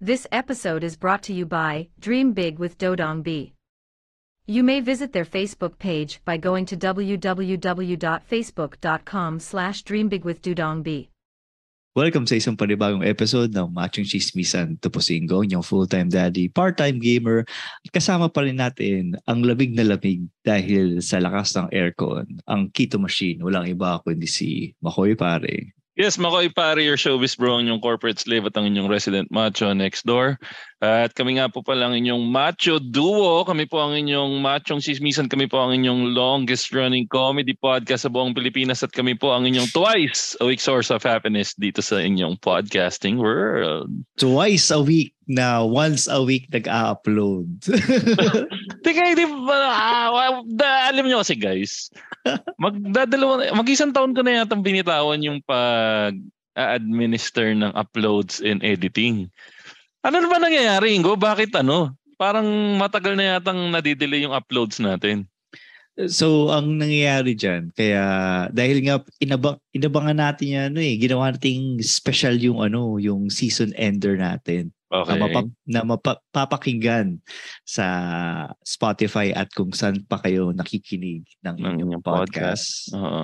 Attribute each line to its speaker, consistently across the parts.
Speaker 1: This episode is brought to you by Dream Big with Dodong B. You may visit their Facebook page by going to www.facebook.com slash dreambigwithdodongb.
Speaker 2: Welcome sa isang panibagong episode ng Machong Chismisan. Ito po si Ingon, yung full-time daddy, part-time gamer. Kasama pa rin natin ang labig na lamig dahil sa lakas ng aircon. Ang Keto Machine, walang iba kundi si Makoy Pare.
Speaker 3: Yes, Makoy Pare, your showbiz bro, ang inyong corporate slave at ang inyong resident macho next door. At kami nga po pala ang inyong macho duo. Kami po ang inyong machong sismisan. Kami po ang inyong longest running comedy podcast sa buong Pilipinas. At kami po ang inyong twice a week source of happiness dito sa inyong podcasting world.
Speaker 2: Twice a week na once a week nag-upload.
Speaker 3: Teka, di ba? ah, wa- da, alam nyo kasi guys, magdadalawa, na- mag-isang taon ko na yata binitawan yung pag administer ng uploads and editing. Ano na ba nangyayari, Ingo? Bakit ano? Parang matagal na yatang nadidelay yung uploads natin.
Speaker 2: So, ang nangyayari dyan, kaya dahil nga inabang, inabangan natin yan, ano eh, ginawa nating special yung ano, yung season ender natin
Speaker 3: Okay.
Speaker 2: na, mapap, na mapapakinggan sa Spotify at kung saan pa kayo nakikinig ng
Speaker 3: Ng
Speaker 2: inyong
Speaker 3: inyong podcast.
Speaker 2: podcast.
Speaker 3: Ah. Oo.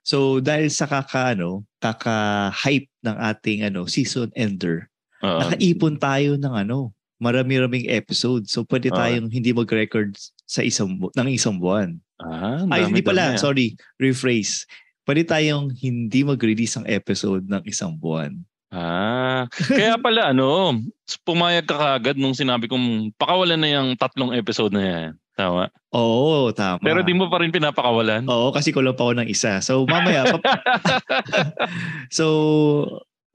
Speaker 2: So, dahil sa kaka, ano, kaka-hype ng ating ano, season ender,
Speaker 3: Oo.
Speaker 2: nakaipon tayo ng ano, marami-raming episode. So pwede
Speaker 3: Ah.
Speaker 2: tayong hindi mag-record sa isang bu- ng isang buwan.
Speaker 3: Ah, ang
Speaker 2: Ay, hindi
Speaker 3: dami-dami
Speaker 2: pala,
Speaker 3: ah.
Speaker 2: sorry, rephrase. Pwede tayong hindi mag-release ng episode ng isang buwan.
Speaker 3: Ah, kaya pala ano, pumayag ka kagad nung sinabi kong pakawalan na yung tatlong episode na yan. Tama.
Speaker 2: Oo, tama.
Speaker 3: Pero di mo pa rin pinapakawalan.
Speaker 2: Oo, kasi kulang pa ako ng isa. So mamaya pap- So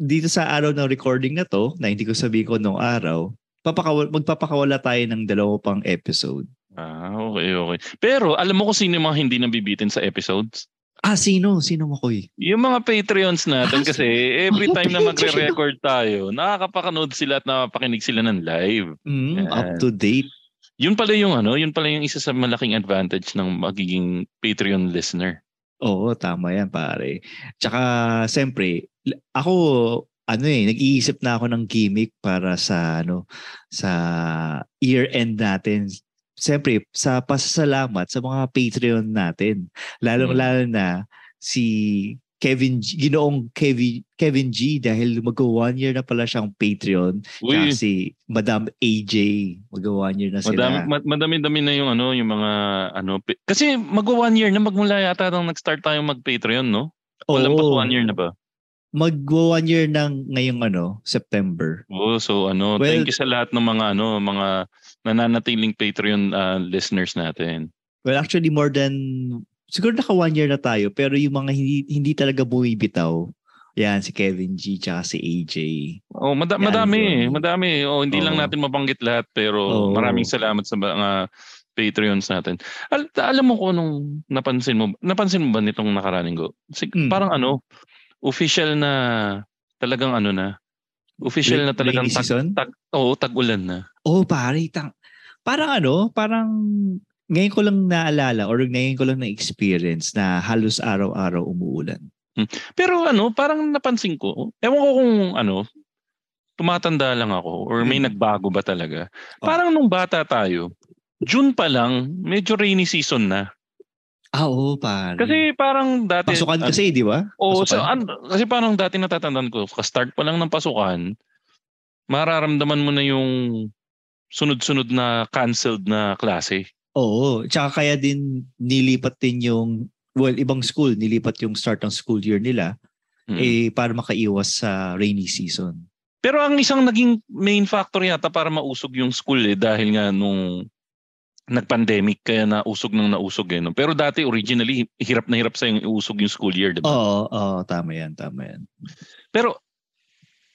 Speaker 2: dito sa araw ng recording na to, na hindi ko sabihin ko nung araw, papakawal magpapakawala tayo ng dalawa pang episode.
Speaker 3: Ah, okay, okay. Pero alam mo kung sino yung mga hindi nabibitin sa episodes?
Speaker 2: Ah, sino? Sino mo ko
Speaker 3: Yung mga Patreons natin
Speaker 2: Ah,
Speaker 3: kasi every
Speaker 2: mga
Speaker 3: time na
Speaker 2: Patreon.
Speaker 3: magre-record tayo, nakakapakanood sila at napakinig sila ng live.
Speaker 2: Mm,
Speaker 3: Yan.
Speaker 2: up to date.
Speaker 3: Yun pala yung ano, yun pala yung isa sa malaking advantage ng magiging Patreon listener.
Speaker 2: Oo, tama yan pare. Tsaka, siyempre, l- ako, ano eh, nag-iisip na ako ng gimmick para sa, ano, sa year-end natin. Siyempre, sa pasasalamat sa mga Patreon natin.
Speaker 3: Mm.
Speaker 2: Lalong-lalo na si Kevin G, ginoong Kevin, Kevin G dahil mag one year na pala siyang Patreon. Tsaka
Speaker 3: Uy,
Speaker 2: si Madam AJ, mag one year na sila.
Speaker 3: madami, ma- madami-dami na yung ano, yung mga ano. pa- Kasi mag one year na magmula yata nang nag-start tayong mag-Patreon, no? Walang
Speaker 2: Oo.
Speaker 3: pa one year na ba?
Speaker 2: Mag one year ng ngayong ano, September.
Speaker 3: Oo, so ano,
Speaker 2: Well-
Speaker 3: thank you sa lahat ng mga ano, mga nananatiling Patreon ah, listeners natin.
Speaker 2: Well, actually more than siguro naka one year na tayo pero yung mga hindi hindi talaga bumibitaw. Yan si Kevin G tsaka si AJ.
Speaker 3: Oh, mada-
Speaker 2: Yan,
Speaker 3: madami,
Speaker 2: yun.
Speaker 3: madami. Oh, hindi lang
Speaker 2: Oo.
Speaker 3: natin mabanggit lahat pero
Speaker 2: Oo.
Speaker 3: maraming salamat sa mga Patreons natin. Al- alam mo ko nung napansin mo, napansin mo ba nitong nakaraning ko? Sig-
Speaker 2: Mm.
Speaker 3: Parang ano, official na talagang ano na. Official na talagang
Speaker 2: Rainy
Speaker 3: tag,
Speaker 2: season?
Speaker 3: tag, oh, tag-ulan na.
Speaker 2: Oh, pare, tang parang ano, parang ngayon ko lang naalala or ngayon ko lang na-experience na halos araw-araw umuulan.
Speaker 3: Pero ano, parang napansin ko, ewan ko kung ano, tumatanda lang ako or may
Speaker 2: Mm.
Speaker 3: nagbago ba talaga.
Speaker 2: Oh.
Speaker 3: Parang nung bata tayo, June pa lang, medyo rainy season na.
Speaker 2: Ah, oo, pare.
Speaker 3: Kasi parang dati...
Speaker 2: Mm. pasukan kasi, di ba?
Speaker 3: Oo, so,
Speaker 2: Pasukan.
Speaker 3: an, kasi parang dati natatandaan ko, ka-start pa lang ng pasukan, mararamdaman mo na yung sunod-sunod na canceled na klase.
Speaker 2: Oo, tsaka kaya din nilipat din yung well, ibang school, nilipat yung start ng school year nila
Speaker 3: Mm.
Speaker 2: eh para makaiwas sa rainy season.
Speaker 3: Pero ang isang naging main factor yata para mausog yung school eh, dahil nga nung nag-pandemic, kaya nausog ng nausog eh. No? Pero dati originally, Diba?
Speaker 2: Oh.
Speaker 3: hirap na hirap sa yung iusog yung school year, di ba?
Speaker 2: Oo, oo, tama yan, tama yan.
Speaker 3: Pero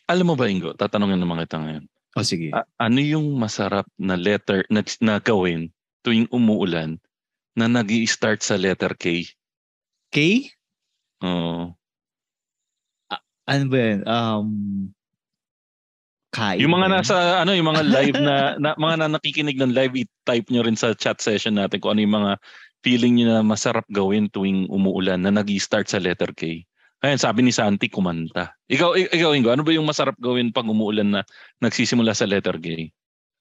Speaker 3: Alam mo ba, Ingo, tatanungin naman kita ngayon.
Speaker 2: O sige.
Speaker 3: A- ano yung masarap na letter na, na gawin tuwing umuulan na nag start sa letter K? Oh.
Speaker 2: K?
Speaker 3: Oo.
Speaker 2: Ano ba yan? Um, kain.
Speaker 3: yung
Speaker 2: ba
Speaker 3: mga
Speaker 2: yan?
Speaker 3: nasa ano yung mga live na, na mga na nakikinig ng live i-type nyo rin sa chat session natin kung ano yung mga feeling nyo na masarap gawin tuwing umuulan na nag start sa letter K. Ayan, sabi ni Santi kumanta. Ikaw, i- ikaw Ingo, ano ba yung masarap gawin pag umuulan na nagsisimula sa letter K?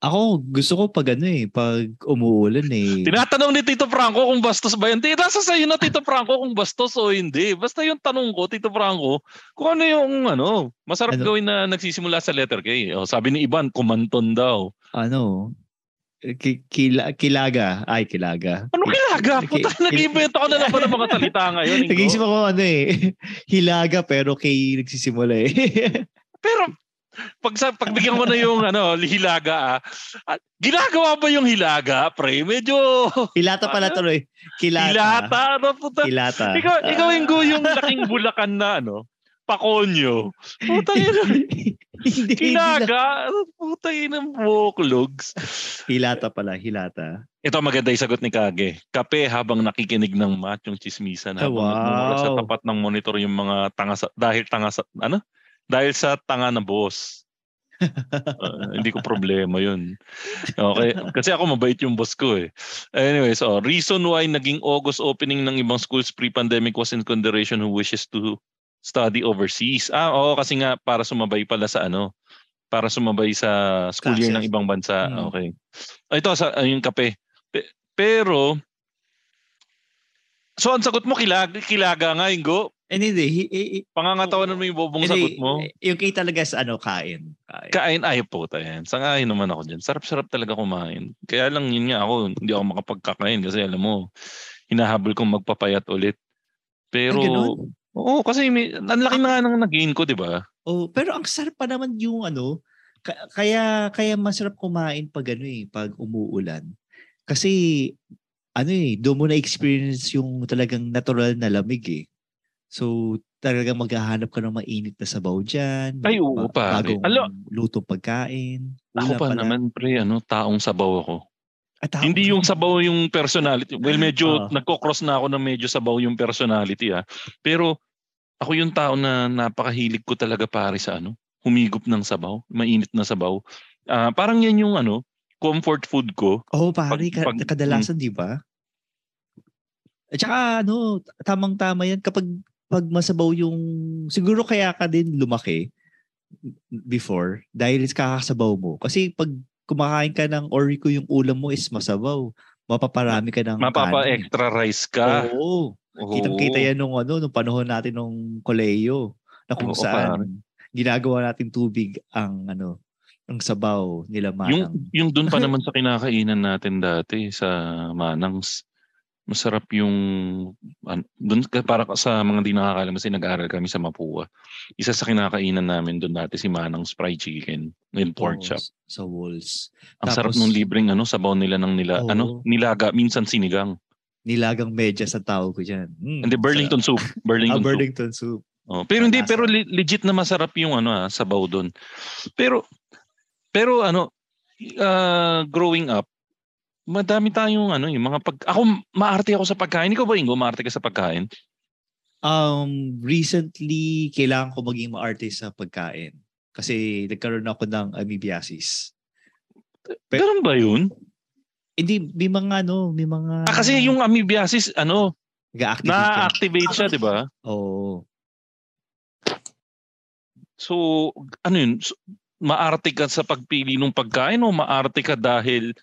Speaker 2: Ako, gusto ko pag ano eh, pag umuulan eh.
Speaker 3: Tinatanong ni Tito Franco kung bastos ba yun. Tito, nasa sa'yo na Tito Franco kung bastos o hindi. Basta yung tanong ko, Tito Franco, kung ano yung ano, masarap
Speaker 2: Ano?
Speaker 3: gawin na nagsisimula sa letter K. O, sabi ni Ivan, kumanton daw.
Speaker 2: ano, ki- kila, kilaga. Ay, kilaga.
Speaker 3: Ano kilaga? Puta,
Speaker 2: Ki-
Speaker 3: nag-invent ako na lang pa ng mga salita ngayon. Ingo.
Speaker 2: Nag-iisip ako ano eh. Hilaga pero kay nagsisimula eh.
Speaker 3: Pero, pag, sa, pagbigyan mo na yung ano, hilaga, ah, ah, ginagawa ba yung hilaga, pre? Medyo
Speaker 2: Hilata pala
Speaker 3: Ano?
Speaker 2: tuloy. Kilata.
Speaker 3: hilata. Ano, puta?
Speaker 2: Hilata.
Speaker 3: Ikaw, ikaw
Speaker 2: Ah.
Speaker 3: Ingo, yung laking bulakan na ano, pakonyo. Puta, yun. ano,
Speaker 2: Hindi, hindi. na-
Speaker 3: Kinaga, putay ng buklogs.
Speaker 2: Hilata pala, hilata.
Speaker 3: Ito maganda yung sagot ni Kage. Kape habang nakikinig ng matchong chismisan habang
Speaker 2: Oh, wow.
Speaker 3: nagmumura sa tapat ng monitor yung mga tanga sa, dahil tanga sa, ano? Dahil sa tanga na boss. Uh, hindi ko problema yun. Okay. Kasi ako mabait yung boss ko eh. Anyway, so reason why naging August opening ng ibang schools pre-pandemic was in consideration who wishes to study overseas. Ah, oo, kasi nga para sumabay pala sa ano, para sumabay sa school year
Speaker 2: Classes.
Speaker 3: ng ibang bansa.
Speaker 2: Mm.
Speaker 3: Okay. Ah, Ito, sa, ah, yung kape. Pe- pero, so ang sagot mo, kilaga, kilaga nga, Ingo.
Speaker 2: And hindi, hi- hi- hi-
Speaker 3: Pangangatawanan mo yung bobong
Speaker 2: hindi, eh,
Speaker 3: sagot mo.
Speaker 2: Yung kay talaga sa ano, kain. Kain.
Speaker 3: Kain ay po tayo. Sangayon naman ako dyan. Sarap-sarap talaga kumain. Kaya lang yun nga ako, hindi ako makapagkakain kasi alam mo, hinahabol kong magpapayat ulit. Pero,
Speaker 2: Ay, Ah, ganun?
Speaker 3: oo, kasi may, ang laki na nga nang nag-gain ko, di ba?
Speaker 2: Oh, pero ang sarap pa naman yung ano, ka- kaya kaya masarap kumain pag ano eh, pag umuulan. Kasi ano eh, doon mo na experience yung talagang natural na lamig eh. So talagang maghahanap ka ng mainit na sabaw diyan.
Speaker 3: Ay, oo, pare.
Speaker 2: Bagong
Speaker 3: Alo.
Speaker 2: lutong pagkain.
Speaker 3: Ako
Speaker 2: Wala
Speaker 3: pa
Speaker 2: pala.
Speaker 3: naman, pre, ano, taong sabaw ako.
Speaker 2: At ako-
Speaker 3: Hindi yung sabaw yung personality. Well, medyo
Speaker 2: Ah.
Speaker 3: nagko-cross na ako na medyo sabaw yung personality ah. Pero ako yung tao na napakahilig ko talaga pare sa ano, humigop ng sabaw, mainit na sabaw. Ah, parang yan yung ano, comfort food ko.
Speaker 2: Oo, oh, pare,
Speaker 3: Pag-
Speaker 2: ka-
Speaker 3: pag- mm.
Speaker 2: kadalasan, di ba? At saka, ano, tamang-tama yan. Kapag pag masabaw yung... Siguro kaya ka din lumaki before dahil is kakasabaw mo. Kasi pag kumakain ka ng oriko, yung ulam mo is masabaw. Mapaparami ka ng
Speaker 3: Mapapa
Speaker 2: kanin.
Speaker 3: eh, ah. extra rice ka.
Speaker 2: Oo. Kitang-kita yan nung, ano, nung panahon natin nung koleyo na kung
Speaker 3: Oo,
Speaker 2: saan
Speaker 3: pare.
Speaker 2: ginagawa natin tubig ang ano ang sabaw nila
Speaker 3: Yung
Speaker 2: manang.
Speaker 3: yung doon pa naman sa kinakainan natin dati sa Manangs. Masarap yung an, doon ka- para sa mga di nakakalam kasi nag-aaral kami sa Mapua. Isa sa kinakainan namin doon dati si Manangs fried chicken and pork
Speaker 2: Oo,
Speaker 3: chop.
Speaker 2: Sa walls.
Speaker 3: Ang
Speaker 2: Oh,
Speaker 3: sarap
Speaker 2: tapos-
Speaker 3: nung libreng ano sabaw nila ng nila
Speaker 2: Oo.
Speaker 3: ano nilaga minsan sinigang.
Speaker 2: nilagang medyas sa tawag ko dyan. Mm,
Speaker 3: Hindi Burlington soup,
Speaker 2: Sarap. Ah,
Speaker 3: Burlington soup.
Speaker 2: Burlington soup.
Speaker 3: Oh, pero hindi
Speaker 2: Malasa.
Speaker 3: pero le- legit na masarap yung ano ah, sabaw doon. Pero pero ano ah, growing up madami tayong ano yung mga pag ako maarte ako sa pagkain. Ikaw ba Ingo maarte ka sa pagkain?
Speaker 2: Um, recently, kailangan ko maging maarte sa pagkain. Kasi nagkaroon ako ng amoebiasis. Pe-
Speaker 3: Ganun ba yun?
Speaker 2: Hindi, may mga ano, may mga...
Speaker 3: Ah, kasi yung amoebiasis ano
Speaker 2: Ga-activate ka.
Speaker 3: na-activate siya, 'di ba?
Speaker 2: Oo.
Speaker 3: So ano yun? So, maarte ka sa pagpili ng pagkain o maarte ka dahil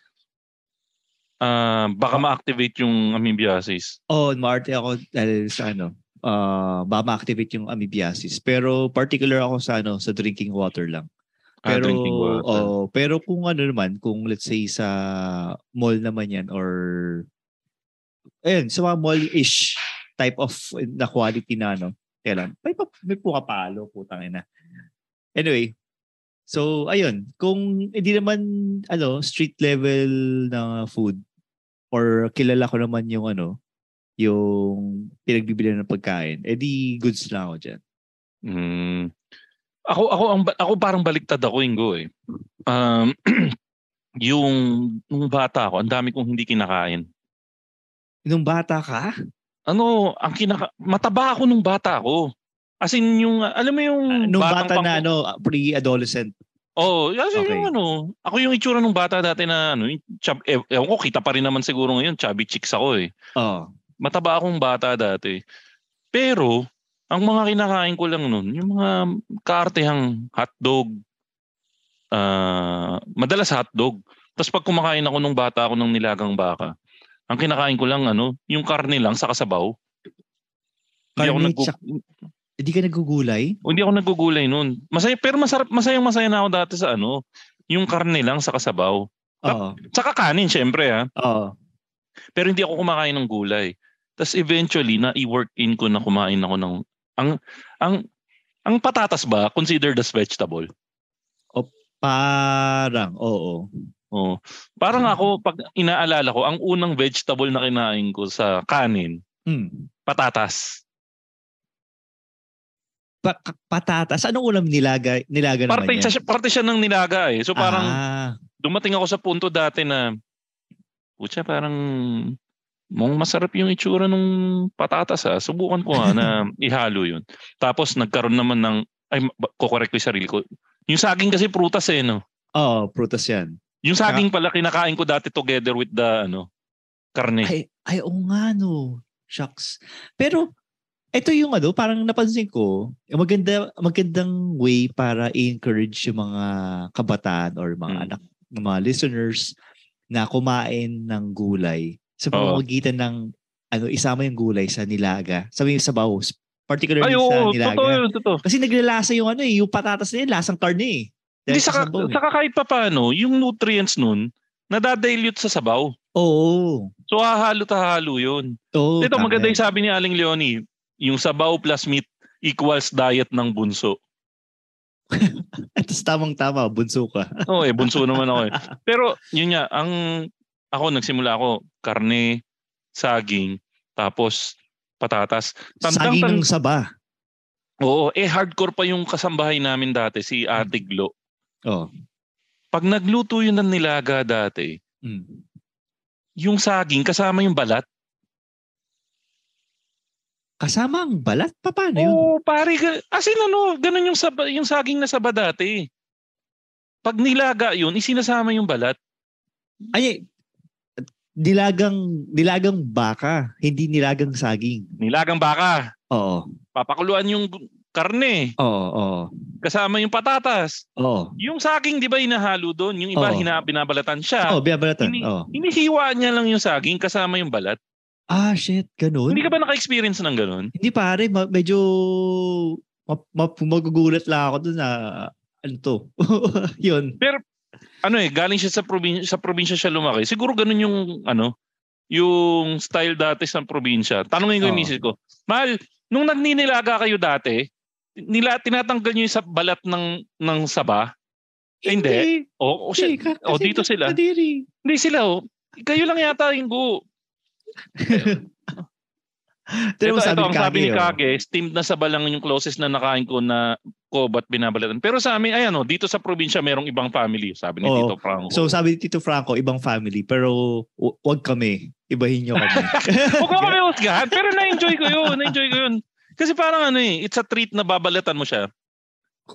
Speaker 3: ah, baka ma-activate yung amoebiasis?
Speaker 2: Oo, maarte ako dahil sa ano, ah ba ma-activate yung amoebiasis. Pero particular ako sa ano, sa drinking water lang.
Speaker 3: Ah,
Speaker 2: Pero
Speaker 3: drinking water.
Speaker 2: oo, pero kung ano naman, kung let's say sa mall naman 'yan or ayun, sa mga mall-ish type of na quality na ano. Kaya lang, may, pa- may pukapalo, putang ina. Anyway, so ayun, kung hindi naman ano, street level na food or kilala ko naman yung ano, yung pinagbibili ng pagkain, edi goods lang ako dyan.
Speaker 3: Mm. ako ako ang ako parang baliktad ako Ingo eh. Um yung nung bata ako, ang dami kong hindi kinakain.
Speaker 2: Nung bata ka?
Speaker 3: Ano, ang kinaka mataba ako nung bata ako. As in yung alam mo yung
Speaker 2: Ah, nung
Speaker 3: batang
Speaker 2: bata na
Speaker 3: pang-
Speaker 2: ano, pre-adolescent.
Speaker 3: Oo, kasi
Speaker 2: Okay.
Speaker 3: yung ano, ako yung itsura nung bata dati na ano, yung chub, eh, ewan ko, kita pa rin naman siguro ngayon, chubby chicks ako eh.
Speaker 2: Oh.
Speaker 3: Mataba akong bata dati. Pero, ang mga kinakain ko lang nun, yung mga kaartehang hotdog, ah madalas hotdog. Tapos pag kumakain ako nung bata ako ng nilagang baka, ang kinakain ko lang ano, yung karne lang sa kasabaw. Hindi ako,
Speaker 2: Karne
Speaker 3: naggu-
Speaker 2: tsaka- Hindi ka nagugulay?
Speaker 3: hindi ako nagugulay nun. Masaya, pero masarap, masayang masaya na ako dati sa ano, yung karne lang sa kasabaw.
Speaker 2: Oo.
Speaker 3: Tsaka kanin, syempre ah. ha.
Speaker 2: Oo.
Speaker 3: Pero hindi ako kumakain ng gulay. Tapos eventually, na-work in ko na kumain ako ng... Ang, ang, ang patatas ba, considered as vegetable?
Speaker 2: Parang, oo.
Speaker 3: Oh. Parang
Speaker 2: Hmm.
Speaker 3: ako, pag inaalala ko, ang unang vegetable na kinain ko sa kanin,
Speaker 2: Hmm.
Speaker 3: patatas.
Speaker 2: Pa- ka- patatas. Anong ulam nilaga, nilaga naman
Speaker 3: Parte
Speaker 2: yan?
Speaker 3: siya, parte siya ng nilaga eh. So parang
Speaker 2: Ah,
Speaker 3: dumating ako sa punto dati na, putya parang mong masarap yung itsura ng patatas ha. Subukan ko ha na ihalo yun. Tapos nagkaroon naman ng, ay, ba- kukorek ko yung sarili ko. Yung saging kasi prutas eh, no?
Speaker 2: oo, prutas yan.
Speaker 3: Yung saging pala kinakain ko dati together with the, ano, karne.
Speaker 2: Ay, ay, oo nga no. Shucks. Pero, ito yung ano, parang napansin ko, yung maganda, magandang way para encourage yung mga kabataan or mga
Speaker 3: Mm.
Speaker 2: anak, ng mga listeners na kumain ng gulay sa
Speaker 3: Oo.
Speaker 2: pamamagitan ng ano, isama yung gulay sa nilaga. Sabi yung sabaw, particularly sa
Speaker 3: Ay, oo,
Speaker 2: nilaga.
Speaker 3: totoo yun, totoo.
Speaker 2: Kasi naglalasa yung ano eh, yung patatas na yun, lasang karne eh.
Speaker 3: Hindi,
Speaker 2: Dahil sa
Speaker 3: saka,
Speaker 2: sabaw eh.
Speaker 3: saka kahit pa paano, yung nutrients nun, nadadilute sa sabaw.
Speaker 2: Oo.
Speaker 3: So, hahalo-tahalo yun.
Speaker 2: Oo.
Speaker 3: Ito,
Speaker 2: tama yan.
Speaker 3: maganda yung sabi ni Aling Leonie, yung sabaw plus meat equals diet ng bunso.
Speaker 2: Tapos tamang-tama, bunso ka.
Speaker 3: Oo, eh, bunso naman ako eh. Pero, yun nga, ang, ako, nagsimula ako, karne, saging, tapos patatas. Tamtang-
Speaker 2: Saging ng saba.
Speaker 3: Oo, eh hardcore pa yung kasambahay namin dati, si Ate Glo.
Speaker 2: Oo.
Speaker 3: Pag nagluto yun ng nilaga dati, Hmm.
Speaker 2: Mm.
Speaker 3: yung saging kasama yung balat.
Speaker 2: Kasama ang balat? Pa, paano yun?
Speaker 3: Oo, pare. ga- As in ano, ganun yung, saba, yung saging na saba dati. Pag nilaga yun, isinasama yung balat.
Speaker 2: Ay, nilagang, nilagang baka, hindi nilagang saging.
Speaker 3: Nilagang baka,
Speaker 2: Oo.
Speaker 3: papakuluan yung karne,
Speaker 2: Oo, oo,
Speaker 3: kasama yung patatas.
Speaker 2: oo.
Speaker 3: Yung saging, di ba, inahalo doon? Yung iba,
Speaker 2: Oo.
Speaker 3: hina,
Speaker 2: Oo,
Speaker 3: binabalatan siya.
Speaker 2: binabalatan.
Speaker 3: Ini-
Speaker 2: Oo.
Speaker 3: Hinihiwa niya lang yung saging kasama yung balat.
Speaker 2: Ah, shit, ganun?
Speaker 3: Hindi ka ba naka-experience ng ganun?
Speaker 2: Hindi pare, ma- medyo ma- ma- magugulat lang ako dun na ano to. Yun.
Speaker 3: ano eh, galing siya sa probinsya, sa probinsya siya lumaki. Siguro ganun yung ano, yung style dati sa probinsya. Tanungin ko yung
Speaker 2: Oo.
Speaker 3: misis ko. Mahal, nung nagninilaga kayo dati, nila tinatanggal niyo yung sa balat ng ng saba? Eh, hindi. O, o, siya-
Speaker 2: ka-
Speaker 3: o,
Speaker 2: kasi
Speaker 3: dito
Speaker 2: ka-
Speaker 3: sila.
Speaker 2: Kadiri.
Speaker 3: hindi sila oh. Kayo lang yata yung go.
Speaker 2: Pero
Speaker 3: ito,
Speaker 2: sabi,
Speaker 3: ito, ang sabi ni
Speaker 2: Kage, oh.
Speaker 3: Kage, steamed na saba lang yung closest na nakain ko na ko ba't binabalatan. Pero sa amin, ayan oh, dito sa probinsya merong ibang family, sabi ni
Speaker 2: Oo.
Speaker 3: Tito
Speaker 2: oh.
Speaker 3: Franco.
Speaker 2: So sabi ni Tito Franco, ibang family, pero hu- huwag kami. Ibahin nyo kami.
Speaker 3: Huwag mo kami husgahan, pero na-enjoy ko yun. Na-enjoy ko yun. Kasi parang ano eh, it's a treat na babalatan mo siya.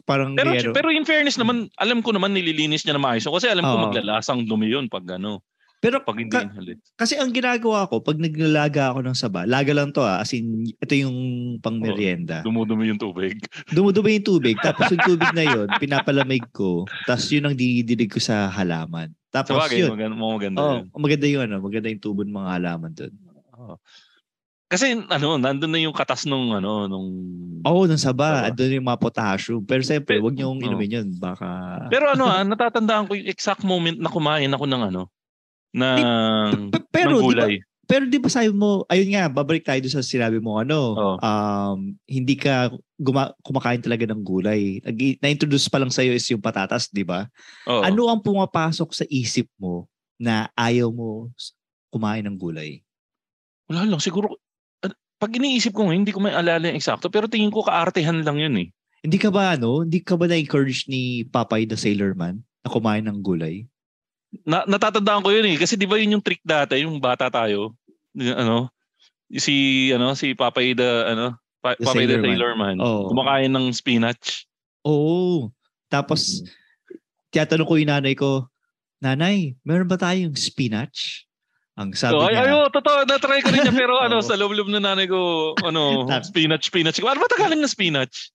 Speaker 2: Parang
Speaker 3: Pero,
Speaker 2: gero.
Speaker 3: pero in fairness naman, alam ko naman nililinis niya na maayos. yun. Kasi alam ko
Speaker 2: Oo.
Speaker 3: maglalasang dumi yun pag ano,
Speaker 2: Pero
Speaker 3: pag hindi
Speaker 2: ka-
Speaker 3: inhalit.
Speaker 2: kasi ang ginagawa ko, pag naglalaga ako ng saba, laga lang to ah, as in, ito yung pang merienda.
Speaker 3: Dumudumi yung tubig.
Speaker 2: Dumudumi yung tubig, tapos yung tubig na yun, pinapalamig ko, tapos yun ang didilig ko sa halaman.
Speaker 3: Sa
Speaker 2: Tapos
Speaker 3: bagay,
Speaker 2: yun,
Speaker 3: maganda, maganda
Speaker 2: oh,
Speaker 3: yun.
Speaker 2: maganda yun, ano, maganda yung tubo ng mga halaman doon.
Speaker 3: Oo. Kasi ano, nandun na yung katas nung ano, nung...
Speaker 2: Oo, oh, ng saba,
Speaker 3: Saba.
Speaker 2: andun yung mga potassium. Pero siyempre,
Speaker 3: Pe- oh.
Speaker 2: huwag niyong
Speaker 3: Oo.
Speaker 2: inumin yun, baka...
Speaker 3: Pero ano ah, natatandaan ko yung exact moment na kumain ako ng ano, ng,
Speaker 2: Pe- pero, di
Speaker 3: ng
Speaker 2: ba,
Speaker 3: gulay.
Speaker 2: pero di ba sabi mo, ayun nga, babalik tayo doon sa sinabi mo, ano,
Speaker 3: Oo.
Speaker 2: um, hindi ka guma- kumakain talaga ng gulay. Nag- Na-introduce pa lang sa'yo is yung patatas, di ba?
Speaker 3: Oo.
Speaker 2: Ano ang pumapasok sa isip mo na ayaw mo s- kumain ng gulay?
Speaker 3: Wala lang, siguro, ah, pag iniisip ko ngayon, hindi ko may alala yung eksakto, pero tingin ko kaartehan lang yun eh.
Speaker 2: Hindi ka ba ano, hindi ka ba na-encourage ni Popeye the Sailor Man na kumain ng gulay?
Speaker 3: Na, natatandaan ko yun eh. Kasi di ba yun yung trick dati, yung bata tayo. Y- Ano? Si, ano, si Papay the, ano, pa,
Speaker 2: The
Speaker 3: Papay the
Speaker 2: Sailor Man.
Speaker 3: Taylor Man.
Speaker 2: Oo.
Speaker 3: Kumakain ng spinach.
Speaker 2: Oo. Tapos,
Speaker 3: Mm-hmm.
Speaker 2: tiyatanong ko yung nanay ko, Nanay, meron ba tayong spinach? Ang sabi
Speaker 3: So, Oh, ay,
Speaker 2: niya,
Speaker 3: ayo, totoo, na-try ko rin niya. Pero
Speaker 2: Oo.
Speaker 3: ano, sa loob-loob na nanay ko, ano,
Speaker 2: Tap-
Speaker 3: spinach, spinach. Ano ba Tagalog na spinach?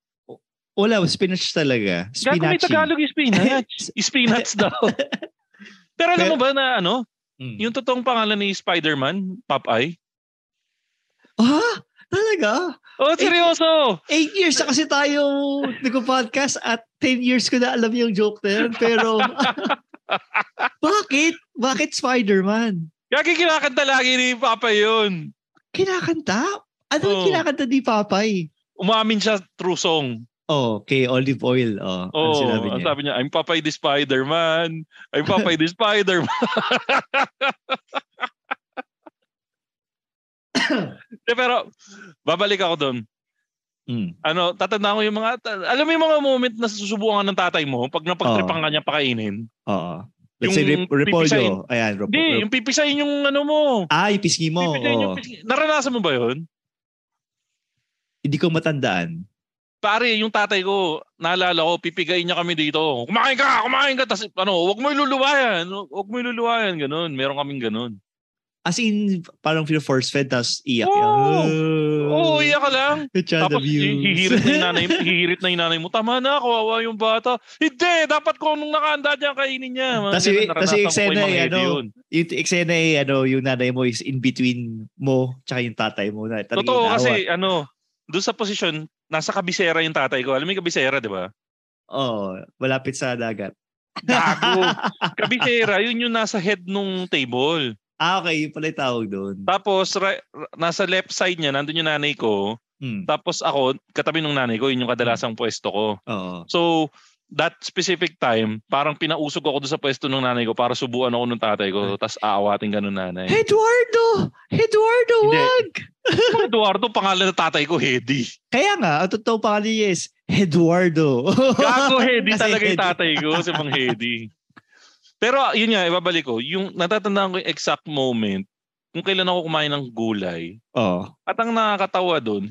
Speaker 2: wala, spinach talaga.
Speaker 3: Gago may
Speaker 2: Spinach.
Speaker 3: Tagalog yung spinach. spinach daw. Pero alam mo ba na ano,
Speaker 2: mm.
Speaker 3: yung totoong pangalan ni Spider-Man, Popeye?
Speaker 2: Ah, talaga?
Speaker 3: Oh, seryoso!
Speaker 2: Eight years na kasi tayo nagpo-podcast at 10 years ko na alam yung joke na yun. Pero, bakit? Bakit Spider-Man?
Speaker 3: Gagi kinakanta lagi ni Papa yun.
Speaker 2: Kinakanta? Ano yung
Speaker 3: Oo.
Speaker 2: kinakanta ni Papay?
Speaker 3: Umamin siya through song.
Speaker 2: Oh, kay Olive Oil. Oh, ano
Speaker 3: Oh,
Speaker 2: sinabi niya?
Speaker 3: ang sabi niya, I'm Popeye the Spider-Man. I'm Popeye the Spider-Man. Eh, Pero, babalik ako doon.
Speaker 2: Mm.
Speaker 3: Ano, tatandaan ko yung mga, ta- alam mo yung mga moment na susubukan ka ng tatay mo pag napagtripan ka niya pakainin.
Speaker 2: Oo. Let's
Speaker 3: Yung
Speaker 2: say rip, Repolyo.
Speaker 3: pipisain.
Speaker 2: Ayan, Repo-
Speaker 3: Hindi, yung pipisayin yung ano mo.
Speaker 2: Ah, yung pisngi mo. oh.
Speaker 3: Pipisayin yung
Speaker 2: oo.
Speaker 3: pis- Naranasan mo ba yun?
Speaker 2: Hindi ko matandaan.
Speaker 3: Pare, yung tatay ko, naalala ko, pipigayin niya kami dito. Kumain ka, kumain ka. Tapos, ano, huwag mo iluluwayan. Huwag mo iluluwayan. Ganun. Meron kaming ganun.
Speaker 2: As in, parang feel-force fed, tapos iyak.
Speaker 3: Oo. Oo,
Speaker 2: Oh,
Speaker 3: oh, iya ka lang.
Speaker 2: The child
Speaker 3: Tapos,
Speaker 2: abuse.
Speaker 3: hi- hihirit na, yung nanay, hihirit na yung nanay mo. Tama na, kawawa yung bata. Hindi, dapat kung anong nakaanda niya, kainin niya. Mga
Speaker 2: Tas yung- tas
Speaker 3: ganun,
Speaker 2: yung
Speaker 3: naranasan ko pa
Speaker 2: eksena
Speaker 3: mga
Speaker 2: eh,
Speaker 3: heavy
Speaker 2: ano,
Speaker 3: yun.
Speaker 2: yung eksena eh, ano, yung nanay mo is in between mo tsaka yung tatay mo. Na, talagang
Speaker 3: Totoo
Speaker 2: inaawa.
Speaker 3: kasi, ano, doon sa posisyon, nasa kabisera yung tatay ko. Alam mo yung kabisera, di ba?
Speaker 2: Oo, malapit sa dagat.
Speaker 3: Gago. kabisera, yun yung nasa head nung table.
Speaker 2: ah, okay. Yun pala yung tawag doon.
Speaker 3: Tapos ra- ra- nasa left side niya nandun yung nanay ko.
Speaker 2: Hmm,
Speaker 3: Tapos ako katabi ng nanay ko, yun yung kadalasang pwesto ko.
Speaker 2: Oo.
Speaker 3: So that specific time, parang pinausog ako doon sa pwesto ng nanay ko para subuan ako ng tatay ko. Tapos aawating ganun nanay.
Speaker 2: Eduardo! Eduardo,
Speaker 3: Hindi.
Speaker 2: wag!
Speaker 3: Ano, Eduardo, pangalan ng tatay ko, Hedy.
Speaker 2: Kaya nga, ang totoo pa niya is Eduardo.
Speaker 3: Gago Hedy
Speaker 2: Kasi
Speaker 3: talaga yung
Speaker 2: Hedy.
Speaker 3: tatay ko, si Mang Hedy. Pero yun nga, ibabalik ko. Yung natatandaan ko yung exact moment kung kailan ako kumain ng gulay.
Speaker 2: Oo.
Speaker 3: At ang nakakatawa doon,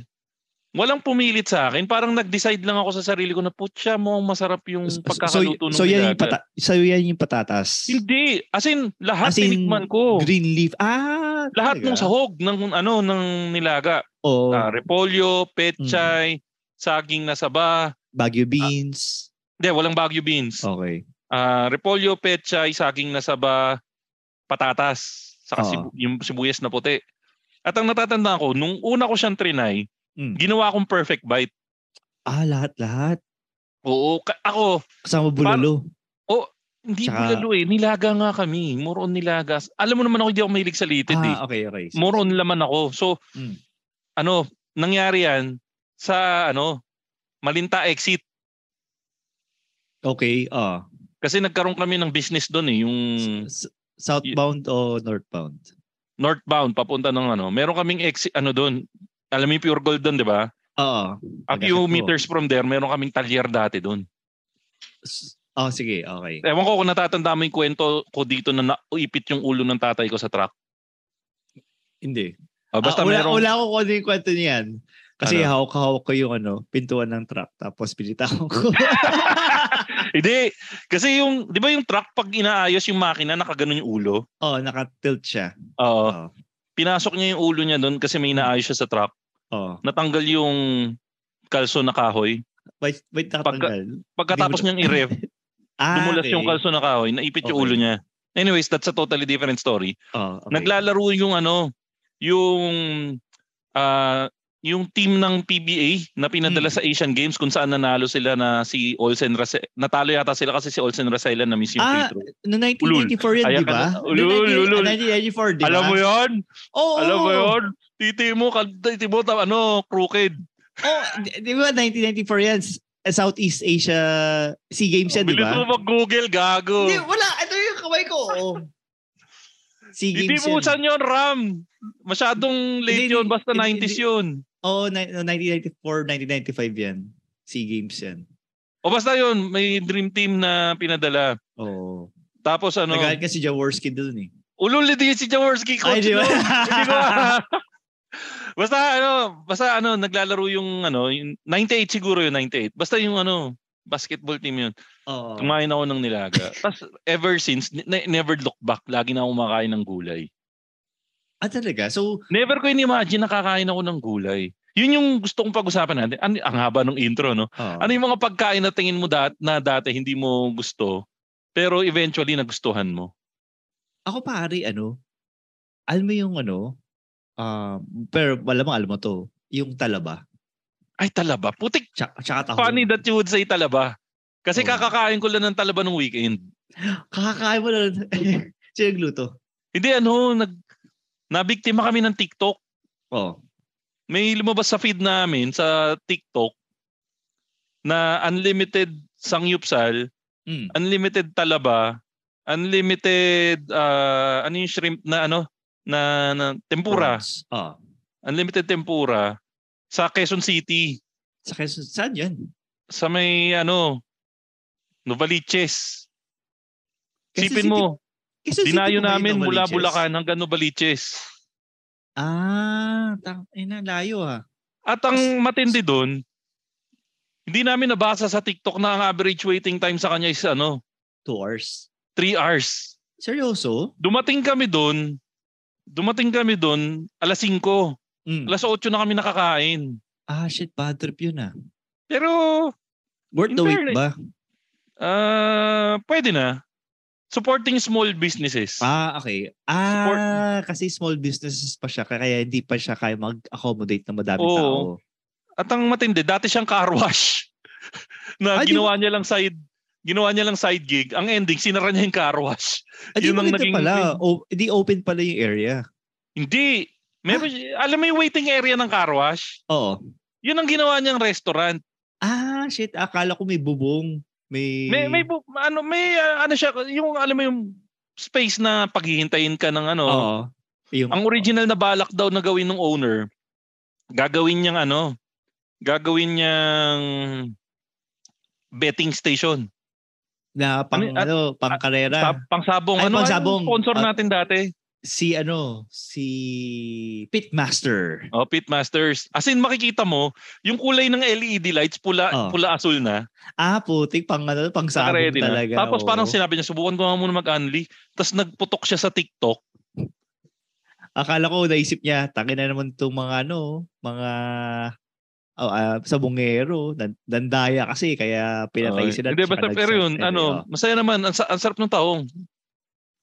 Speaker 3: walang pumilit sa akin. Parang nag-decide lang ako sa sarili ko na, putya mo, masarap yung
Speaker 2: So-
Speaker 3: pagkakaluto ng
Speaker 2: so, so, yan yung
Speaker 3: nilaga."
Speaker 2: pata- so yan yung patatas.
Speaker 3: Hindi. As in, lahat
Speaker 2: As in,
Speaker 3: tinikman ko.
Speaker 2: Green leaf. Ah,
Speaker 3: lahat
Speaker 2: talaga? Oh.
Speaker 3: ng sahog ng ano ng nilaga.
Speaker 2: Oo.
Speaker 3: Ah, repolyo, petchay,
Speaker 2: Mm.
Speaker 3: saging na saba.
Speaker 2: Baguio beans.
Speaker 3: Hindi, walang bagyo beans.
Speaker 2: okay.
Speaker 3: Ah, repolyo, petchay, saging na saba, patatas, saka
Speaker 2: Oo.
Speaker 3: sibu- yung sibuyas na puti. At ang natatanda ko, nung una ko siyang trinay,
Speaker 2: Mm.
Speaker 3: ginawa kong perfect bite.
Speaker 2: Ah, lahat-lahat.
Speaker 3: Oo, ka- ako,
Speaker 2: Kasama bulalo.
Speaker 3: Hindi
Speaker 2: Tsaka-
Speaker 3: bulalo eh. Nilaga nga kami. More on nilaga. Alam mo naman ako hindi ako mahilig sa litid eh.
Speaker 2: ah, okay, okay.
Speaker 3: More on laman ako. So,
Speaker 2: Mm.
Speaker 3: ano, nangyari yan sa ano, Malinta exit.
Speaker 2: Okay, ah.
Speaker 3: Kasi nagkaroon kami ng business doon eh. Yung
Speaker 2: S- s- Southbound o northbound?
Speaker 3: northbound, papunta ng ano. Meron kaming exit, ano doon. Alam mo yung pure gold doon, di ba?
Speaker 2: Oo.
Speaker 3: A
Speaker 2: Nagkasip
Speaker 3: few
Speaker 2: ko.
Speaker 3: meters from there, meron kaming talyer dati doon.
Speaker 2: S- Oh, sige, okay.
Speaker 3: Ewan ko kung natatanda mo yung kwento ko dito na naipit yung ulo ng tatay ko sa truck.
Speaker 2: Hindi.
Speaker 3: Ah,
Speaker 2: ah,
Speaker 3: basta
Speaker 2: wala,
Speaker 3: merong-
Speaker 2: wala ako kung ano yung kwento niyan. Kasi
Speaker 3: Ano?
Speaker 2: hawak-hawak ko yung ano, pintuan ng truck. Tapos pinitawan ko.
Speaker 3: Hindi. Kasi yung, di ba yung truck, pag inaayos yung makina, nakaganon yung ulo?
Speaker 2: oh, nakatilt siya. Oo.
Speaker 3: Oo. Pinasok niya yung ulo niya doon kasi may inaayos siya sa truck.
Speaker 2: Oh.
Speaker 3: Natanggal yung kalso na kahoy.
Speaker 2: Wait, wait, nakatanggal.
Speaker 3: Pagkatapos
Speaker 2: Hindi mo-
Speaker 3: niyang i-rev,
Speaker 2: ah,
Speaker 3: dumulas
Speaker 2: okay.
Speaker 3: yung kalso na kahoy, naipit yung
Speaker 2: Okay.
Speaker 3: ulo niya. Anyways, that's a totally different story.
Speaker 2: Oh, okay.
Speaker 3: Naglalaro yung ano, yung ah, yung team ng PBA na pinadala
Speaker 2: Hmm.
Speaker 3: sa Asian Games kung saan nanalo sila na si Olsen Rase natalo yata sila kasi si Olsen Rasailan na miss yung
Speaker 2: Ah,
Speaker 3: free throw.
Speaker 2: No 1994 yan,
Speaker 3: Ayan
Speaker 2: di ba?
Speaker 3: ka na. Ulul,
Speaker 2: No
Speaker 3: ulul.
Speaker 2: 1994, di ba?
Speaker 3: Alam mo 'yon?
Speaker 2: Oo.
Speaker 3: Alam mo 'yon? Titi mo, kal- titi mo tam- ano, crooked.
Speaker 2: Oh, di, di ba 1994 yan? S- Southeast Asia SEA Games yan, di
Speaker 3: Oh,
Speaker 2: ba?
Speaker 3: Bilis mo mag-google, gago.
Speaker 2: Hindi, wala. Ito yung kamay ko. Oh. SEA
Speaker 3: Hindi
Speaker 2: Games
Speaker 3: mo
Speaker 2: yan.
Speaker 3: usan yun, Ram. Masyadong late
Speaker 2: Hindi,
Speaker 3: yun. Basta
Speaker 2: hindi,
Speaker 3: 90s yun.
Speaker 2: Oo, oh, 1994, 1995 yan. SEA Games yan.
Speaker 3: O basta yun, may dream team na pinadala.
Speaker 2: Oo.
Speaker 3: Tapos ano,
Speaker 2: Nagalit kasi Jaworski doon eh.
Speaker 3: ululi din si Jaworski coach.
Speaker 2: di ba?
Speaker 3: nun. Hindi ko Basta ano, basta ano, naglalaro yung ano, yung 98 siguro yung 98. Basta yung ano, basketball team yun.
Speaker 2: Oo.
Speaker 3: Kumain ako ng nilaga. Tapos ever since, ne- never look back. Lagi na ako kumakain ng gulay.
Speaker 2: Ah, talaga? So,
Speaker 3: Never ko in-imagine nakakain ako ng gulay. Yun yung gusto kong pag-usapan natin. Ano, ang haba ng intro, no?
Speaker 2: oo.
Speaker 3: Ano yung mga pagkain na tingin mo dat na dati hindi mo gusto, pero eventually nagustuhan mo?
Speaker 2: ako pare, ano, alam mo yung ano, um, pero alam mo, alam mo to, yung talaba.
Speaker 3: Ay, talaba. Putik,
Speaker 2: Tsaka, tsaka tahong.
Speaker 3: funny that you would say talaba. Kasi
Speaker 2: Oo.
Speaker 3: kakakain ko lang ng talaba ng weekend.
Speaker 2: Kakakain mo na lang. Sino nagluto?
Speaker 3: Hindi ano, nag, nabiktima kami ng TikTok.
Speaker 2: Oo.
Speaker 3: May lumabas sa feed namin sa TikTok na unlimited sangyupsal
Speaker 2: Mm.
Speaker 3: unlimited talaba, unlimited ah, ano yung shrimp na ano na, na tempura,
Speaker 2: prawns. Oo.
Speaker 3: unlimited tempura sa Quezon City
Speaker 2: Sa Quezon, saan yan?
Speaker 3: sa may ano Novaliches.
Speaker 2: Quezon
Speaker 3: Sipin
Speaker 2: City-
Speaker 3: mo,
Speaker 2: Quezon City ba
Speaker 3: dinayo
Speaker 2: yung
Speaker 3: namin mula
Speaker 2: Novaliches?
Speaker 3: Bulacan hanggang Novaliches.
Speaker 2: Ah, tang, eh na, layo ah.
Speaker 3: At ang matindi doon, hindi namin nabasa sa TikTok na ang average waiting time sa kanya is ano,
Speaker 2: Two hours.
Speaker 3: 3 hours.
Speaker 2: Seryoso?
Speaker 3: Dumating kami doon, dumating kami doon alas 5.
Speaker 2: Mm.
Speaker 3: Alas 8 na kami nakakain.
Speaker 2: Ah, shit, bad trip yun ah.
Speaker 3: Pero,
Speaker 2: Worth
Speaker 3: In
Speaker 2: the wait
Speaker 3: fairness-
Speaker 2: ba?
Speaker 3: ah pwede na. Supporting small businesses.
Speaker 2: Ah, okay. Ah, kasi small businesses pa siya, kaya hindi pa siya kaya mag-accommodate ng madami
Speaker 3: Oo.
Speaker 2: tao.
Speaker 3: At ang matindi, dati siyang car wash. na
Speaker 2: Ah, di
Speaker 3: ginawa niya lang side ginawa niya lang side gig. Ang ending, sinara niya yung car wash.
Speaker 2: Ah, di
Speaker 3: Yun ang
Speaker 2: maganda
Speaker 3: naging-
Speaker 2: pala. O, di open pala yung area.
Speaker 3: Hindi.
Speaker 2: Ah.
Speaker 3: Meron, Alam mo yung waiting area ng car wash?
Speaker 2: Oo.
Speaker 3: Yun ang ginawa niyang restaurant.
Speaker 2: Ah, shit. Akala ko may bubong. May...
Speaker 3: May, may, bu- ano, may, ah, ano siya, yung, alam mo yung space na paghihintayin ka ng ano,
Speaker 2: Oo. Yung...
Speaker 3: Ang original na balak daw na gawin ng owner, gagawin niyang ano, gagawin niyang betting station.
Speaker 2: Na pang,
Speaker 3: Ano-
Speaker 2: ano, pang karera.
Speaker 3: Sa, pangsabong.
Speaker 2: Ay,
Speaker 3: ano
Speaker 2: pangsabong.
Speaker 3: ang sponsor
Speaker 2: Ah.
Speaker 3: natin dati?
Speaker 2: si, ano, si Pitmaster.
Speaker 3: Oh, Pitmasters. As in, makikita mo, yung kulay ng LED lights, pula,
Speaker 2: Oh.
Speaker 3: pula asul na.
Speaker 2: Ah, putik. Pang, ano, pang sabong
Speaker 3: nakaready na.
Speaker 2: talaga. oo.
Speaker 3: Tapos parang sinabi niya, subukan ko nga muna mag-unli. Tapos nagputok siya sa TikTok.
Speaker 2: Akala ko, naisip niya, tangin na naman itong mga, ano, mga oh, ah, sabongero. Nan- Nandaya kasi, kaya pinatay
Speaker 3: Oh,
Speaker 2: sila.
Speaker 3: Hindi,
Speaker 2: tsaka
Speaker 3: basta,
Speaker 2: nag-
Speaker 3: pero yun,
Speaker 2: eh,
Speaker 3: ano, masaya naman. Ang, sa- ang sarap ng taong.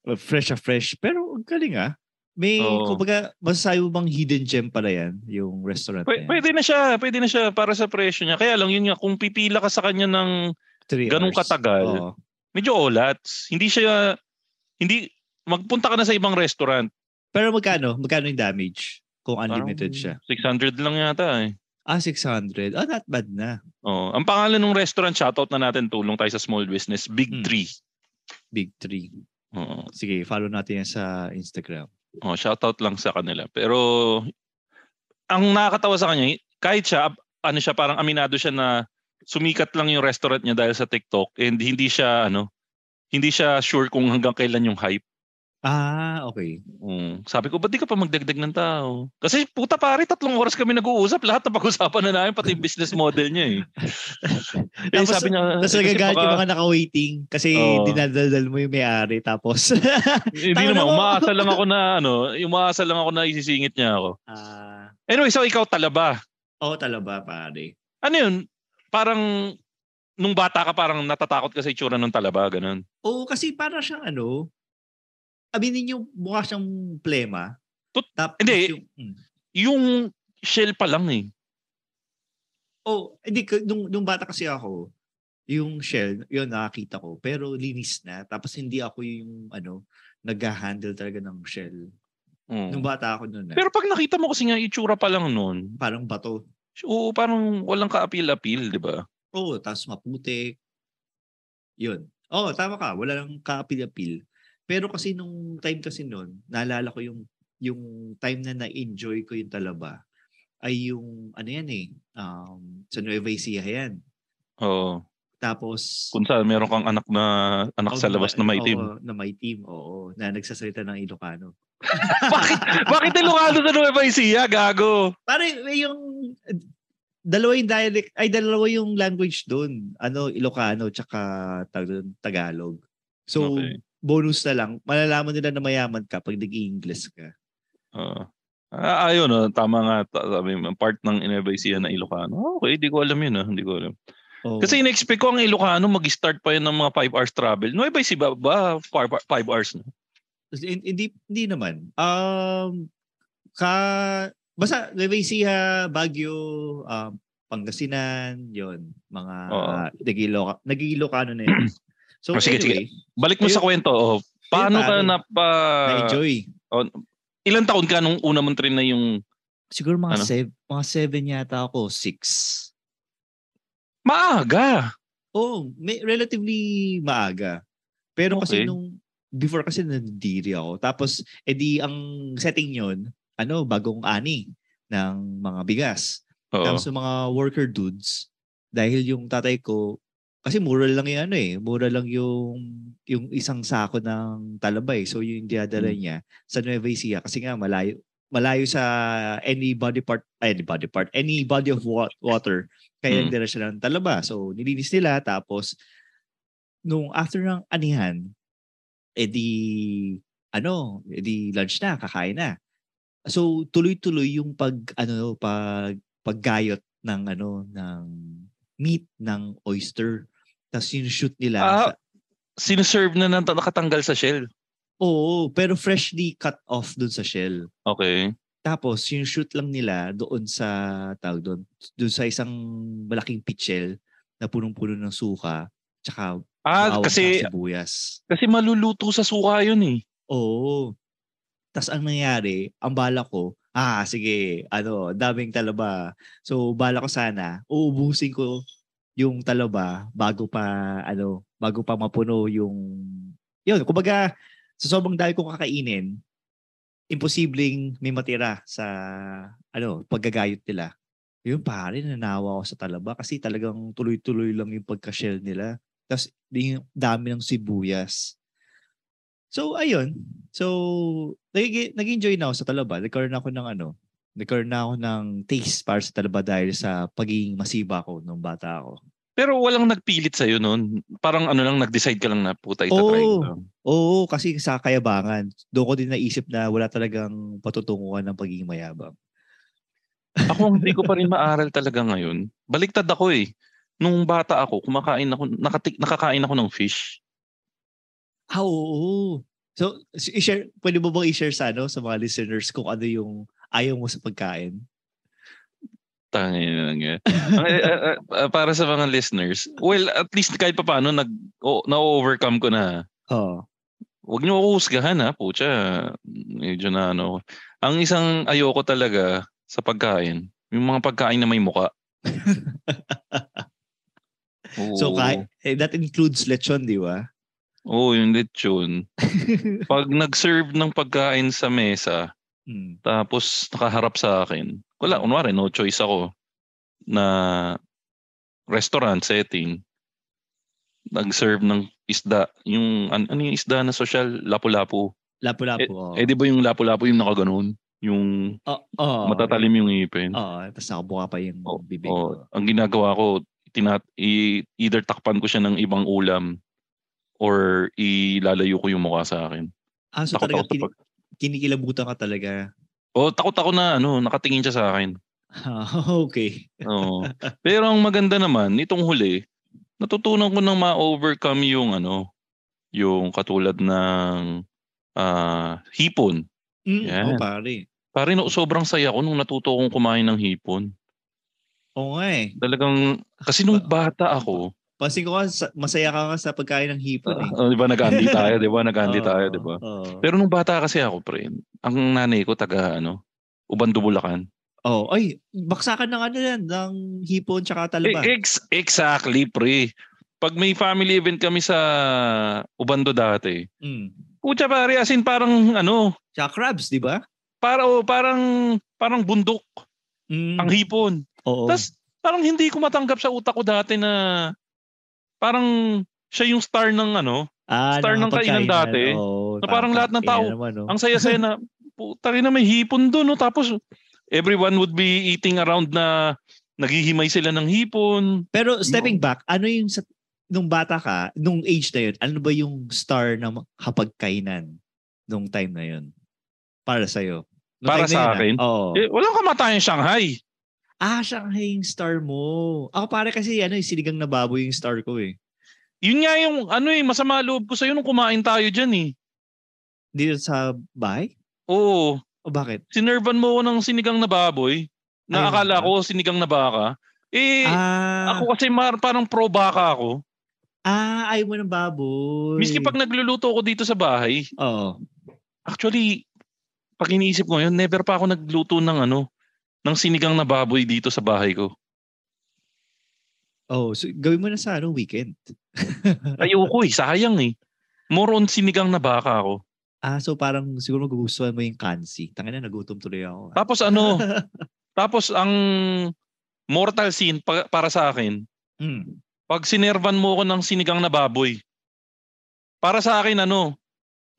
Speaker 2: oh, fresh na fresh. Pero ang galing ah. May,
Speaker 3: Oo.
Speaker 2: kumbaga, masasabi mo bang hidden gem pala yan, yung restaurant na
Speaker 3: Pwe-
Speaker 2: yan?
Speaker 3: pwede na siya. Pwede na siya para sa presyo niya. Kaya lang yun nga, kung pipila ka sa kanya ng
Speaker 2: Three
Speaker 3: ganun
Speaker 2: hours.
Speaker 3: katagal.
Speaker 2: Oo.
Speaker 3: medyo olats. Hindi siya, hindi, magpunta ka na sa ibang restaurant.
Speaker 2: Pero magkano? Magkano yung damage? Kung unlimited siya.
Speaker 3: Parang 600 lang yata eh.
Speaker 2: Ah, 600. Ah, not bad na.
Speaker 3: Oh, ang pangalan ng restaurant, shoutout na natin, tulong tayo sa small business, Big
Speaker 2: Hmm.
Speaker 3: Tree.
Speaker 2: Big three.
Speaker 3: Oo.
Speaker 2: Sige, follow natin yan sa Instagram.
Speaker 3: Oh, shoutout lang sa kanila. Pero, ang nakakatawa sa kanya, kahit siya, ab- ano siya, parang aminado siya na sumikat lang yung restaurant niya dahil sa TikTok and hindi siya, ano, hindi siya sure kung hanggang kailan yung hype.
Speaker 2: Ah, okay.
Speaker 3: Oo. Mm. sabi ko, ba't di ka pa magdagdag ng tao? Kasi puta pare, tatlong oras kami nag-uusap. Lahat na pag-usapan na namin, pati yung business model niya eh. eh
Speaker 2: Tapos-
Speaker 3: sabi
Speaker 2: Tapos
Speaker 3: niya, eh, kasi
Speaker 2: nagagalit
Speaker 3: baka-
Speaker 2: yung mga naka-waiting kasi
Speaker 3: Oo.
Speaker 2: dinadaldal mo yung may-ari. Tapos,
Speaker 3: Hindi
Speaker 2: Tangina mo.
Speaker 3: naman, umaasa lang ako na ano, umaasa lang ako na isisingit niya ako.
Speaker 2: ah,
Speaker 3: Anyway, so ikaw talaba.
Speaker 2: oo talaba, pare.
Speaker 3: Ano yun? Parang, nung bata ka parang natatakot ka sa itsura ng talaba, ganun.
Speaker 2: Oo, kasi para siyang ano, aminin yung mukha siyang plema.
Speaker 3: Tot-
Speaker 2: Tapos
Speaker 3: hindi.
Speaker 2: Yung, mm.
Speaker 3: Yung shell pa lang eh.
Speaker 2: Oh, hindi k- nung nung bata kasi ako, yung shell, yun nakakita ko, pero linis na. Tapos hindi ako yung ano, nag-handle talaga ng shell.
Speaker 3: Oo.
Speaker 2: Nung bata ako noon,
Speaker 3: Mm. Pero pag nakita mo kasi nga itsura pa lang nun,
Speaker 2: parang bato.
Speaker 3: oo, parang walang ka-appeal-appeal, di ba?
Speaker 2: Oo, tapos maputik. Yun. Oo, tama ka. Wala lang kaapil-apil. Pero kasi nung time kasi noon, naalala ko yung yung time na na-enjoy ko yung talaba ay yung ano yan eh, um, sa Nueva Ecija yan.
Speaker 3: Oo.
Speaker 2: Tapos,
Speaker 3: Kung saan meron kang anak na anak sa
Speaker 2: Oo,
Speaker 3: labas na may team.
Speaker 2: eh. Oo, na may team, oo. Na nagsasalita ng Ilocano.
Speaker 3: bakit bakit Ilocano sa Nueva Ecija, gago?
Speaker 2: Pare, may yung dalawa yung dialect, ay dalawa yung language doon. Ano, Ilocano tsaka tawag doon, Tagalog. So,
Speaker 3: Okay.
Speaker 2: bonus na lang. Malalaman nila na mayaman ka pag nag-English ka.
Speaker 3: Oo. Ah, ayun, oh, tama nga. ta- Sabi, mo, part ng Nueva Ecija na Ilocano. Okay, di ko alam yun. ah, Hindi ko alam.
Speaker 2: Oo.
Speaker 3: Kasi in-expect ko ang Ilocano, mag-start pa yun ng mga 5 hours travel. Nueva Ecija ba, ba 5 hours na?
Speaker 2: Hin- hindi hindi naman. Um ka basta Nueva Ecija, Baguio, um, Pangasinan, 'yon, mga
Speaker 3: Oo.
Speaker 2: nagilo nagilokano na 'yun. So
Speaker 3: Oh, sige,
Speaker 2: anyway,
Speaker 3: Balik mo sa kwento. Oh, paano ka
Speaker 2: paano?
Speaker 3: na pa...
Speaker 2: na-enjoy.
Speaker 3: Ilan taon ka nung una mong train na yung...
Speaker 2: Siguro mga
Speaker 3: ano?
Speaker 2: sev- mga seven yata ako, six.
Speaker 3: Maaga!
Speaker 2: Oo, Oh, may relatively maaga. Pero kasi
Speaker 3: Okay.
Speaker 2: nung before kasi nandiri ako. Tapos edi ang setting yon ano, bagong ani ng mga bigas.
Speaker 3: Oo.
Speaker 2: Tapos yung mga worker dudes dahil yung tatay ko kasi mura lang yung ano eh, mura lang yung yung isang sako ng talabay. So yung dinadala niya sa Nueva Ecija kasi nga malayo malayo sa any body part ay, any body part any body of wa- water kaya
Speaker 3: Mm.
Speaker 2: nagdala siya ng talaba. So, nilinis nila. Tapos, nung after ng anihan, edi, eh, ano, edi lunch na, kakain na. So, tuloy-tuloy yung pag, ano, pag, paggayot ng, ano, ng meat ng oyster. Tapos, sinushoot nila.
Speaker 3: Ah.
Speaker 2: sa-
Speaker 3: Sineserve na nang nakatanggal sa shell.
Speaker 2: oo, pero freshly cut off dun sa shell.
Speaker 3: Okay.
Speaker 2: Tapos, yung shoot lang nila doon sa, tawag doon, doon sa isang malaking pitchel na punong-puno ng suka, tsaka
Speaker 3: Ah,
Speaker 2: bawang
Speaker 3: kasi
Speaker 2: tsaka sibuyas.
Speaker 3: kasi maluluto sa suka yun eh.
Speaker 2: Oo. Tapos ang nangyari, ang bala ko, ah, sige, ano, daming talaba. So, bala ko sana, uubusin ko yung talaba bago pa, ano, bago pa mapuno yung, yun, kumbaga, sa sobrang dami kong kakainin, imposibleng may matira sa, ano, paggagayot nila. Yun, pare, nanawa ako sa talaba kasi talagang tuloy-tuloy lang yung pagka-shell nila. Tapos, yung dami ng sibuyas. So, ayun. So, nag- nag-enjoy na ako sa talaba. Nagkaroon ako ng ano, nagkaroon na ako ng taste para sa talaba dahil sa pagiging masiba ko nung bata ako.
Speaker 3: Pero walang nagpilit sa'yo noon. Parang ano lang, nag-decide ka lang na puta, itatry
Speaker 2: Oo.
Speaker 3: ko. to.
Speaker 2: Oo, kasi sa kayabangan, doon ko din naisip na wala talagang patutunguhan ng pagiging mayabang.
Speaker 3: Ako ang hindi ko pa rin maaral talaga ngayon. Baliktad ako eh. Nung bata ako, kumakain ako, nakatik, nakakain ako ng fish.
Speaker 2: Ah, oo. So, s- i-share, pwede mo bang i-share sa, ano, sa mga listeners kung ano yung ayaw mo sa pagkain?
Speaker 3: Tangin na lang yun. Ang- eh, eh, eh, eh, para sa mga listeners, well, at least kahit pa paano, nag, o, na-overcome ko na.
Speaker 2: Oo.
Speaker 3: Huwag niyo ako husgahan ha, putya. Medyo na ano. ako. Ang isang ayoko talaga sa pagkain, yung mga pagkain na may muka. Oo.
Speaker 2: So, kahit, eh, that includes lechon, di ba?
Speaker 3: Oo, yung lechon. Pag nag-serve ng pagkain sa mesa,
Speaker 2: mm.
Speaker 3: tapos nakaharap sa akin, wala, kunwari, no choice ako na restaurant setting, nag-serve ng isda. Yung, an- ano yung isda na social? Lapu-lapu.
Speaker 2: Lapu-lapu, oo.
Speaker 3: Eh, di ba yung lapu-lapu yung nakaganoon? Yung
Speaker 2: Oo, oo. Ah,
Speaker 3: matatalim yung ngipin.
Speaker 2: Oo, tapos nakabuka pa yung
Speaker 3: Oo,
Speaker 2: bibig ko.
Speaker 3: Oo. ang ginagawa ko, tinat i- either takpan ko siya ng ibang ulam or ilalayo ko yung mukha sa akin.
Speaker 2: Ah, so
Speaker 3: Takot ako
Speaker 2: talagang
Speaker 3: sa
Speaker 2: kini-
Speaker 3: pag-
Speaker 2: kinikilabutan ka talaga.
Speaker 3: Oh, takot ako na ano, nakatingin siya sa akin.
Speaker 2: Ah, okay.
Speaker 3: Oo. Pero ang maganda naman nitong huli, natutunan ko nang ma-overcome yung ano, yung katulad ng ah, hipon.
Speaker 2: Mm,
Speaker 3: Yan.
Speaker 2: Oo, pare.
Speaker 3: Pare, no, sobrang saya ko nung natuto kong kumain ng hipon.
Speaker 2: Oo nga eh.
Speaker 3: Talagang, kasi nung bata ako,
Speaker 2: Pansin ko nga, sa- masaya ka nga sa pagkain ng hipon eh.
Speaker 3: Ah, di ba nag-andi tayo, di ba? Nag-andi
Speaker 2: Oo,
Speaker 3: tayo, di ba?
Speaker 2: Oo.
Speaker 3: Pero nung bata kasi ako, pre, ang nanay ko taga, ano, Ubando, Bulacan.
Speaker 2: Oo. Oh, Ay, baksakan ng ano yan, ng hipon tsaka
Speaker 3: Eh,
Speaker 2: talaba.
Speaker 3: ex- exactly, pre. Pag may family event kami sa Ubando dati,
Speaker 2: Mm.
Speaker 3: putya pare, as in parang, ano,
Speaker 2: Tsaka crabs, di ba?
Speaker 3: para, oh, parang, parang bundok,
Speaker 2: Mm.
Speaker 3: ang hipon.
Speaker 2: Oo.
Speaker 3: Tapos, parang hindi ko matanggap sa utak ko dati na parang siya yung star ng ano.
Speaker 2: Ah,
Speaker 3: Star
Speaker 2: ng
Speaker 3: ng
Speaker 2: pagkainan.
Speaker 3: kainan dati,
Speaker 2: Oo,
Speaker 3: na parang lahat ng tao,
Speaker 2: Yan naman, oh. no?
Speaker 3: Ang saya-saya na, puta rin na may hipon doon. No? Tapos everyone would be eating around na naghihimay sila ng hipon.
Speaker 2: Pero stepping back, ano yung sa, nung bata ka, nung age na yun, ano ba yung star ng hapagkainan nung time na yun? Para sa'yo. Nung
Speaker 3: Para
Speaker 2: time na
Speaker 3: sa
Speaker 2: yun, ah.
Speaker 3: akin?
Speaker 2: Oo.
Speaker 3: Eh, walang kamatayan Shanghai.
Speaker 2: Ah, Shanghai yung star mo. Ako pare kasi ano, yung sinigang na baboy yung star ko eh.
Speaker 3: Yun nga yung ano eh, masama loob ko sa'yo nung kumain tayo dyan eh.
Speaker 2: Dito sa bahay?
Speaker 3: Oo.
Speaker 2: O bakit?
Speaker 3: sinervan mo ako ng sinigang na baboy
Speaker 2: Ayun
Speaker 3: na
Speaker 2: ba?
Speaker 3: akala ko sinigang na baka. Eh,
Speaker 2: ah,
Speaker 3: ako kasi mar- parang pro baka ako.
Speaker 2: ah, ayaw mo ng baboy.
Speaker 3: Miski pag nagluluto ako dito sa bahay,
Speaker 2: Oo.
Speaker 3: actually, pag iniisip ko ngayon, never pa ako nagluto ng ano, ng sinigang na baboy dito sa bahay ko.
Speaker 2: Oh, so gawin mo na sa ano, weekend.
Speaker 3: Ayoko eh, sayang eh. More on sinigang na baka ako.
Speaker 2: Ah, so parang siguro magugustuhan mo yung kansi. Tangina, nagutom tuloy ako. ah.
Speaker 3: Tapos ano, tapos ang mortal sin pa- para sa akin,
Speaker 2: Mm.
Speaker 3: pag sinervan mo ko ng sinigang na baboy, para sa akin ano,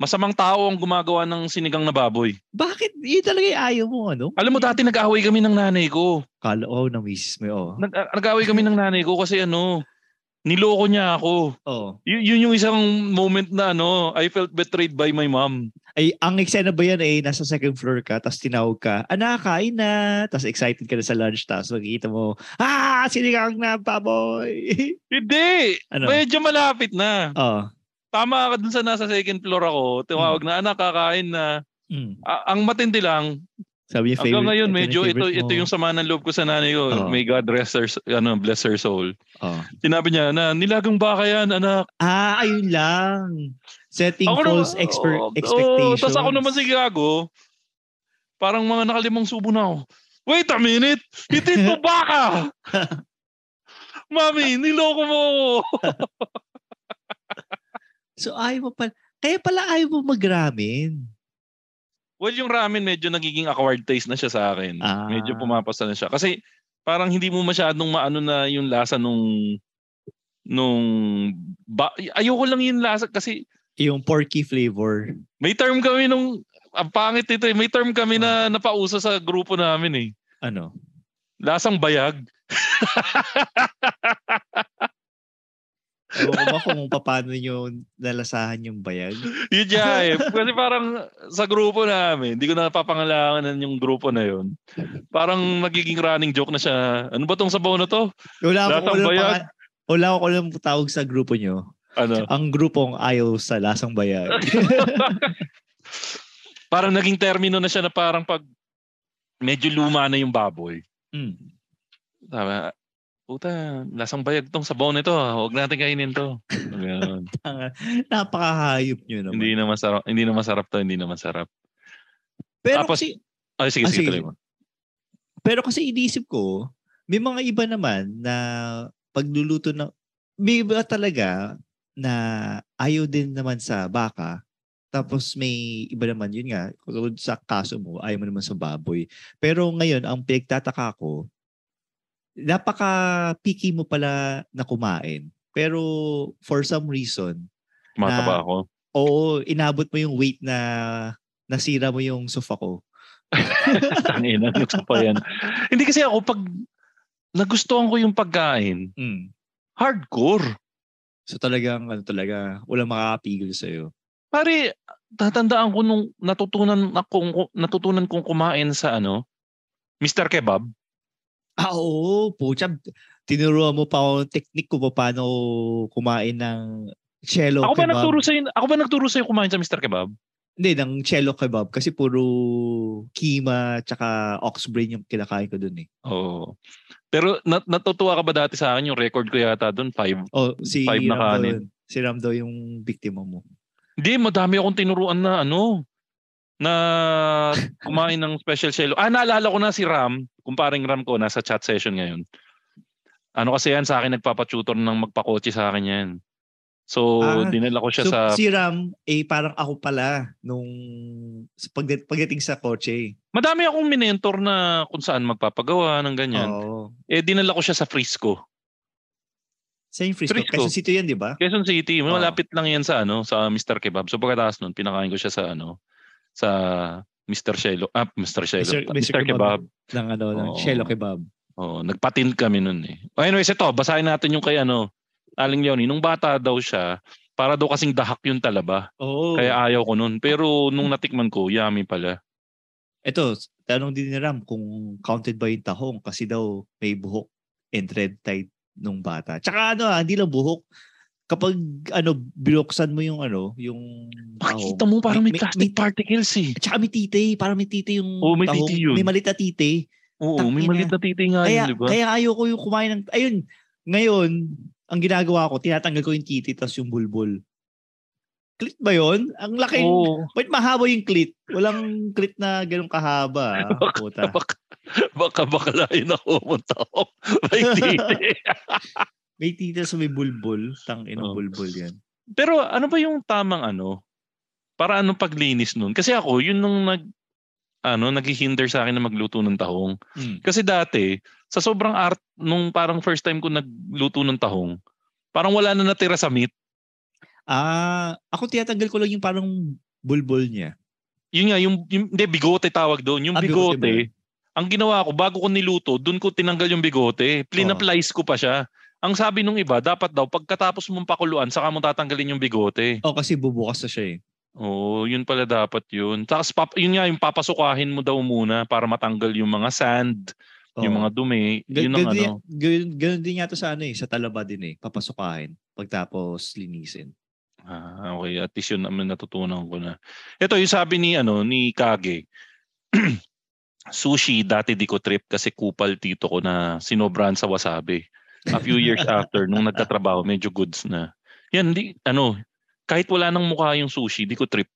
Speaker 3: masamang tao ang gumagawa ng sinigang na baboy.
Speaker 2: Bakit? Yun talaga yung ayaw mo, ano?
Speaker 3: Alam mo dati nag-away kami ng nanay ko.
Speaker 2: Kala, oh, na-miss mo, oh.
Speaker 3: Nag- ah, nag-away kami ng nanay ko kasi ano, niloko niya ako.
Speaker 2: oh.
Speaker 3: Y- yun yung isang moment na ano, I felt betrayed by my mom.
Speaker 2: Ay, ang eksena ba yan eh, nasa second floor ka, tapos tinawag ka, anak, kain na. Tapos excited ka na sa lunch, tapos makikita mo, ah, sinigang na, baboy.
Speaker 3: Hindi!
Speaker 2: ano?
Speaker 3: Medyo malapit na.
Speaker 2: Oh.
Speaker 3: Tama ka dun sa nasa second floor ako.
Speaker 2: Hmm.
Speaker 3: Tumawag na anak, kakain na.
Speaker 2: Mm.
Speaker 3: A- ang matindi lang,
Speaker 2: Sabi niya, favorite.
Speaker 3: Hanggang ngayon,
Speaker 2: ito na
Speaker 3: medyo ito,
Speaker 2: favorite
Speaker 3: ito
Speaker 2: mo.
Speaker 3: yung sama ng loob ko sa nanay ko.
Speaker 2: Oo.
Speaker 3: May God rest her, ano, bless her soul.
Speaker 2: Oh.
Speaker 3: Sinabi niya na, nilagang baka yan, anak.
Speaker 2: Ah, ayun lang. Setting
Speaker 3: naman-
Speaker 2: false exper-
Speaker 3: Oo, oo.
Speaker 2: expectations.
Speaker 3: Tapos oh, ako naman si Gago, parang mga nakalimang subo na ako. Wait a minute! Itin mo baka! Mami, niloko mo ako.
Speaker 2: So, ayaw mo pala. Kaya pala ayaw mo mag-ramen.
Speaker 3: Well, yung ramen medyo nagiging acquired taste na siya sa akin.
Speaker 2: Ah.
Speaker 3: Medyo pumapasa na siya. Kasi parang hindi mo masyadong maano na yung lasa nung nung ba- ayoko lang yung lasa kasi
Speaker 2: Yung porky flavor.
Speaker 3: may term kami nung ang pangit ito eh. May term kami
Speaker 2: Ah.
Speaker 3: na napauso sa grupo namin eh.
Speaker 2: Ano?
Speaker 3: Lasang bayag.
Speaker 2: Ewan ko ba kung paano nyo nalasahan yung bayag?
Speaker 3: Yun siya eh. Kasi parang sa grupo namin, hindi ko na napapangalanan yung grupo na yun. Parang nagiging running joke na siya. Ano ba tong sabaw na to?
Speaker 2: Wala
Speaker 3: Lahat
Speaker 2: ko
Speaker 3: ng bayag.
Speaker 2: bayag. Wala ko alam kung tawag sa grupo nyo.
Speaker 3: Ano?
Speaker 2: Ang grupong ayaw sa lasang bayag.
Speaker 3: Parang naging termino na siya na parang pag medyo luma na yung baboy.
Speaker 2: mm.
Speaker 3: Sabi, puta, lasang bayag tong sabaw nito. ah. Huwag natin kainin to. Ganun.
Speaker 2: Ang- Napakahayop nyo naman.
Speaker 3: hindi na masarap. Hindi na masarap to. Hindi na masarap.
Speaker 2: Pero
Speaker 3: Tapos-
Speaker 2: kasi,
Speaker 3: Ay,
Speaker 2: Ah,
Speaker 3: sige, sige,
Speaker 2: sige.
Speaker 3: tuloy mo.
Speaker 2: pero kasi iniisip ko, may mga iba naman na pagluluto ng, may iba talaga na ayaw din naman sa baka. Tapos may iba naman, yun nga, tulad sa kaso mo, ayaw mo naman sa baboy. Pero ngayon, ang pinagtataka ko, napaka-picky mo pala na kumain. Pero for some reason, na-
Speaker 3: Tumataba ako.
Speaker 2: oo, inabot mo yung weight na nasira mo yung sofa ko.
Speaker 3: Tangina, gusto pa yan. Hindi kasi ako, pag nagustuhan ko yung pagkain,
Speaker 2: Mm.
Speaker 3: hardcore.
Speaker 2: So talagang ano talaga, walang makakapigil sa iyo.
Speaker 3: Pare, tatandaan ko nung natutunan akong natutunan kong kumain sa ano, Mr. Kebab.
Speaker 2: Ah, oo, pucha. Tinuruan mo pa ako ng technique ko pa paano kumain ng cello
Speaker 3: ako ba
Speaker 2: kebab.
Speaker 3: nagturo sa ako ba nagturo sa kumain sa Mr. Kebab?
Speaker 2: Hindi, ng cello kebab kasi puro kima tsaka ox brain yung kinakain ko dun eh.
Speaker 3: Oo. Pero nat- natutuwa ka ba dati sa akin yung record ko yata doon five?
Speaker 2: Oh, si
Speaker 3: Five na
Speaker 2: Ram daw
Speaker 3: kanin.
Speaker 2: yun. Si Ram daw yung biktima mo.
Speaker 3: Hindi, madami akong tinuruan na ano na kumain ng special cello. Ah, naalala ko na si Ram, kumparing Ram ko, nasa chat session ngayon. Ano kasi yan, sa akin nagpapatutor ng magpakotse sa akin yan. So,
Speaker 2: Ah,
Speaker 3: dinala ko siya
Speaker 2: so,
Speaker 3: sa...
Speaker 2: si Ram, eh, parang ako pala nung sa pagdat- pagdating sa kotse.
Speaker 3: Madami akong minentor na kung saan magpapagawa ng ganyan.
Speaker 2: Oo.
Speaker 3: Eh, dinala ko siya sa Frisco.
Speaker 2: Sa yung Frisco.
Speaker 3: Frisco.
Speaker 2: Quezon City yan, di ba?
Speaker 3: Quezon City.
Speaker 2: Oo.
Speaker 3: Malapit lang yan sa, ano, sa Mr. Kebab. So, pagkatapos nun, pinakain ko siya sa, ano, sa Mr. Shelo. Ah, Mr. Shelo.
Speaker 2: Mr.
Speaker 3: Mr.
Speaker 2: Mr.
Speaker 3: Kebab.
Speaker 2: Kebab. Ng ano, ng
Speaker 3: Oo.
Speaker 2: Shelo Kebab.
Speaker 3: Oo, nagpatin kami nun eh. Oh, anyways, ito, basahin natin yung kay ano, Aling Leonie. Nung bata daw siya, para daw kasing dahak yung talaba.
Speaker 2: Oo.
Speaker 3: Kaya ayaw ko nun. Pero nung natikman ko, yummy pala.
Speaker 2: Ito, tanong din ni Ram kung counted ba yung tahong kasi daw may buhok and red tide nung bata. Tsaka ano, ah, hindi lang buhok. Kapag ano, binuksan mo yung ano, yung
Speaker 3: Pakita mo, parang may, plastic particles eh.
Speaker 2: Tsaka may titi, parang may titi yung
Speaker 3: Oo, may
Speaker 2: tahong.
Speaker 3: titi yun.
Speaker 2: May malit na titi.
Speaker 3: Oo,
Speaker 2: Tangina.
Speaker 3: may maliit na titi nga
Speaker 2: Kaya,
Speaker 3: yun, di ba?
Speaker 2: kaya ayoko yung kumain ng... Ayun, ngayon, ang ginagawa ko, tinatanggal ko yung titi tapos yung bulbul. Clit ba yon? Ang laki.
Speaker 3: Oo.
Speaker 2: Wait, mahaba yung clit. Walang clit na ganun kahaba. ah, Puta.
Speaker 3: Baka, baka bakalain ako mong tao. May titi.
Speaker 2: May titi sa
Speaker 3: Ah.
Speaker 2: may bulbul. Tang
Speaker 3: Oo.
Speaker 2: inang bulbul yan.
Speaker 3: Pero ano ba yung tamang ano? Para anong paglinis nun? Kasi ako, yun nung nag ano, naghihinder sa akin na magluto ng tahong.
Speaker 2: Mm.
Speaker 3: Kasi dati, sa sobrang art nung parang first time ko nagluto ng tahong, parang wala na natira sa meat.
Speaker 2: Ah, ako tinatanggal ko lang yung parang bulbul niya.
Speaker 3: Yun nga, yung, yung hindi, bigote tawag doon. Yung
Speaker 2: Ah, bigote ba
Speaker 3: bigote, ang ginawa ko, bago ko niluto, doon ko tinanggal yung bigote. Plinaplice ko pa siya. Ang sabi nung iba, dapat daw, pagkatapos mong pakuluan, saka mo tatanggalin yung bigote.
Speaker 2: O Oh, kasi bubukas na siya eh.
Speaker 3: Oo, yun pala dapat yun. Tapos, pap, yun nga, yung papasukahin mo daw muna para matanggal yung mga sand,
Speaker 2: Oo.
Speaker 3: yung mga dumi.
Speaker 2: Oh. Ga-
Speaker 3: yun ang
Speaker 2: ganun,
Speaker 3: ano.
Speaker 2: din- ganun- ganun din yata sa ano eh, sa talaba din eh, papasukahin pagtapos linisin.
Speaker 3: Ah, okay, at least yun naman natutunan ko na. Ito yung sabi ni ano ni Kage. Sushi dati di ko trip kasi kupal tito ko na sinobrahan sa wasabi. A few years after nung nagtatrabaho, medyo goods na. Yan di ano, kahit wala nang mukha yung sushi, di ko trip.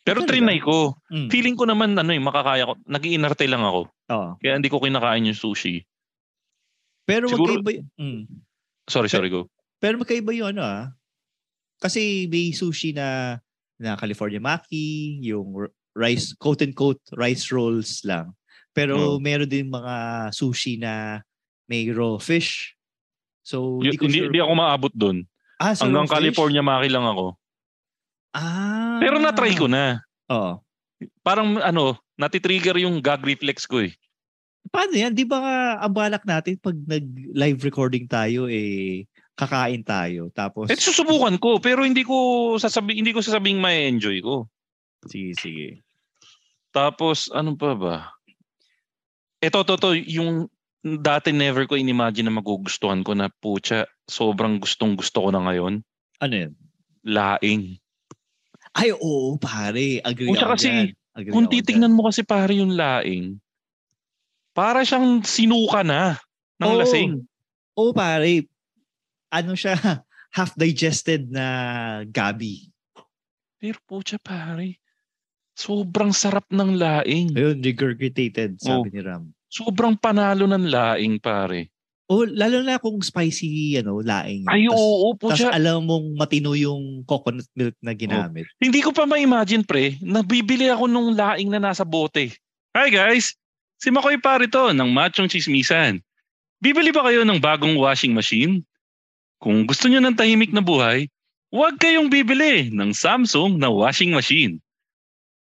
Speaker 3: Pero
Speaker 2: Talaga?
Speaker 3: trinay ko.
Speaker 2: Mm.
Speaker 3: Feeling ko naman ano eh, makakaya ko. Nagiinarte lang ako.
Speaker 2: Oo.
Speaker 3: Kaya hindi ko kinakain yung sushi.
Speaker 2: Oh. Pero
Speaker 3: Siguro-
Speaker 2: magkaiba, y- mm.
Speaker 3: Sorry, sorry go.
Speaker 2: pero magkaiba yung ano ah. Kasi may sushi na na California Maki, yung r- rice, coat and coat rice rolls lang. Pero
Speaker 3: Oo.
Speaker 2: meron din mga sushi na may raw fish. So,
Speaker 3: Y-
Speaker 2: hindi ko
Speaker 3: Hindi,
Speaker 2: sure.
Speaker 3: hindi ako maabot doon.
Speaker 2: ah, sa
Speaker 3: Hanggang
Speaker 2: raw fish?
Speaker 3: California maki lang ako.
Speaker 2: Ah. Oh.
Speaker 3: Pero na-try ko na.
Speaker 2: Oo.
Speaker 3: parang ano, natitrigger yung gag reflex ko eh.
Speaker 2: Paano yan? Di ba nga, ang balak natin pag nag-live recording tayo, eh, kakain tayo. Tapos,
Speaker 3: Eh susubukan ko pero hindi ko sasabi hindi ko sasabing may enjoy ko.
Speaker 2: sige, sige.
Speaker 3: Tapos ano pa ba? Ito to to yung dati never ko inimagine na magugustuhan ko na pucha, sobrang gustong gusto ko na ngayon,
Speaker 2: Ano yan?
Speaker 3: laing.
Speaker 2: Ay, oo, pare. Agree
Speaker 3: Pucha
Speaker 2: ako
Speaker 3: kasi,
Speaker 2: dyan. Agree
Speaker 3: Kung
Speaker 2: ako dyan.
Speaker 3: titingnan mo kasi pare yung laing, para siyang sinuka na ng
Speaker 2: Oo.
Speaker 3: lasing.
Speaker 2: Oo, pare. Ano siya? Half-digested na gabi.
Speaker 3: Pero pucha pare, sobrang sarap ng laing.
Speaker 2: Ayun, regurgitated, sabi
Speaker 3: Oo.
Speaker 2: ni Ram.
Speaker 3: Sobrang panalo ng laing pare.
Speaker 2: Oh, lalo na kung spicy, ano, laing.
Speaker 3: Ay, oo, po
Speaker 2: Tapos
Speaker 3: siya.
Speaker 2: alam mong matino yung coconut milk na ginamit.
Speaker 3: Hindi ko pa ma-imagine, pre. Nabibili ako nung laing na nasa bote. Hi, guys! Si Makoy pare to ng Machong Chismisan. Bibili ba kayo ng bagong washing machine? Kung gusto nyo ng tahimik na buhay, huwag kayong bibili ng Samsung na washing machine.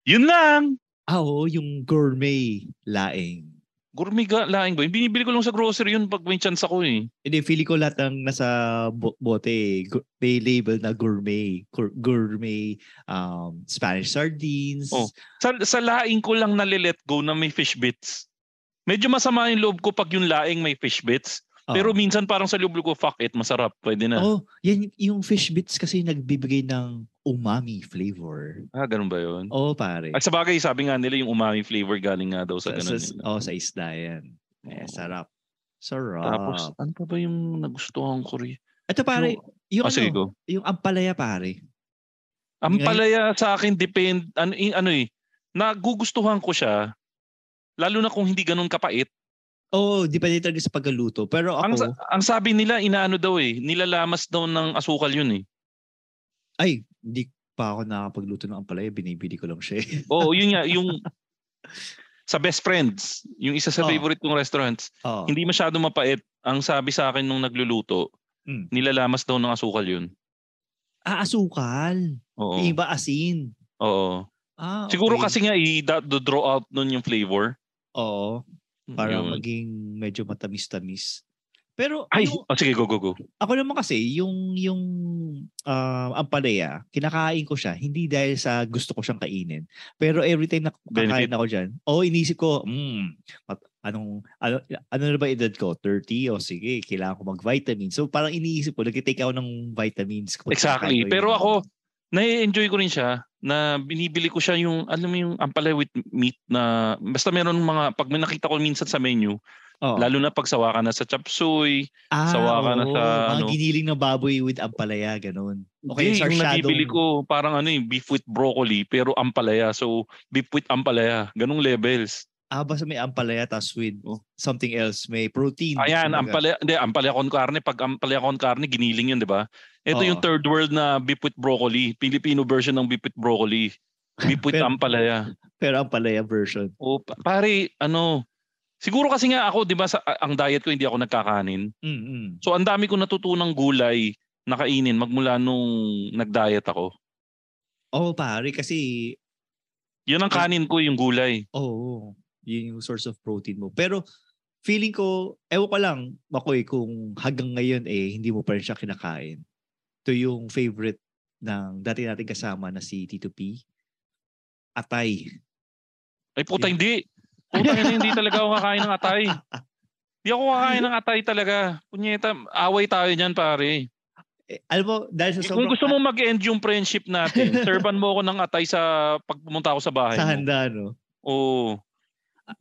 Speaker 3: Yun lang!
Speaker 2: Ah, oo, yung gourmet laing.
Speaker 3: Gourmet ga- laing ba? yun? Binibili ko lang sa grocery yun pag may chance ako eh.
Speaker 2: Hindi, feeling ko lahat ng nasa bo- bote, gu- may label na gourmet, gour- gourmet um, Spanish sardines.
Speaker 3: Oh. Sa, sa laing ko lang nalilet go na may fish bits. Medyo masama yung loob ko pag yung laing may fish bits.
Speaker 2: Oh.
Speaker 3: Pero minsan parang sa loob ko, fuck it, masarap, pwede na.
Speaker 2: oh, yan yung fish bits kasi nagbibigay ng umami flavor.
Speaker 3: Ah, ganun ba yun?
Speaker 2: Oo, pare.
Speaker 3: At sa bagay, sabi nga nila yung umami flavor galing nga daw sa Ah, ganun. eh,
Speaker 2: sa,
Speaker 3: nila.
Speaker 2: oh, sa isda yan. Eh,
Speaker 3: Oo.
Speaker 2: sarap. Sarap.
Speaker 3: Tapos, ano pa ba yung nagustuhan ko rin?
Speaker 2: Ito pare, yung,
Speaker 3: Ah, sige,
Speaker 2: ano,
Speaker 3: go.
Speaker 2: yung ampalaya pare.
Speaker 3: Ang
Speaker 2: Ngayon-
Speaker 3: palaya sa akin, depend, ano, in- ano eh, nagugustuhan ko siya, lalo na kung hindi ganun kapait.
Speaker 2: Oo, oh, depende talaga sa pagluto. Pero
Speaker 3: Ang,
Speaker 2: ako,
Speaker 3: sa- ang sabi nila, inaano daw eh, nilalamas daw ng asukal yun eh.
Speaker 2: ay, hindi pa ako nakapagluto ng ampalaya, binibili ko lang siya. eh.
Speaker 3: Oo, yun nga, yung sa best friends, yung isa sa
Speaker 2: Oh.
Speaker 3: favorite kong restaurants,
Speaker 2: Oo.
Speaker 3: hindi masyado mapait. Ang sabi sa akin nung nagluluto,
Speaker 2: Mm.
Speaker 3: nilalamas daw ng asukal yun.
Speaker 2: Ah, asukal.
Speaker 3: Oo.
Speaker 2: Yung Iba asin.
Speaker 3: Oo.
Speaker 2: Ah,
Speaker 3: Oh. Siguro
Speaker 2: okay.
Speaker 3: kasi nga i-draw out nun yung flavor.
Speaker 2: Oo, para
Speaker 3: Yun.
Speaker 2: maging medyo matamis-tamis. Pero
Speaker 3: Ay,
Speaker 2: yung-
Speaker 3: oh, sige, go, go, go.
Speaker 2: ako naman kasi yung yung ah, ampalaya, kinakain ko siya hindi dahil sa gusto ko siyang kainin. Pero every time na kakain
Speaker 3: Benefit.
Speaker 2: ako diyan, oh inisip ko, mm, mat- anong ano, ano na ba edad ko? 30 o sige, kailangan ko mag-vitamin. So parang iniisip ko, nagte-take ako ng vitamins ko.
Speaker 3: Exactly. Pero ako, nai-enjoy ko rin siya na binibili ko siya yung, alam mo yung ampalay with meat na, basta meron mga, pag may nakita ko minsan sa menu,
Speaker 2: Oh.
Speaker 3: lalo na pag sawa ka na sa chapsuy, sawa ka na sa,
Speaker 2: Mga
Speaker 3: ano.
Speaker 2: Ah, giniling na baboy with ampalaya, ganun.
Speaker 3: Okay, yung nabibili ko parang ano yung beef with broccoli pero ampalaya. So beef with ampalaya, ganung levels.
Speaker 2: Ah, basta may ampalaya tas with something else. May protein.
Speaker 3: Ayan,
Speaker 2: Kumbaga.
Speaker 3: ampalaya, hindi ampalaya con carne, pag ampalaya con carne giniling 'yun, 'di ba? Ito
Speaker 2: Oo.
Speaker 3: yung third world na beef with broccoli, Filipino version ng beef with broccoli. Beef with
Speaker 2: Pero-
Speaker 3: ampalaya.
Speaker 2: Pero ampalaya version.
Speaker 3: O pa- pare, ano, siguro kasi nga ako, 'di ba, sa a- ang diet ko hindi ako nagkakanin.
Speaker 2: Mm-mm.
Speaker 3: So ang dami ko natutunang gulay na kainin magmula nung nag-diet ako.
Speaker 2: Oo, pare. Kasi,
Speaker 3: 'Yun ang kanin ko, yung gulay.
Speaker 2: oo, yun yung source of protein mo. Pero, feeling ko, ewan ko lang, Makoy, kung hanggang ngayon eh, hindi mo pa rin siya kinakain. Ito yung favorite ng dati natin kasama na si Tito P. Atay.
Speaker 3: Ay puta,
Speaker 2: Yun.
Speaker 3: hindi. Puta, ina, hindi talaga ako kakain ng atay. Hindi ako kakain ng atay talaga. Punyeta, away tayo dyan, pare.
Speaker 2: Eh, alam mo, dahil sa
Speaker 3: Kung
Speaker 2: sobrang
Speaker 3: gusto mo mag-end yung friendship natin, servan mo ako ng atay sa pagpumunta ako sa bahay
Speaker 2: sa
Speaker 3: mo.
Speaker 2: handa, no?
Speaker 3: Oo.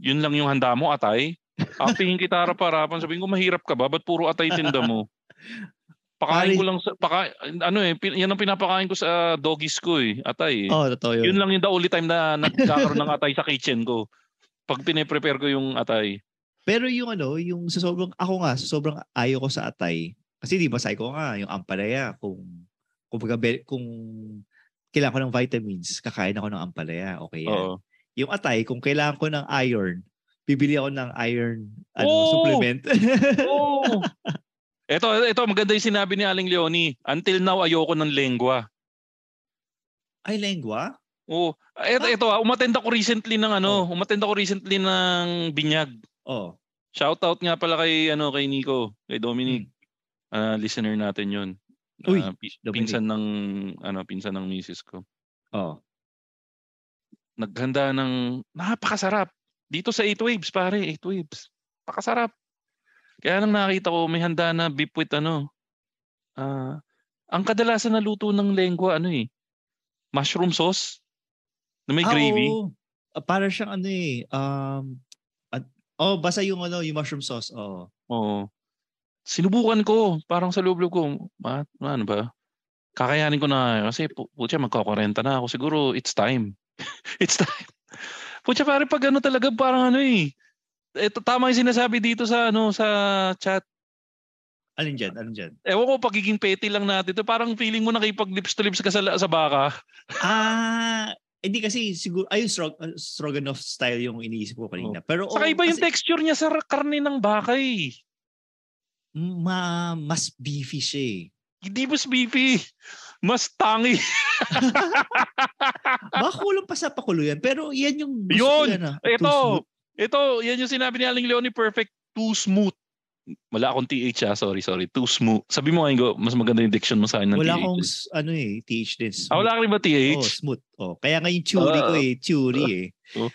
Speaker 3: Yun lang yung handa mo, atay. Apingin kita harap-harapan. Sabihin ko, mahirap ka ba? Ba't puro atay tinda mo? Pakain
Speaker 2: Pare-
Speaker 3: ko lang sa, paka, ano eh, pin- yan ang pinapakain ko sa doggies ko eh, atay eh.
Speaker 2: Oo, totoo Oh, yun.
Speaker 3: Yun lang yung the only time na nagkakaroon ng atay sa kitchen ko. Pag piniprepare ko yung atay.
Speaker 2: Pero yung ano, yung sa sobrang, ako nga, sa sobrang ayaw ko sa atay, kasi di ba, sabi ko nga, yung ampalaya, kung, kung, kung kailangan ko ng vitamins, kakain ako ng ampalaya, okay yan.
Speaker 3: Oo.
Speaker 2: Yung atay, kung kailangan ko ng iron, bibili ako ng iron ano,
Speaker 3: Oo!
Speaker 2: supplement.
Speaker 3: Oo. Ito, ito Oh! maganda 'yung sinabi ni Aling Leonie. Until now ayoko ng lengwa.
Speaker 2: Ay, lengua?
Speaker 3: Oo. Ito, ito ah, umatenda ko recently ng ano, umatenda ko recently ng binyag.
Speaker 2: Oh.
Speaker 3: Shout out nga pala kay ano kay Nico, kay Dominic. Ah, listener natin 'yon.
Speaker 2: Hmm. Uy, Dominic.
Speaker 3: Ah, pinsan ng ano, pinsan ng misis ko.
Speaker 2: Oh.
Speaker 3: naghanda ng napakasarap. Dito sa 8 Waves, pare, 8 Waves. Pakasarap. Kaya nang nakita ko, may handa na beef with ano. Ah, ang kadalasan na luto ng lengua, ano eh, mushroom sauce na may
Speaker 2: Ah,
Speaker 3: gravy.
Speaker 2: oo. Ah, para siyang ano eh, um, at, oh, basta yung ano, yung mushroom sauce. Oh.
Speaker 3: Oo. Sinubukan ko, parang sa loob ko, ma, ano ba? Kakayanin ko na kasi pu- putya magkakorenta na ako. Siguro it's time. it's time. Putya pare pag ano talaga parang ano eh. Ito tama 'yung sinasabi dito sa ano sa chat.
Speaker 2: Alin dyan? Alin dyan?
Speaker 3: Ewan ko pagiging petty lang natin. to. parang feeling mo nakipag lips to lips ka sa, la- sa baka.
Speaker 2: Ah, hindi kasi siguro ayun strog, ah, stroganoff style yung iniisip ko kanina. Pero
Speaker 3: Saka
Speaker 2: oo,
Speaker 3: iba yung
Speaker 2: kasi
Speaker 3: texture niya sa ra- karne ng baka eh.
Speaker 2: ma, mas beefy siya eh.
Speaker 3: Hindi mas beefy. Mas tangy.
Speaker 2: Baka kulang pa sa pakulo yan, pero yan yung gusto
Speaker 3: Ah.
Speaker 2: ko
Speaker 3: Yun! Eh,
Speaker 2: yan ah. Too
Speaker 3: Ito,
Speaker 2: smooth.
Speaker 3: ito, yan yung sinabi ni Aling Leonie, perfect, too smooth. Wala akong TH ah, sorry, sorry. Too smooth. Sabi mo nga, Ingo, mas maganda yung diction mo sa akin ng
Speaker 2: Wala
Speaker 3: TH.
Speaker 2: akong s- ano eh, TH din.
Speaker 3: Ah, wala ka rin ba TH?
Speaker 2: Oh, smooth. Oh, kaya nga yung churi ko eh, churi eh.
Speaker 3: Ah. oh.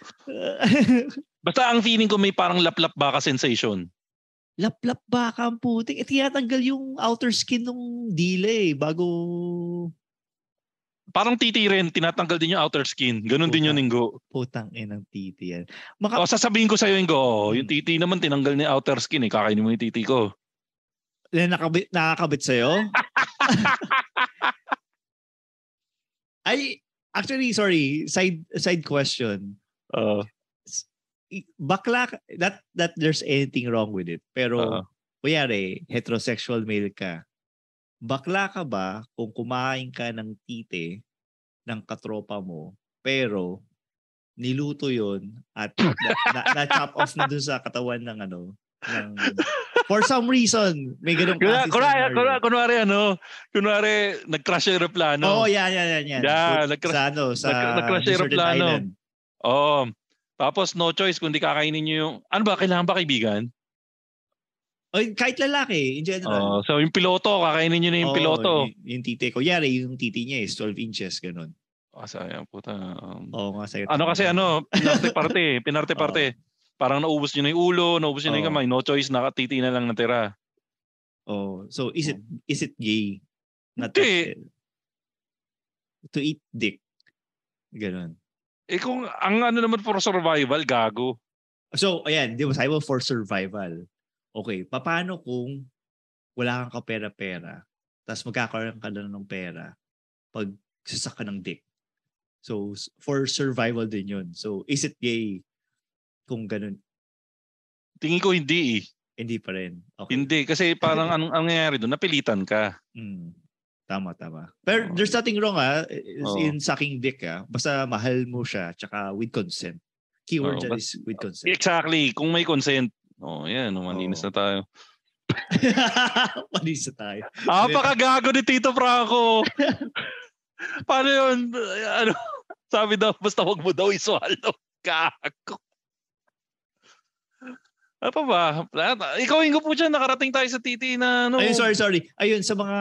Speaker 3: Basta ang feeling ko may parang laplap baka sensation.
Speaker 2: Laplap baka ang putik. Eh, tinatanggal yung outer skin nung dila eh, bago
Speaker 3: Parang titirin, tinatanggal din yung outer skin. Ganun
Speaker 2: Puta.
Speaker 3: din yun, Ingo.
Speaker 2: putang eh ng titi yan.
Speaker 3: O,
Speaker 2: Maka,
Speaker 3: sasabihin ko sa'yo, Ingo, oh, yung
Speaker 2: Hmm.
Speaker 3: titi naman tinanggal ni outer skin eh. Kakainin mo yung titi ko.
Speaker 2: na nakabit, nakakabit sa'yo? Ay, actually, sorry, side side question.
Speaker 3: Oo.
Speaker 2: I- Bakla, ka- not that there's anything wrong with it, pero
Speaker 3: Oo.
Speaker 2: kuyari, heterosexual male ka, bakla ka ba kung kumain ka ng tite ng katropa mo pero niluto yon at na, na, chop off na dun sa katawan ng ano ng for some reason may ganung klase
Speaker 3: Kunwari, kunwari,
Speaker 2: scenario.
Speaker 3: kunwari, kunwari ano, kunwari, nag-crash yung aeroplano.
Speaker 2: Oo, oh, yan, yan, yan, yan.
Speaker 3: Yeah,
Speaker 2: Sa-
Speaker 3: nagkra-
Speaker 2: sa ano, sa
Speaker 3: nag- nagcrash
Speaker 2: Deserted
Speaker 3: aeroplano.
Speaker 2: Island.
Speaker 3: Oo. Oh. Tapos no choice kundi kakainin niyo yung ano ba kailangan ba kaibigan?
Speaker 2: O, kahit lalaki, in general.
Speaker 3: Oo. so yung piloto kakainin niyo na yung
Speaker 2: Oo, eh,
Speaker 3: piloto.
Speaker 2: y- yung tite ko. Yari, yung titi niya is 12 inches, ganun.
Speaker 3: Ah, sayang puta. Um,
Speaker 2: Oo nga, sa'yo.
Speaker 3: ano kasi ano, pinarte parte, pinarte parte. Parang naubos niyo na yung ulo, naubos niyo na yung
Speaker 2: Oo.
Speaker 3: kamay, no choice nakatiti na lang natira.
Speaker 2: Oh, so is it is it gay? Not
Speaker 3: Hindi.
Speaker 2: To eat dick. Ganun.
Speaker 3: Eh kung ang ano naman for survival, gago.
Speaker 2: So, ayan, di ba, sabi mo for survival. Okay, paano kung wala kang kapera-pera, tapos magkakaroon ka na ng pera pag sasak ka ng dick? So, s- for survival din yun. So, is it gay kung ganun?
Speaker 3: Tingin ko hindi eh.
Speaker 2: Hindi pa rin. Okay.
Speaker 3: Hindi kasi parang anong ang nangyayari doon, napilitan ka.
Speaker 2: Mm. Tama, tama. Pero there's nothing wrong ah, is
Speaker 3: Oo.
Speaker 2: in sucking dick ah. Basta mahal mo siya, tsaka with consent. Keyword
Speaker 3: Oo,
Speaker 2: dyan
Speaker 3: but-
Speaker 2: is with consent.
Speaker 3: Exactly, kung may consent. Oh, yan, malinis
Speaker 2: Oo.
Speaker 3: na tayo.
Speaker 2: Palisa tayo.
Speaker 3: Ah, pakagago ni Tito Franco. Paano yun? Ano? Sabi daw, basta wag mo daw iswallow. Gago. Ano pa ba? Lahat- Ikaw, Ingo po dyan, nakarating tayo sa titi na ano.
Speaker 2: Ayun, sorry, sorry. Ayun, sa mga...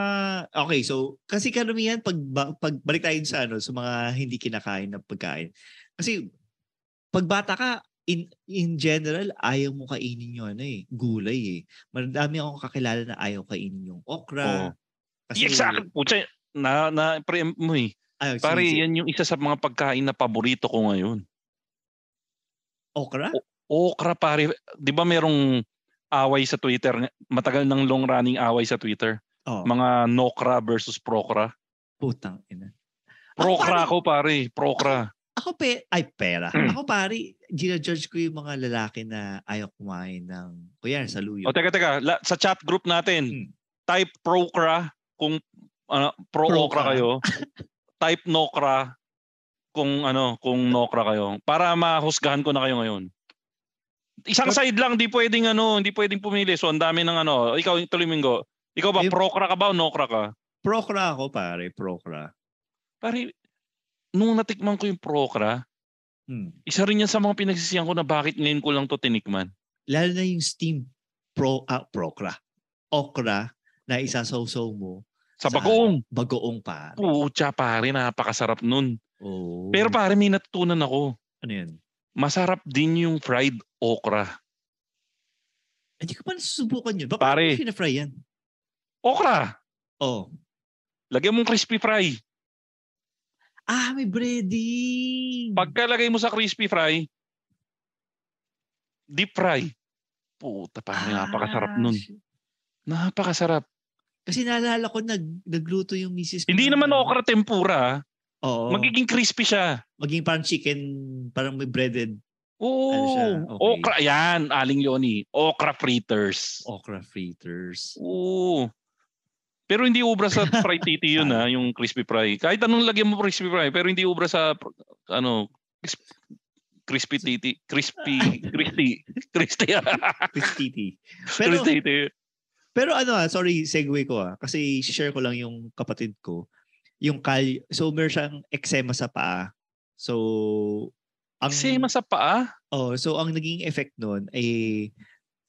Speaker 2: Okay, so, kasi karamihan, pag, ba- pag balik tayo sa, ano, sa mga hindi kinakain na pagkain. Kasi, pag bata ka, in, in general, ayaw mo kainin yung ano eh, gulay eh. Marami akong kakilala na ayaw kainin yung okra.
Speaker 3: Oo.
Speaker 2: Kasi,
Speaker 3: Exactly. Pucha, na, na preempt mo eh.
Speaker 2: Ayaw,
Speaker 3: Pare,
Speaker 2: sige, sige.
Speaker 3: yan yung isa sa mga pagkain na paborito ko ngayon.
Speaker 2: Okra?
Speaker 3: Okra, pare. Di ba merong away sa Twitter? nga- Matagal ng long-running away sa Twitter.
Speaker 2: Oh,
Speaker 3: Mga nokra versus prokra.
Speaker 2: putang ina. Ako,
Speaker 3: Prokra
Speaker 2: pare-
Speaker 3: ko, pare. Prokra.
Speaker 2: Ako pe, ay pera.
Speaker 3: Hmm.
Speaker 2: ako pare, ginajudge ko yung mga lalaki na ayaw kumain ng, kuya sa luyo.
Speaker 3: O teka teka, La- sa chat group
Speaker 2: Mm.
Speaker 3: natin, type prokra kung ano, pro
Speaker 2: Prokra.
Speaker 3: okra kayo. type nokra kung ano, kung nokra kayo. Para mahusgahan ko na kayo ngayon. Isang
Speaker 2: But-
Speaker 3: side lang, di pwedeng ano, hindi pwedeng pumili. So ang dami ng ano, ikaw tuloy Mingo. Ikaw ba
Speaker 2: Eh,
Speaker 3: prokra ka ba o nokra ka?
Speaker 2: Prokra ako pare, prokra.
Speaker 3: Pare, nung natikman ko yung prokra,
Speaker 2: Hmm.
Speaker 3: isa rin yan sa mga pinagsisiyan ko na bakit ngayon ko lang to tinikman.
Speaker 2: Lalo na yung steam pro, ah, prokra. Okra na isasawsaw mo
Speaker 3: Sa
Speaker 2: Sa-
Speaker 3: bagoong.
Speaker 2: bagoong pare.
Speaker 3: Pucha pare, napakasarap nun.
Speaker 2: Oh.
Speaker 3: Pero pare, may natutunan ako.
Speaker 2: ano yun?
Speaker 3: masarap din yung fried okra.
Speaker 2: Hindi ko pa nasusubukan yun. Bakit
Speaker 3: Pare.
Speaker 2: mo fry yan?
Speaker 3: Okra!
Speaker 2: Oh.
Speaker 3: Lagyan mong crispy fry.
Speaker 2: Ah, may breading.
Speaker 3: Pagkalagay mo sa crispy fry, deep fry. Puta pa, napakasarap
Speaker 2: Ah,
Speaker 3: nun. Napakasarap.
Speaker 2: Kasi naalala ko, nag, nagluto yung misis ko.
Speaker 3: Hindi
Speaker 2: ng-
Speaker 3: naman okra tempura. ah.
Speaker 2: Oo.
Speaker 3: Magiging crispy siya.
Speaker 2: maging parang chicken, parang may breaded
Speaker 3: Oo.
Speaker 2: Ano siya? Okay.
Speaker 3: Okra. Yan, aling Leonie. Okra fritters.
Speaker 2: okra fritters.
Speaker 3: Oo. Pero hindi ubra sa fried titi yun ha, yung crispy fry. Kahit anong lagyan mo crispy fry, pero hindi ubra sa pr- ano crisp- crispy titi, crispy, crispy, crispy.
Speaker 2: Crispy.
Speaker 3: pero,
Speaker 2: pero, pero ano ah, sorry, segue ko ah. Kasi share ko lang yung kapatid ko. Yung kal so meron siyang eczema sa paa. So, ang,
Speaker 3: Sema sa paa?
Speaker 2: Oh, so ang naging effect nun ay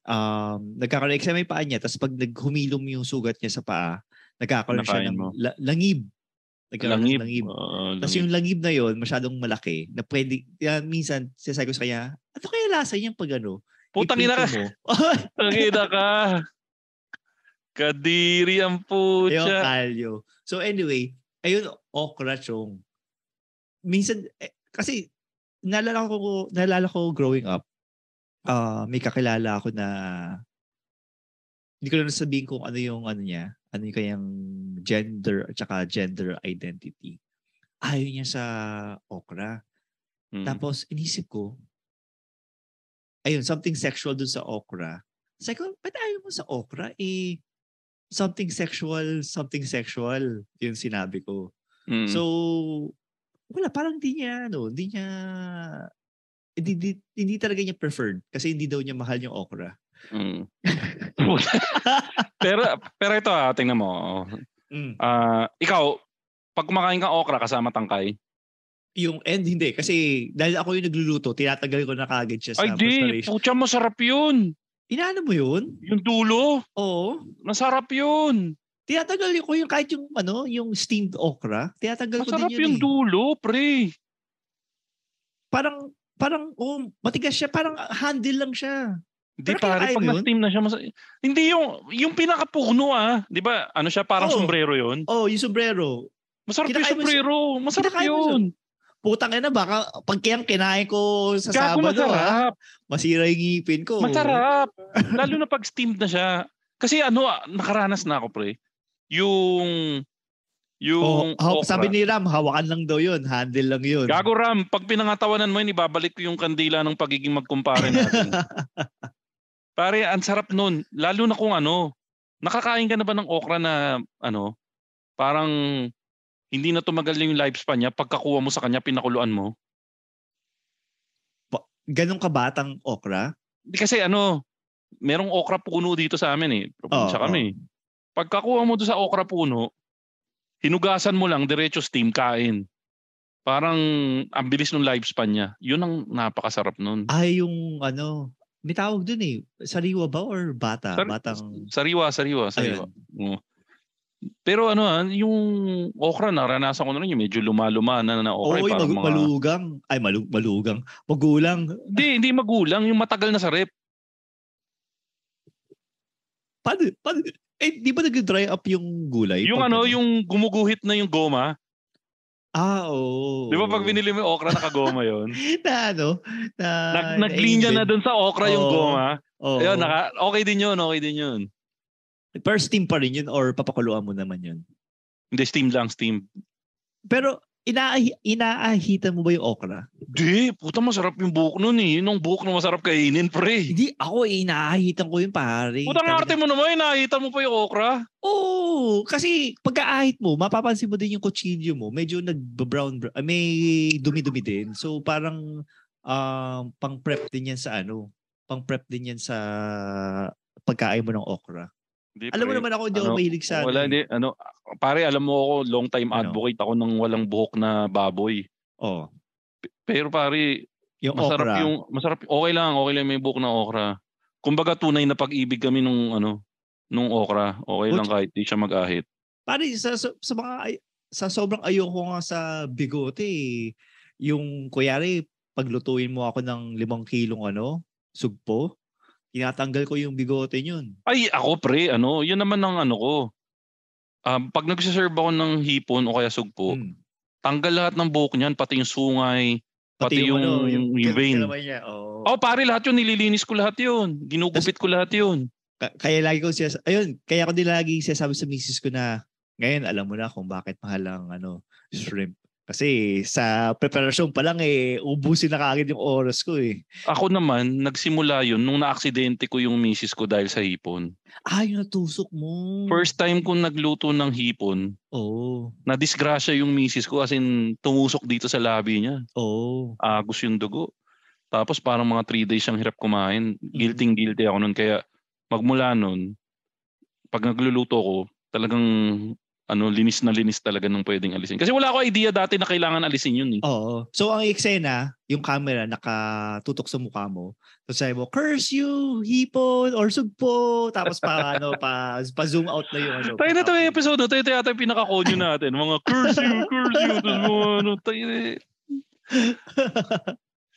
Speaker 2: um, nagkakaroon eczema yung paa niya. Tapos pag naghumilom yung sugat niya sa paa, nagkakaroon siya
Speaker 3: Nakain
Speaker 2: ng
Speaker 3: mo.
Speaker 2: la- langib. Nagkakaroon
Speaker 3: Langib.
Speaker 2: ng langib.
Speaker 3: Oo,
Speaker 2: Tapos
Speaker 3: langib.
Speaker 2: yung langib na yon masyadong malaki na pwede, kaya minsan sinasabi ko sa kanya, ano kaya lasa niyang pag ano?
Speaker 3: Putang ina ka.
Speaker 2: iprito mo?"
Speaker 3: Putang ina ka. Kadiri ang
Speaker 2: yung
Speaker 3: putya.
Speaker 2: kalyo. So anyway, ayun, okra chong. Minsan, eh, kasi naalala ko, naalala ko growing up, ah may kakilala ako na hindi ko lang sabihin kung ano yung ano niya, ano yung kanyang gender at saka gender identity. Ayaw niya sa okra.
Speaker 3: Mm.
Speaker 2: Tapos, inisip ko, ayun, something sexual dun sa okra. Sabi ko, ba't ayaw mo sa okra? Eh, something sexual, something sexual. Yun sinabi ko.
Speaker 3: Mm.
Speaker 2: So, wala, parang hindi niya, ano, hindi niya, hindi, hindi, hindi talaga niya preferred kasi hindi daw niya mahal yung okra.
Speaker 3: Mm. pero pero ito ah, tingnan mo.
Speaker 2: Mm.
Speaker 3: Ah, ikaw, pag kumakain ka okra kasama tangkay.
Speaker 2: Yung end, hindi. Kasi dahil ako yung nagluluto, tinatagal ko na kagad siya sa
Speaker 3: Ay di,
Speaker 2: preparation.
Speaker 3: putya masarap 'yun.
Speaker 2: Inaano mo yun?
Speaker 3: Yung dulo,
Speaker 2: Oo.
Speaker 3: masarap 'yun.
Speaker 2: Tinatagal ko yung kahit yung ano, yung steamed okra, tinatagal ko
Speaker 3: Masarap
Speaker 2: din yun.
Speaker 3: yung
Speaker 2: eh.
Speaker 3: dulo, pre.
Speaker 2: Parang parang oh, matigas siya, parang handle lang siya.
Speaker 3: Di
Speaker 2: Pero
Speaker 3: pare,
Speaker 2: kinakain
Speaker 3: pag
Speaker 2: mo yun?
Speaker 3: na-steam na siya, masa- hindi yung, yung pinakapuno ah. Di ba, ano siya, parang
Speaker 2: Oo.
Speaker 3: sombrero yun.
Speaker 2: Oh, yung sombrero.
Speaker 3: Masarap yung
Speaker 2: Kinakain mo siya-
Speaker 3: sombrero. Masarap
Speaker 2: kinakain mo
Speaker 3: yun.
Speaker 2: Putang ina baka pag kaya ang kinain ko sa
Speaker 3: Gago
Speaker 2: Sabado, ah,
Speaker 3: masarap.
Speaker 2: masira yung ngipin ko.
Speaker 3: Masarap. Lalo na pag steamed na siya. Kasi ano, ah, nakaranas na ako, pre. Yung,
Speaker 2: Oh,
Speaker 3: yung
Speaker 2: haw-
Speaker 3: okra.
Speaker 2: sabi ni Ram, hawakan lang daw yun, handle lang yun.
Speaker 3: Gago Ram, pag pinangatawanan mo yun, ibabalik ko yung kandila ng pagiging magkumpare natin. Pare, ang sarap nun. Lalo na kung ano, nakakain ka na ba ng okra na ano, parang hindi na tumagal yung lifespan niya, pagkakuha mo sa kanya, pinakuluan mo.
Speaker 2: Ganong kabatang okra.
Speaker 3: Di Kasi ano, merong okra puno dito sa amin eh. Probinsya
Speaker 2: Oo,
Speaker 3: kami. Pagkakuha mo doon sa okra puno, hinugasan mo lang, diretso steam, kain. Parang ang bilis ng lifespan niya. Yun ang napakasarap nun.
Speaker 2: Ay, yung ano, may tawag dun eh. Sariwa ba or bata?
Speaker 3: Sar-
Speaker 2: Batang,
Speaker 3: Sariwa, sariwa, sariwa. Oo. Pero ano ah, yung okra naranasan ko na rin yung medyo lumaluma na na okra.
Speaker 2: Oy,
Speaker 3: eh, parang
Speaker 2: mag- malugang. Ay, malu- malugang. Magulang.
Speaker 3: Hindi, hindi magulang. Yung matagal na sa rep.
Speaker 2: Paano, paano, eh, di ba nag-dry up yung gulay?
Speaker 3: Yung
Speaker 2: Pag-
Speaker 3: ano, yung gumuguhit na yung goma.
Speaker 2: Ah, oo.
Speaker 3: Di ba pag binili mo yung okra, nakagoma yun?
Speaker 2: Na ano? Na,
Speaker 3: Nag- naglinya na dun sa okra yung
Speaker 2: Oo.
Speaker 3: goma.
Speaker 2: Oh.
Speaker 3: Ayun, naka, okay din yun, okay din yun.
Speaker 2: First team pa rin yun or papakuluan mo naman yun.
Speaker 3: Hindi, steam lang, steam.
Speaker 2: Pero inaahi- inaahitan mo ba yung okra?
Speaker 3: Di, puta masarap yung buhok nun eh. Yun ang buhok na masarap kainin, pre.
Speaker 2: Hindi, ako eh, inaahitan ko yun pare.
Speaker 3: Puta ang arte mo naman, eh. nakita mo pa yung okra.
Speaker 2: Oo, kasi pagkaahit mo, mapapansin mo din yung kutsilyo mo, medyo nag-brown, br- ah, may dumi-dumi din. So parang um, pang-prep din yan sa ano, pang-prep din yan sa pagkain mo ng okra.
Speaker 3: Di,
Speaker 2: Alam mo
Speaker 3: pre.
Speaker 2: naman ako, hindi ako
Speaker 3: Ano?
Speaker 2: mahilig sa
Speaker 3: Wala,
Speaker 2: ano, eh.
Speaker 3: hindi. Ano, pare, alam mo ako, long time
Speaker 2: Ano?
Speaker 3: advocate ako ng walang buhok na baboy.
Speaker 2: Oh,
Speaker 3: Pero pare,
Speaker 2: yung
Speaker 3: masarap
Speaker 2: okra.
Speaker 3: yung, masarap, okay lang, okay lang may buhok na okra. Kumbaga tunay na pag-ibig kami nung, ano, nung okra. Okay lang
Speaker 2: Ut-
Speaker 3: kahit di siya mag-ahit.
Speaker 2: Pare, sa, sa, sa mga, ay- sa sobrang ayoko nga sa bigote, eh. yung kuyari, paglutuin mo ako ng limang kilong ano, sugpo, tinatanggal ko yung bigote yun.
Speaker 3: Ay, ako pre, ano, yun naman ang ano ko. Um, pag nagsiserve ako ng hipon o kaya sugpo,
Speaker 2: Mm.
Speaker 3: tanggal lahat ng buhok niyan, pati yung sungay. Pati yung- yung
Speaker 2: kil-
Speaker 3: vein.
Speaker 2: kilaway niya, oo.
Speaker 3: Oh, pare, lahat yun, nililinis ko lahat yun. Ginugupit ko lahat yun.
Speaker 2: Ka- kaya lagi ko siya ayun kaya ko din lagi sinasabi sa misis ko na ngayon alam mo na kung bakit mahal ang ano shrimp kasi sa preparasyon pa lang eh ubusin na kaagad yung oras ko eh
Speaker 3: Ako naman, nagsimula yun nung naaksidente ko yung misis ko dahil sa hipon.
Speaker 2: ah yung natusok mo
Speaker 3: First time kong nagluto ng hipon,
Speaker 2: oh
Speaker 3: na-disgrasya yung misis ko as in tumusok dito sa labi niya.
Speaker 2: oh
Speaker 3: Agos yung dugo. Tapos parang mga three days siyang hirap kumain. Guilty guilty ako nun. Kaya magmula nun, pag nagluluto ko, talagang ano, linis na linis talaga nung pwedeng alisin. Kasi wala ako idea dati na kailangan alisin yun eh.
Speaker 2: oo so ang eksena yung camera nakatutok sa mukha mo tapos sabi mo curse you hipon or sugpo tapos pa ano pa, pa zoom out na yung ano
Speaker 3: Tayo na ito yung episode. Tayo tayo yata yung pinaka-audio natin. Mga curse you, curse you. Tapos mga ano, tayo eh.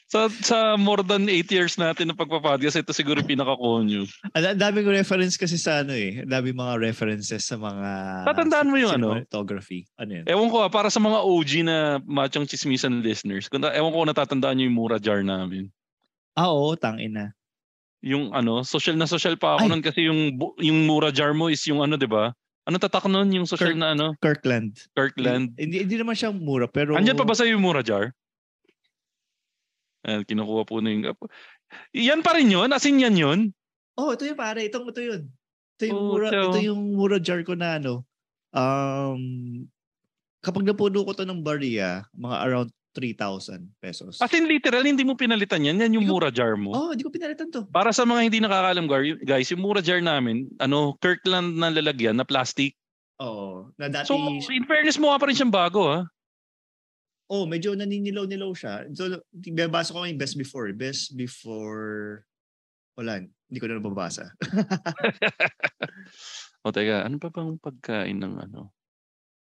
Speaker 3: Sa, sa more than 8 years natin na pagpapodcast, ito siguro yung pinaka-conyo.
Speaker 2: Ang ang daming reference kasi sa ano eh. Ang daming mga references sa mga...
Speaker 3: Tatandaan mo yung ano?
Speaker 2: Cinematography. Ano yun?
Speaker 3: Ewan ko ah, para sa mga OG na machong chismisan listeners, kung na- ewan ko kung natatandaan nyo yung mura jar namin.
Speaker 2: Ah, oo. Tangin na.
Speaker 3: Yung ano, social na social pa
Speaker 2: Ay.
Speaker 3: ako nun kasi yung, bu- yung mura jar mo is yung ano, di ba? Ano tatak nun? Yung
Speaker 2: Kirk-
Speaker 3: social na ano?
Speaker 2: Kirkland.
Speaker 3: Kirkland.
Speaker 2: Hindi, hindi naman siya mura pero...
Speaker 3: Andyan pa ba sa'yo yung mura jar? Ayan, kinukuha po na yung... Yan pa rin yun? As in yan yun?
Speaker 2: Oh, ito yun pare. Itong ito yun. Ito yung,
Speaker 3: Oo,
Speaker 2: mura,
Speaker 3: ito.
Speaker 2: ito yung mura jar ko na ano. Um, kapag napuno ko to ng barya, mga around 3,000 pesos.
Speaker 3: As in literal, hindi mo pinalitan yan. Yan yung
Speaker 2: Hindi ko-
Speaker 3: mura jar mo.
Speaker 2: oh, hindi ko pinalitan to.
Speaker 3: Para sa mga hindi nakakalam, gar- guys, yung mura jar namin, ano, Kirkland na lalagyan na plastic.
Speaker 2: Oo. Oh, Na dati,
Speaker 3: So, in fairness, mukha pa rin siyang bago, ha?
Speaker 2: oh, medyo naninilaw-nilaw siya. So, binabasa ko yung best before. Best before, wala, hindi ko na nababasa.
Speaker 3: o teka, ano pa bang pagkain ng ano?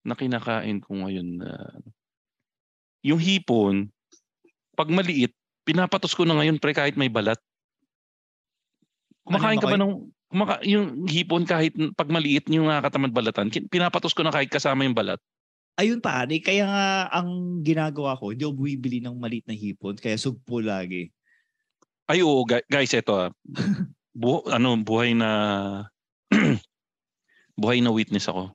Speaker 3: Na kinakain ko ngayon na... ano? yung hipon, pag maliit, pinapatos ko na ngayon pre kahit may balat.
Speaker 2: Ano
Speaker 3: Kumakain ka
Speaker 2: ba
Speaker 3: ba ng... Kumaka, yung hipon kahit n- pag maliit yung nakakatamad balatan, kin- pinapatos ko na kahit kasama yung balat.
Speaker 2: Ayun pare, kaya nga ang ginagawa ko, hindi ako bumibili ng maliit na hipon, kaya sugpo lagi.
Speaker 3: Ay oo, gu- guys, eto ah. Bu- ano, buhay na... buhay na witness ako.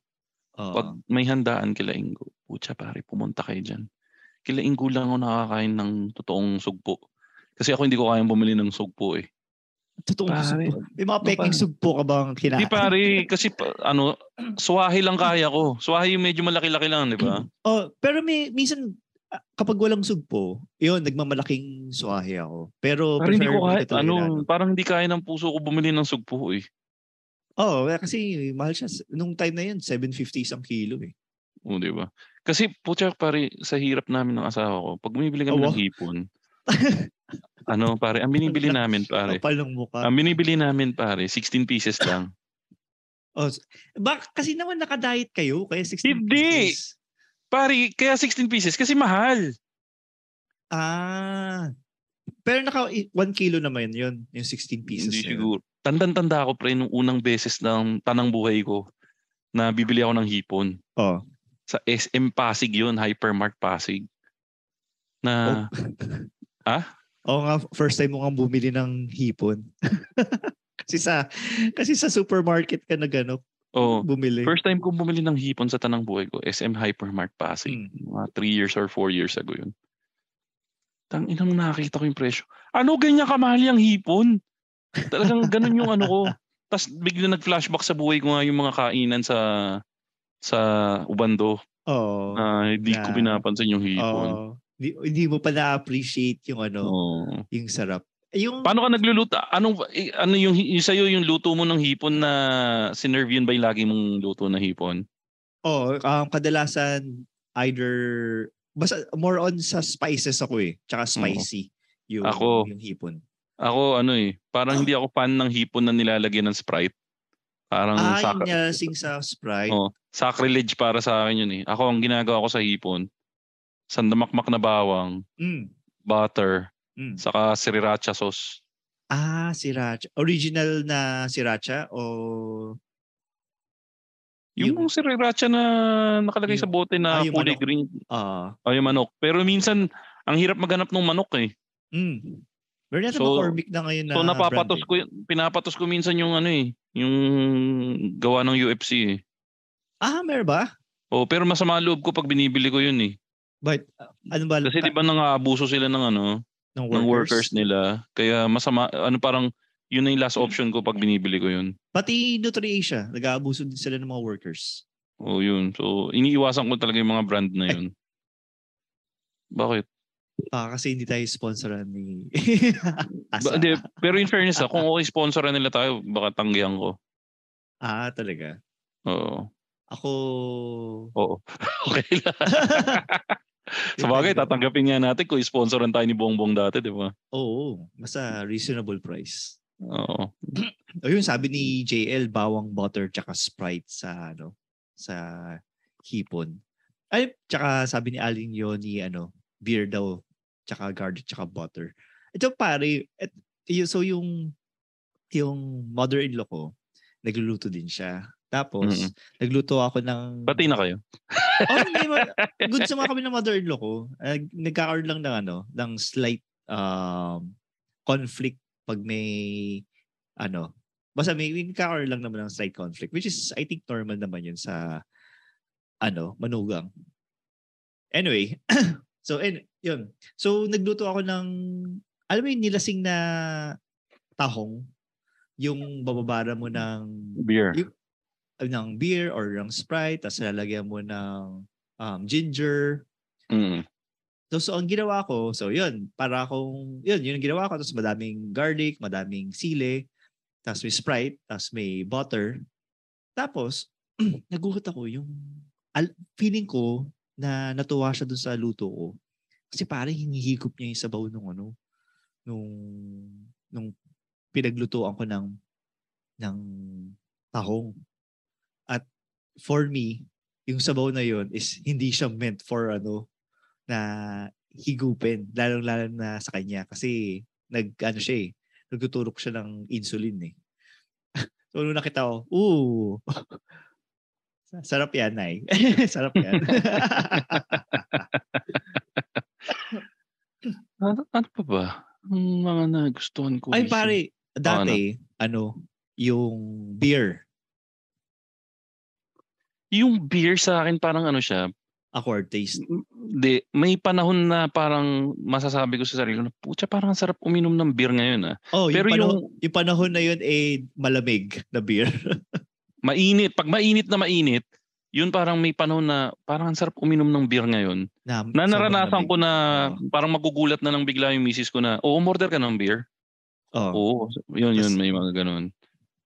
Speaker 2: Oo.
Speaker 3: Pag may handaan kila Ingo, pucha pare, pumunta kayo dyan. Kila Ingo lang ako nakakain ng totoong sugpo. Kasi ako hindi ko kayang bumili ng sugpo eh.
Speaker 2: Totoong
Speaker 3: Pare.
Speaker 2: sugpo. May mga peking
Speaker 3: pare.
Speaker 2: sugpo ka bang
Speaker 3: Hindi
Speaker 2: kinain?
Speaker 3: pare, kasi pa- ano, swahi lang kaya ko. Swahi yung medyo malaki-laki lang, di ba?
Speaker 2: Oh, pero may minsan ah, kapag walang sugpo, yun, nagmamalaking suwahe ako. Pero
Speaker 3: Parang hindi
Speaker 2: prefer
Speaker 3: ko kaya,
Speaker 2: ito
Speaker 3: ano,
Speaker 2: Irano.
Speaker 3: parang hindi kaya ng puso ko bumili ng sugpo eh.
Speaker 2: Oo, oh, kasi mahal siya. Nung time na yun, 750 isang kilo eh.
Speaker 3: O, di ba? Kasi, putya pare, sa hirap namin ng asawa ko, pag bumibili kami
Speaker 2: Oo.
Speaker 3: ng hipon, ano pare, ang binibili namin pare,
Speaker 2: Kapal ng mukha.
Speaker 3: ang binibili namin pare, 16 pieces lang.
Speaker 2: oh, s- bak kasi naman nakadiet kayo, kaya 16
Speaker 3: Hindi!
Speaker 2: pieces.
Speaker 3: Pare, kaya 16 pieces kasi mahal.
Speaker 2: Ah. Pero naka 1 kilo naman yun, yung 16 pieces. na
Speaker 3: Hindi
Speaker 2: yun.
Speaker 3: siguro. Tandang-tanda ako pre nung unang beses ng tanang buhay ko na bibili ako ng hipon.
Speaker 2: Oh.
Speaker 3: Sa SM Pasig yun, Hypermart Pasig. Na
Speaker 2: Oh.
Speaker 3: Ah?
Speaker 2: Oo nga, first time mo nga bumili ng hipon. kasi sa kasi sa supermarket ka na gano,
Speaker 3: oh,
Speaker 2: bumili.
Speaker 3: first time kong bumili ng hipon sa tanang buhay ko, SM Hypermart Pasig.
Speaker 2: Hmm.
Speaker 3: Mga 3 years or 4 years ago yun. Tang ina mo nakakita ko yung presyo. Ano ganyan kamahal yung hipon? Talagang ganun yung ano ko. Tapos bigla nag-flashback sa buhay ko nga yung mga kainan sa sa Ubando.
Speaker 2: Oo.
Speaker 3: Ah, hindi ko
Speaker 2: na-
Speaker 3: pinapansin yung hipon.
Speaker 2: Oo. Di- Hindi mo pa na-appreciate yung ano,
Speaker 3: Oo.
Speaker 2: yung sarap. Yung
Speaker 3: Paano ka nagluluto? Anong eh, ano yung, yung sa'yo yung luto mo ng hipon na sinerve yun ba yung lagi mong luto na hipon?
Speaker 2: oh, um, kadalasan either basta more on sa spices ako eh, tsaka spicy yung
Speaker 3: Mm. Ako.
Speaker 2: yung hipon.
Speaker 3: Ako ano eh, parang hindi ako fan ng hipon na nilalagyan ng Sprite. Parang
Speaker 2: Ah, yung
Speaker 3: saka-
Speaker 2: nilasing sa Sprite.
Speaker 3: Oo. sacrilege para sa akin yun eh. Ako ang ginagawa ko sa hipon, sandamakmak na bawang,
Speaker 2: Mm.
Speaker 3: butter,
Speaker 2: Mm.
Speaker 3: saka sriracha sauce.
Speaker 2: Ah, sriracha. Original na sriracha o
Speaker 3: Yung,
Speaker 2: Yung-
Speaker 3: sriracha na nakalagay
Speaker 2: Yung-
Speaker 3: sa
Speaker 2: ah,
Speaker 3: bote na
Speaker 2: yung
Speaker 3: kulay
Speaker 2: manok.
Speaker 3: green
Speaker 2: ah,
Speaker 3: o yung manok. Pero minsan, ang hirap maghanap ng manok eh.
Speaker 2: Mm. Meron yata
Speaker 3: So-
Speaker 2: McCormick na ngayon na
Speaker 3: So napapatos ko yun- pinapatos ko minsan yung ano eh, yung gawa ng UFC eh.
Speaker 2: Ah, meron ba?
Speaker 3: Oh, pero masama loob ko pag binibili ko yun eh.
Speaker 2: But uh, ano ba?
Speaker 3: Kasi di ba nang-aabuso sila ng ano,
Speaker 2: ng
Speaker 3: ng workers nila. Kaya masama ano parang yun na yung last option ko pag binibili ko yun.
Speaker 2: Pati Nutriasia, nag-aabuso din sila ng mga workers.
Speaker 3: Oh, yun. So iniiwasan ko talaga yung mga brand na yun. Bakit?
Speaker 2: Baka kasi hindi tayo sponsoran ni
Speaker 3: Ba-
Speaker 2: Asa.
Speaker 3: di, pero in fairness, ah, kung okay sponsoran nila tayo, baka tanggihan ko.
Speaker 2: ah, talaga.
Speaker 3: Oo.
Speaker 2: Ako
Speaker 3: Oo. okay lang. Sa bagay, tatanggapin nga natin kung sponsoran tayo ni Bongbong dati, di ba?
Speaker 2: Oo, basta reasonable price.
Speaker 3: Oo.
Speaker 2: O yun, sabi ni JL, bawang butter tsaka Sprite sa ano, sa hipon. Ay, tsaka sabi ni Aling Yoni, ano, beer daw, tsaka garlic, tsaka butter. Ito pare, et, yun- so yung, yung mother-in-law ko, nagluluto din siya. Tapos,
Speaker 3: Mhm.
Speaker 2: nagluto ako ng...
Speaker 3: Pati na kayo.
Speaker 2: oh, hindi mo. Good sama kami ng mother-in-law ko. Nag- Nagkakaroon lang ng ano, ng slight um, conflict pag may ano. Basta may may nagkakaroon lang naman ng slight conflict which is I think normal naman yun sa ano, manugang. Anyway, so and yun. So nagluto ako ng alam mo yung nilasing na tahong yung bababara mo ng
Speaker 3: Beer.
Speaker 2: Yung- ng beer or ng Sprite, tapos lalagyan mo ng um, ginger.
Speaker 3: Mm.
Speaker 2: So, so, ang ginawa ko, so yun, para akong, yun, yun ang ginawa ko. Tapos madaming garlic, madaming sile, tapos may Sprite, tapos may butter. Tapos, nagulat ako yung, al- feeling ko na natuwa siya dun sa luto ko. Kasi parang hinihigop niya yung sabaw nung ano, nung, nung pinaglutoan ko ng, ng tahong. At for me, yung sabaw na yun is hindi siya meant for ano, na higupin, lalong-lalo na sa kanya. Kasi nag, ano siya eh, nagtuturok siya ng insulin eh. so, nung nakita ko, ooh, sarap yan, Nay. sarap yan.
Speaker 3: Ano, ano pa ba? Ang mga nagustuhan ko.
Speaker 2: Ay
Speaker 3: is-
Speaker 2: pare, dati, ano? yung beer
Speaker 3: Yung beer sa akin parang ano siya.
Speaker 2: accord taste.
Speaker 3: Di, may panahon na parang masasabi ko sa sarili ko na, putya parang ang sarap uminom ng beer ngayon ah.
Speaker 2: Oh,
Speaker 3: Pero
Speaker 2: yung,
Speaker 3: yung,
Speaker 2: panahon, yung panahon na yun eh malamig na beer.
Speaker 3: mainit, pag mainit na mainit, yun parang may panahon na parang ang sarap uminom ng beer ngayon.
Speaker 2: na,
Speaker 3: Na naranasan ko na
Speaker 2: Oo.
Speaker 3: parang magugulat na lang bigla yung misis ko na, oh, umorder ka ng beer?
Speaker 2: Oh,
Speaker 3: Oo, yun yun,
Speaker 2: Tas-
Speaker 3: may mga ganun.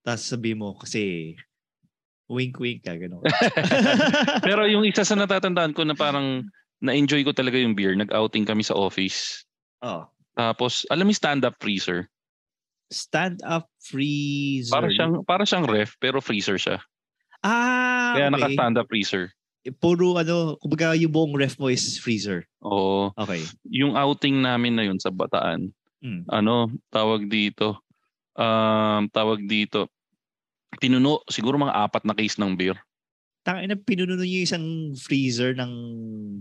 Speaker 2: Tapos sabi mo kasi wink wink ka ganun.
Speaker 3: Pero yung isa sa natatandaan ko na parang na-enjoy ko talaga yung beer, nag-outing kami sa office.
Speaker 2: oh,
Speaker 3: Tapos, alam mo yung stand-up freezer?
Speaker 2: stand up freezer.
Speaker 3: Para siyang, para siyang ref, pero freezer siya.
Speaker 2: ah,
Speaker 3: Kaya
Speaker 2: okay.
Speaker 3: naka-stand up freezer.
Speaker 2: Puro ano, kumbaga yung buong ref mo is freezer.
Speaker 3: Oo.
Speaker 2: Okay.
Speaker 3: Yung outing namin na yun sa Bataan,
Speaker 2: Mm.
Speaker 3: ano, tawag dito, um, tawag dito, tinuno, siguro mga apat na case ng beer.
Speaker 2: Tangin na pinuno niyo yung isang freezer ng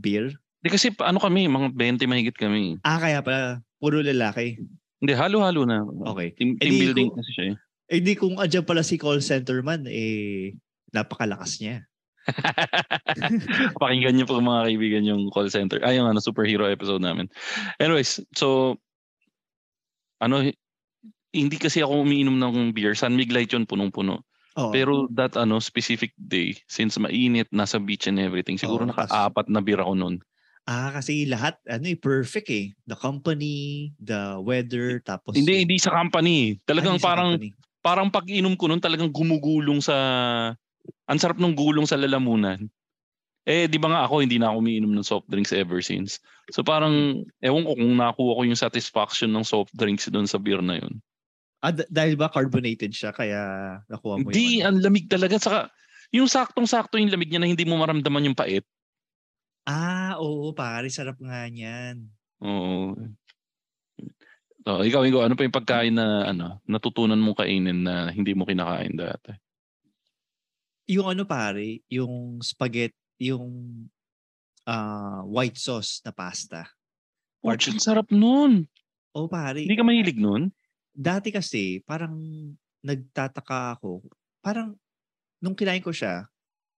Speaker 2: beer.
Speaker 3: Di kasi pa- ano kami, mga 20 mahigit kami.
Speaker 2: Ah, kaya pala puro lalaki.
Speaker 3: Hindi, halo-halo na.
Speaker 2: Okay.
Speaker 3: Team,
Speaker 2: Eh,
Speaker 3: team
Speaker 2: di
Speaker 3: building
Speaker 2: ko-
Speaker 3: kasi siya eh.
Speaker 2: Eh di kung andyan pala si call center man, eh napakalakas niya.
Speaker 3: Pakinggan niyo po mga kaibigan yung call center. Ay, yung ano, superhero episode namin. Anyways, so, ano, hindi kasi ako umiinom ng beer. San Mig Light yun, punong-puno.
Speaker 2: Oo.
Speaker 3: Pero that ano specific day, since mainit, nasa beach and everything, siguro
Speaker 2: Oo, tas-
Speaker 3: naka-apat na beer ako noon.
Speaker 2: ah, kasi lahat, ano eh, perfect eh. The company, the weather, tapos...
Speaker 3: Hindi, hindi sa company.
Speaker 2: Ano
Speaker 3: Talagang
Speaker 2: yung sa
Speaker 3: parang,
Speaker 2: company?
Speaker 3: parang pag-inom ko noon, talagang gumugulong sa, ang sarap ng gulong sa lalamunan. Eh, di ba nga ako, hindi na ako umiinom ng soft drinks ever since. So parang, ewan ko kung nakuha ko yung satisfaction ng soft drinks doon sa beer na yun.
Speaker 2: Ah, d- dahil ba carbonated siya, kaya nakuha mo yung...
Speaker 3: Hindi,
Speaker 2: ano?
Speaker 3: ang lamig talaga. Saka, yung saktong-sakto yung lamig niya na hindi mo maramdaman yung pait.
Speaker 2: Ah, oo, pare, sarap nga niyan.
Speaker 3: Oo. So, ikaw, ikaw, ano pa yung pagkain na ano, natutunan mong kainin na hindi mo kinakain dati?
Speaker 2: Yung ano, pare, yung spaghetti, yung ah white sauce na pasta.
Speaker 3: Oh, ang sarap nun.
Speaker 2: Oo, pare.
Speaker 3: Hindi ka mahilig nun?
Speaker 2: dati kasi parang nagtataka ako. Parang nung kinain ko siya,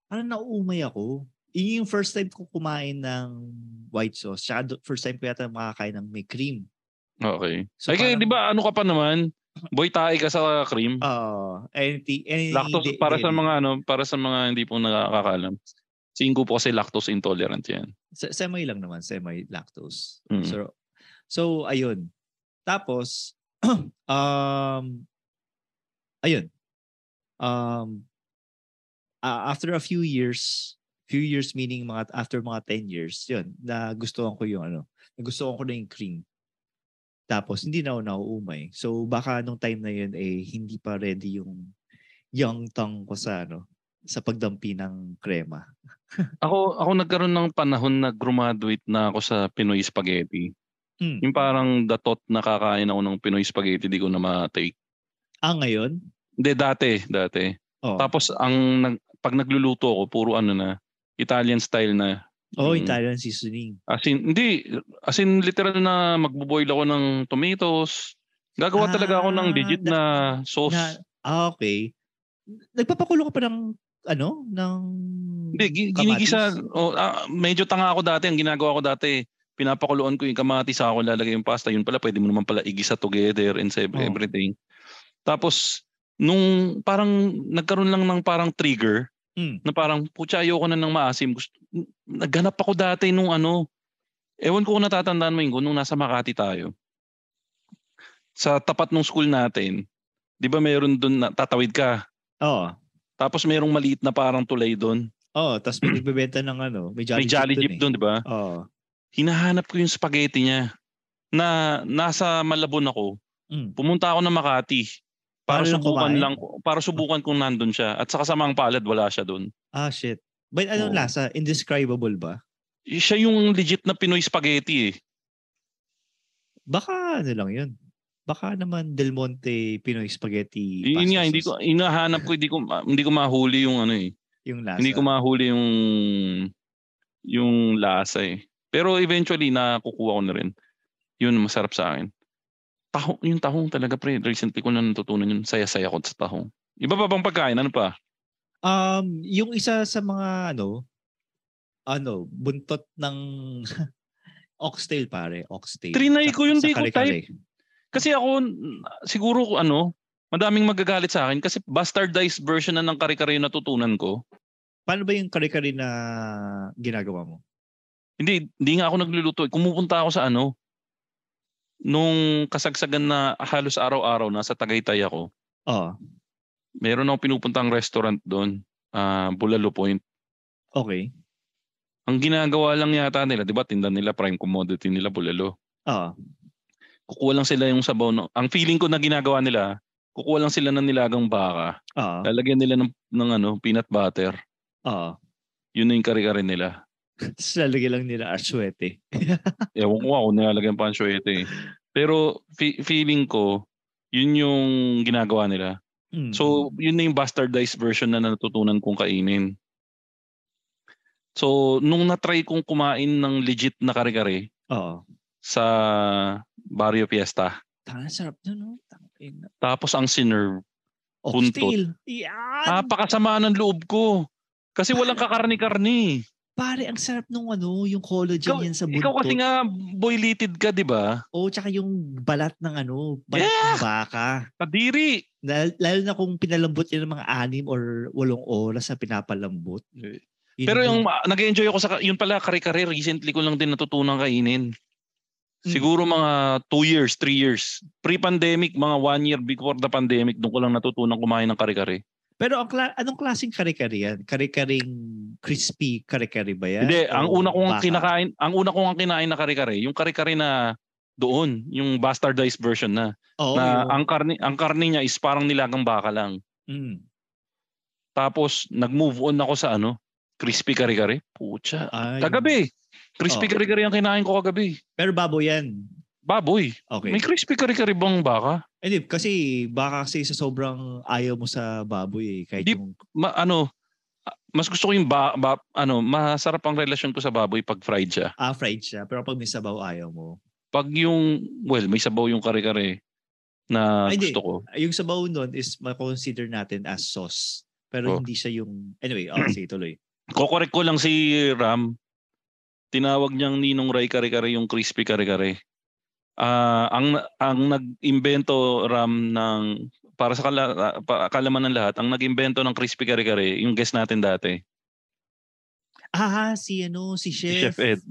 Speaker 2: parang nauumay ako. Yun yung first time ko kumain ng white sauce. Tsaka do- first time ko yata makakain ng may cream.
Speaker 3: Okay.
Speaker 2: So,
Speaker 3: Ay, kaya
Speaker 2: parang- Ah,
Speaker 3: di ba ano ka pa naman? Boy, tae ka sa cream.
Speaker 2: Oo. anything, any di-
Speaker 3: lactose, para sa
Speaker 2: dairy.
Speaker 3: mga ano, para sa mga hindi po nakakakalam. Singko po kasi lactose intolerant yan.
Speaker 2: Se- semi lang naman, semi lactose.
Speaker 3: Mm.
Speaker 2: So so ayun. Tapos um ayun. Um a- after a few years, few years meaning mga after mga 10 years, yun, nagustuhan ko yung ano, nagustuhan ko na yung cream. Tapos hindi na ako nauumay. So baka nung time na yun eh hindi pa ready yung young tongue ko sa ano, sa pagdampi ng krema.
Speaker 3: Ako, ako nagkaroon ng panahon na graduate na ako sa Pinoy Spaghetti.
Speaker 2: Mm.
Speaker 3: Yung parang datot na kakain ako ng Pinoy Spaghetti, di ko na ma-take.
Speaker 2: Ah, ngayon?
Speaker 3: Hindi, dati, dati.
Speaker 2: Oh.
Speaker 3: Tapos ang nag, pag nagluluto ako, puro ano na, Italian style na.
Speaker 2: Oh,
Speaker 3: Mm.
Speaker 2: Italian seasoning.
Speaker 3: As in, hindi, as in literal na magbo-boil ako ng tomatoes. Gagawa talaga ako ng
Speaker 2: Ah,
Speaker 3: digit
Speaker 2: na-
Speaker 3: na sauce.
Speaker 2: Na, ah, okay. Nagpapakulo ka pa ng ano? Ng
Speaker 3: hindi, gi-
Speaker 2: kamatis?
Speaker 3: ginigisa. Oh, ah, medyo tanga ako dati. Ang ginagawa ko dati, pinapakuluan ko yung kamatis, ako lalagay yung pasta. Yun pala, pwede mo naman pala igisa together and save
Speaker 2: Oh.
Speaker 3: everything. Tapos, nung parang nagkaroon lang ng parang trigger
Speaker 2: Mm.
Speaker 3: na parang putya ayoko na ng maasim. Gusto, n- naghanap ako dati nung ano. Ewan ko kung natatandaan mo yun kung nung nasa Makati tayo. Sa tapat ng school natin, 'di ba mayroon doon na tatawid ka.
Speaker 2: Oo.
Speaker 3: Tapos mayroong maliit na parang tulay doon.
Speaker 2: Oo, tapos may nagbebenta ng ano, may Jolly,
Speaker 3: May Jolly Jeep doon, 'di ba?
Speaker 2: Eh. Oo.
Speaker 3: Hinahanap ko yung spaghetti niya na nasa Malabon ako.
Speaker 2: Mm.
Speaker 3: Pumunta ako ng Makati para
Speaker 2: Paano lang
Speaker 3: subukan
Speaker 2: kumain?
Speaker 3: lang para subukan kung nandun siya at sa kasamang palad wala siya doon.
Speaker 2: Ah, shit. But ano
Speaker 3: Oo.
Speaker 2: lasa? Indescribable ba?
Speaker 3: Siya yung legit na Pinoy spaghetti eh.
Speaker 2: Baka ano lang yun. Baka naman Del Monte Pinoy Spaghetti
Speaker 3: Yun
Speaker 2: pasta
Speaker 3: nga hindi ko
Speaker 2: sauce
Speaker 3: inahanap ko hindi ko ma- hindi ko mahuli yung ano eh.
Speaker 2: yung lasa.
Speaker 3: Hindi ko mahuli yung yung lasa eh. Pero eventually nakukuha ko na rin. Yun masarap sa akin. Taho, yung tahong talaga pre, recently ko na natutunan yun. Saya-saya ko sa tahong. Iba pa bang pagkain? Ano pa?
Speaker 2: Um, yung isa sa mga ano, ano, buntot ng oxtail pare, oxtail.
Speaker 3: Trinay
Speaker 2: Sa-
Speaker 3: ko yun,
Speaker 2: sa
Speaker 3: di ko
Speaker 2: kare-kare.
Speaker 3: Kasi ako, n- siguro ano, madaming magagalit sa akin kasi bastardized version na ng kare-kare yung natutunan ko.
Speaker 2: Paano ba yung kare-kare na ginagawa mo?
Speaker 3: Hindi, hindi nga ako nagluluto. eh. Kumupunta ako sa ano, nung kasagsagan na halos araw-araw nasa Tagaytay ako,
Speaker 2: Oo.
Speaker 3: meron ako pinupuntang restaurant doon, ah Bulalo Point.
Speaker 2: Okay.
Speaker 3: Ang ginagawa lang yata nila, di ba, tinda nila, prime commodity nila, Bulalo.
Speaker 2: Oo.
Speaker 3: Kukuha lang sila yung sabaw. No? Ang feeling ko na ginagawa nila, kukuha lang sila ng nilagang baka.
Speaker 2: Oo.
Speaker 3: Lalagyan nila ng, ng ano, peanut butter.
Speaker 2: Oo.
Speaker 3: Yun na yung kare-kare nila.
Speaker 2: ah. Tapos lalagyan lang nila arsuete.
Speaker 3: Ewan ko ako, nilalagyan pa ang syuete eh. Pero fe- feeling ko, yun yung ginagawa nila.
Speaker 2: Mm.
Speaker 3: So, yun na yung bastardized version na natutunan kong kainin. So, nung natry kong kumain ng legit na kare-kare
Speaker 2: Oo.
Speaker 3: sa Barrio Fiesta,
Speaker 2: Tara, sarap na, no? Tangin na.
Speaker 3: tapos ang sinerve,
Speaker 2: Oxtail. Yan.
Speaker 3: napakasama ng loob ko. Kasi walang kakarni-karni.
Speaker 2: Pare, ang sarap nung ano, yung collagen
Speaker 3: Ikaw-
Speaker 2: yan sa buntot.
Speaker 3: Ikaw kasi nga boilated ka, di ba?
Speaker 2: Oo, tsaka yung balat ng ano, balat ng baka.
Speaker 3: Kadiri!
Speaker 2: Na, lalo na kung pinalambot yun ng mga anim or walong oras na pinapalambot. Yun
Speaker 3: Pero yung ah, nag-enjoy ako sa ka- yun pala kare-kare recently ko lang din natutunan kainin.
Speaker 2: Hmm.
Speaker 3: Siguro mga 2 years, 3 years. Pre-pandemic, mga 1 year before the pandemic, doon ko lang natutunan kumain ng kare-kare.
Speaker 2: Pero ang kla- anong klaseng kare-kare yan? Kare-karing crispy kare-kare ba yan?
Speaker 3: Hindi,
Speaker 2: O
Speaker 3: ang una kong
Speaker 2: baka?
Speaker 3: kinakain, ang una kong kinain na kare-kare, yung kare-kare na doon, yung bastardized version na.
Speaker 2: Oo,
Speaker 3: na
Speaker 2: Oh, yun.
Speaker 3: ang karne, ang karne niya is parang nilagang baka lang.
Speaker 2: Mm.
Speaker 3: Tapos nag-move on ako sa ano, crispy kare-kare. Pucha.
Speaker 2: Ay,
Speaker 3: Kagabi, crispy
Speaker 2: Oh.
Speaker 3: kare-kare ang kinain ko kagabi.
Speaker 2: Pero babo yan.
Speaker 3: Baboy.
Speaker 2: Okay.
Speaker 3: May crispy kare-kare bang baka?
Speaker 2: Hindi, kasi baka kasi sa sobrang ayaw mo sa baboy eh. Kahit
Speaker 3: Di-
Speaker 2: yung,
Speaker 3: Ma, ano, ah, mas gusto ko yung ba, ba- ano, masarap ang relasyon ko sa baboy pag fried siya.
Speaker 2: ah, fried siya. Pero pag may sabaw, ayaw mo.
Speaker 3: Pag yung, well, may sabaw yung kare-kare na
Speaker 2: Ay, di.
Speaker 3: gusto ko.
Speaker 2: Ah, Yung sabaw nun is ma-consider natin as sauce. Pero
Speaker 3: Oh.
Speaker 2: hindi siya yung... Anyway, okay, sige, tuloy.
Speaker 3: Kokorek ko lang si Ram. Tinawag niyang Ninong Ray kare-kare yung crispy kare-kare. Ah, ang ang nag-imbento Ram ng para sa kala, ah, pa- kalaman ng lahat, ang nag-imbento ng crispy kare-kare, yung guest natin dati,
Speaker 2: Ah, si ano, si
Speaker 3: si
Speaker 2: Chef.
Speaker 3: Chef Ed.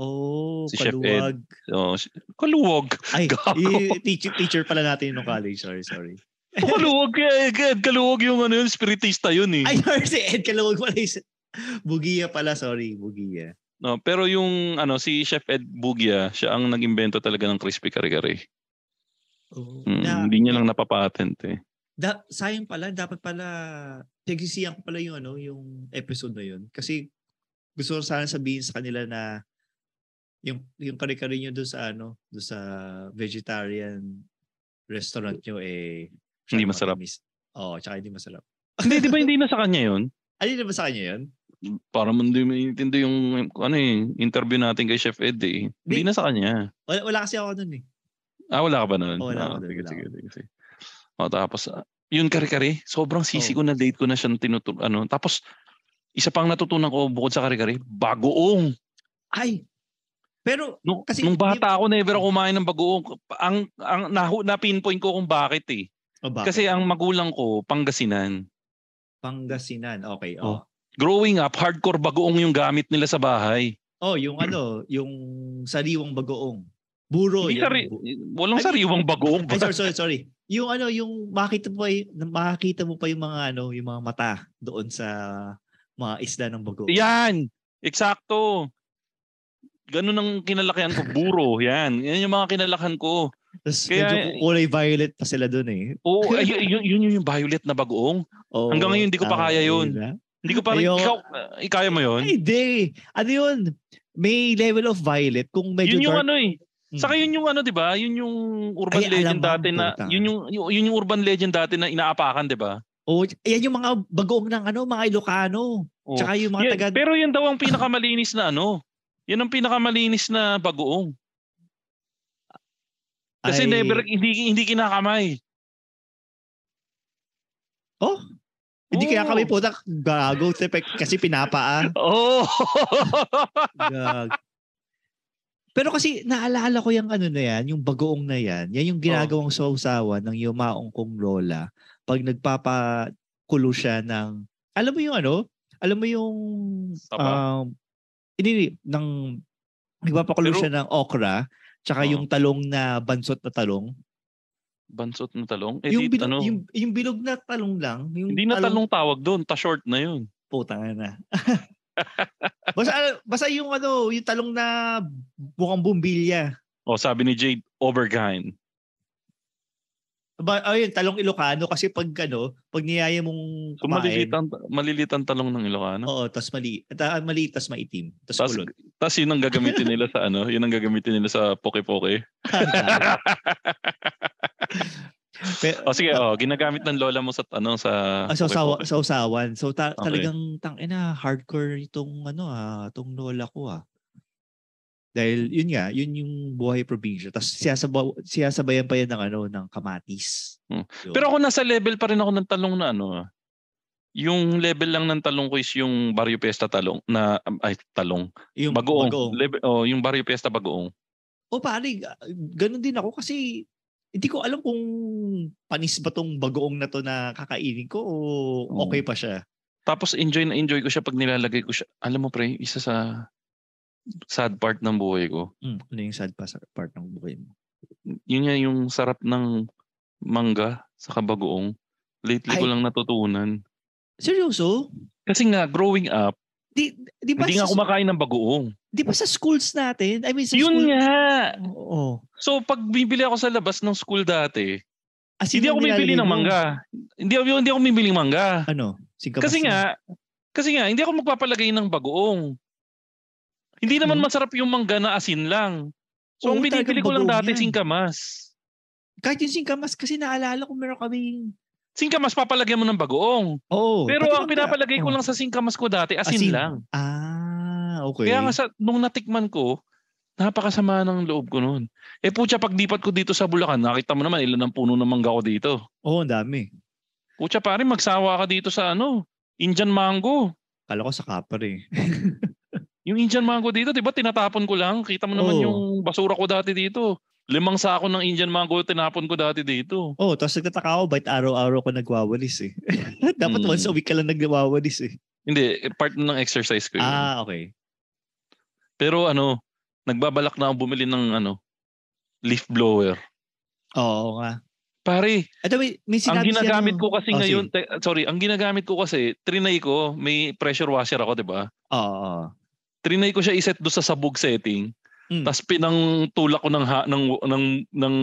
Speaker 2: Oh,
Speaker 3: Si Chef
Speaker 2: kaluwag.
Speaker 3: Oh, si- kaluwag.
Speaker 2: Ay,
Speaker 3: Gago.
Speaker 2: i- teacher, teacher pala natin nung college. Sorry, sorry.
Speaker 3: kaluwag, eh, Ed, kaluwag yung ano yun, spiritista yun eh.
Speaker 2: Ay, sorry, si Ed Kaluwag pala. is- Bugia pala, sorry, Bugia.
Speaker 3: No, pero yung ano si Chef Ed Bugia, siya ang nag-imbento talaga ng crispy kare-kare.
Speaker 2: Oh,
Speaker 3: Mm,
Speaker 2: na,
Speaker 3: hindi niya lang napapatent eh.
Speaker 2: da, sayang pala, dapat pala, nagsisiyan ko pala yung, ano, yung episode na yun. Kasi gusto ko sana sabihin sa kanila na yung yung kare-kare nyo doon sa ano, doon sa vegetarian restaurant nyo eh
Speaker 3: Hindi masarap.
Speaker 2: Oo, oh, tsaka hindi masarap.
Speaker 3: hindi, di ba hindi na sa kanya yun?
Speaker 2: Ano na ba sa kanya yun?
Speaker 3: Para hindi maintindi yung ano eh, interview natin kay Chef Ed eh. Hindi
Speaker 2: Di-
Speaker 3: na sa kanya.
Speaker 2: Wala, wala kasi ako nun eh.
Speaker 3: Ah, wala ka ba nun?
Speaker 2: Oo, wala
Speaker 3: Ah,
Speaker 2: ako dun,
Speaker 3: sige,
Speaker 2: wala
Speaker 3: sige,
Speaker 2: ako.
Speaker 3: sige, sige. O, tapos, ah, yun kare-kare, sobrang sisi
Speaker 2: Oo.
Speaker 3: ko na date ko na siyang tinutur, ano. Tapos, isa pang natutunan ko bukod sa kare-kare, bagoong.
Speaker 2: Ay! Pero,
Speaker 3: Nung,
Speaker 2: Kasi
Speaker 3: nung
Speaker 2: hindi-
Speaker 3: bata ako, never ako kumain ng bagoong. Ang, ang nahu, na-pinpoint ko kung bakit eh.
Speaker 2: O bakit?
Speaker 3: Kasi ang magulang ko, Pangasinan.
Speaker 2: Pangasinan. Okay. Oh.
Speaker 3: Growing up, hardcore bagoong yung gamit nila sa bahay.
Speaker 2: Oh, yung ano, yung sariwang bagoong. Buro.
Speaker 3: Hindi
Speaker 2: yung
Speaker 3: sari-
Speaker 2: bu-
Speaker 3: walang
Speaker 2: Oh, Ay,
Speaker 3: sariwang bagoong.
Speaker 2: Ay, sorry, sorry, sorry. Yung ano, yung makita mo pa, y- makita mo pa yung mga ano, yung mga mata doon sa mga isda ng bagoong.
Speaker 3: Yan! Eksakto! Ganun ang kinalakihan ko. Buro. Yan. Yan yung mga kinalakihan ko.
Speaker 2: Tapos
Speaker 3: Kaya- eh.
Speaker 2: medyo kulay violet pa sila doon eh.
Speaker 3: Oo, ay, y- yun, yun, yung violet na bagoong.
Speaker 2: Oo,
Speaker 3: Hanggang ngayon, hindi ko pa
Speaker 2: tama
Speaker 3: kaya yun.
Speaker 2: ah.
Speaker 3: Hindi ko parang,
Speaker 2: Ayaw.
Speaker 3: ikaw, uh, ikaya mo yun?
Speaker 2: Ay, hindi. Ano yun? May level of violet kung medyo
Speaker 3: yun yung
Speaker 2: dark.
Speaker 3: ano eh.
Speaker 2: Hmm.
Speaker 3: Saka yun yung ano, di ba? Yun yung urban
Speaker 2: Ay, alam
Speaker 3: legend
Speaker 2: mo,
Speaker 3: dati na,
Speaker 2: puta.
Speaker 3: yun yung, yun, yun yung urban legend dati na inaapakan, di ba?
Speaker 2: Oo, yan Oh, yung mga bagoong ng ano, mga Ilocano.
Speaker 3: Oo.
Speaker 2: Tsaka yung mga
Speaker 3: Yan,
Speaker 2: taga...
Speaker 3: Pero Oh. yun daw ang pinakamalinis na ano. Yan ang pinakamalinis na bagoong.
Speaker 2: Ay,
Speaker 3: Kasi never, hindi, hindi kinakamay.
Speaker 2: Oh, hindi kaya
Speaker 3: Oo.
Speaker 2: kami po gago. Tepe, kasi pinapaa.
Speaker 3: Oo.
Speaker 2: Gag. Pero kasi naalala ko yung ano na yan, yung bagoong na yan. Yan yung ginagawang sausawan ng yumaong kong lola pag nagpapakulo siya ng... Alam mo yung ano? Alam mo yung...
Speaker 3: Taba.
Speaker 2: Um, hindi, ng... Nagpapakulo
Speaker 3: Pero- Ah.
Speaker 2: siya ng okra tsaka
Speaker 3: Oo.
Speaker 2: yung talong na bansot na talong.
Speaker 3: Bansot na talong? Eh,
Speaker 2: yung,
Speaker 3: di,
Speaker 2: bilog,
Speaker 3: ano,
Speaker 2: yung, yung bilog na talong lang. Yung
Speaker 3: hindi na talong tawag doon. Ta-short na yun.
Speaker 2: Puta na na. basta, ah, basta yung ano, yung talong na mukhang bumbilya.
Speaker 3: O Oh, sabi ni Jade, overkind.
Speaker 2: Ba, ayun, talong Ilocano kasi pag ano, pag niyaya mong
Speaker 3: So, maliliit
Speaker 2: kumain.
Speaker 3: ang, maliliit ang talong ng Ilocano.
Speaker 2: Oo, tas mali, ta, mali, tas maitim, tas
Speaker 3: Tas-
Speaker 2: kulot.
Speaker 3: Tapos yun ang gagamitin nila sa ano, yun ang gagamitin nila sa poke-poke.
Speaker 2: Pero,
Speaker 3: O Oh, sige, o, ginagamit ng lola mo sa ano sa
Speaker 2: ah, sa, usawa, sa usawan. So ta-
Speaker 3: Okay.
Speaker 2: talagang tang ina hardcore itong ano ah, itong lola ko ah. Dahil yun nga, yun yung buhay probinsya. Tapos siyasabay, siyasabayan pa yan ng ano, ng kamatis.
Speaker 3: Hmm.
Speaker 2: Yun.
Speaker 3: Pero ako nasa level pa rin ako ng talong na ano. ah. Yung level lang ng talong ko is yung Barrio Fiesta talong na ay talong.
Speaker 2: yung
Speaker 3: Bagoong.
Speaker 2: bagoong.
Speaker 3: Level, oh, yung Barrio Fiesta bagoong.
Speaker 2: O pare, ah, ganun din ako kasi hindi ko alam kung panis ba tong bagoong na to na kakainin ko o
Speaker 3: Oo.
Speaker 2: okay pa siya.
Speaker 3: Tapos enjoy na enjoy ko siya pag nilalagay ko siya. Alam mo pre, isa sa sad part ng buhay ko.
Speaker 2: Mm, ano yung sad pa sa part ng buhay mo?
Speaker 3: Yun nga yung sarap ng mangga sa kabagoong. Lately ko
Speaker 2: Ay.
Speaker 3: lang natutunan.
Speaker 2: Seryoso?
Speaker 3: Kasi nga growing up,
Speaker 2: Di, di ba
Speaker 3: hindi nga
Speaker 2: sa,
Speaker 3: kumakain ng bagoong.
Speaker 2: di ba sa schools natin? I mean, sa
Speaker 3: Yun
Speaker 2: school,
Speaker 3: nga.
Speaker 2: Oo.
Speaker 3: So pag bibili ako sa labas ng school dati,
Speaker 2: As in,
Speaker 3: hindi
Speaker 2: yung
Speaker 3: ako bibili
Speaker 2: nilalagay
Speaker 3: ng
Speaker 2: mo,
Speaker 3: mangga. Hindi ako hindi ako bibili ng mangga.
Speaker 2: Ano? Singkamas
Speaker 3: Kasi
Speaker 2: na.
Speaker 3: nga, kasi nga, hindi ako magpapalagay ng bagoong. Hindi naman
Speaker 2: Hmm.
Speaker 3: masarap yung mangga na asin lang. So,
Speaker 2: Oo,
Speaker 3: ang
Speaker 2: talagang
Speaker 3: binibili ko lang
Speaker 2: bagoong
Speaker 3: dati,
Speaker 2: yan.
Speaker 3: singkamas.
Speaker 2: Kahit yung singkamas kasi naalala ko meron kaming...
Speaker 3: Singkamas, papalagyan mo ng bagoong.
Speaker 2: Oo.
Speaker 3: Pero
Speaker 2: pati
Speaker 3: ang
Speaker 2: mangga.
Speaker 3: pinapalagay ko
Speaker 2: Oo.
Speaker 3: lang sa singkamas ko dati, asin, lang.
Speaker 2: Ah, okay.
Speaker 3: Kaya nga, sa, nung natikman ko, napakasama ng loob ko noon. Eh putya, pagdipat ko dito sa Bulacan, nakita mo naman ilan ang puno ng mangga ko dito.
Speaker 2: Oo, ang dami.
Speaker 3: Putya, pare, magsawa ka dito sa ano, Indian mango.
Speaker 2: Kala ko sa kapar eh.
Speaker 3: Yung Indian mango dito, 'di ba tinatapon ko lang? Kita mo naman
Speaker 2: Oo.
Speaker 3: yung basura ko dati dito. Limang sako ng Indian mango tinapon ko dati dito.
Speaker 2: Oh, tapos nagtataka ako, ba't araw-araw ko nagwawalis eh. Dapat
Speaker 3: Hmm.
Speaker 2: once a week ka lang nagwawalis eh.
Speaker 3: Hindi, eh, part ng exercise ko yun.
Speaker 2: Ah, okay.
Speaker 3: Pero ano, nagbabalak na ako bumili ng ano, leaf blower.
Speaker 2: Oo nga.
Speaker 3: Pare,
Speaker 2: Ito, may, may
Speaker 3: ang
Speaker 2: sinabi
Speaker 3: ginagamit ko kasi
Speaker 2: Oh,
Speaker 3: ngayon, te- sorry, ang ginagamit ko kasi, trinay ko, may pressure washer ako, 'di ba?
Speaker 2: Oo. oo.
Speaker 3: Trinay ko siya iset do sa sabog setting.
Speaker 2: Mm.
Speaker 3: Tapos pinang tulak ko ng, ha, ng ng ng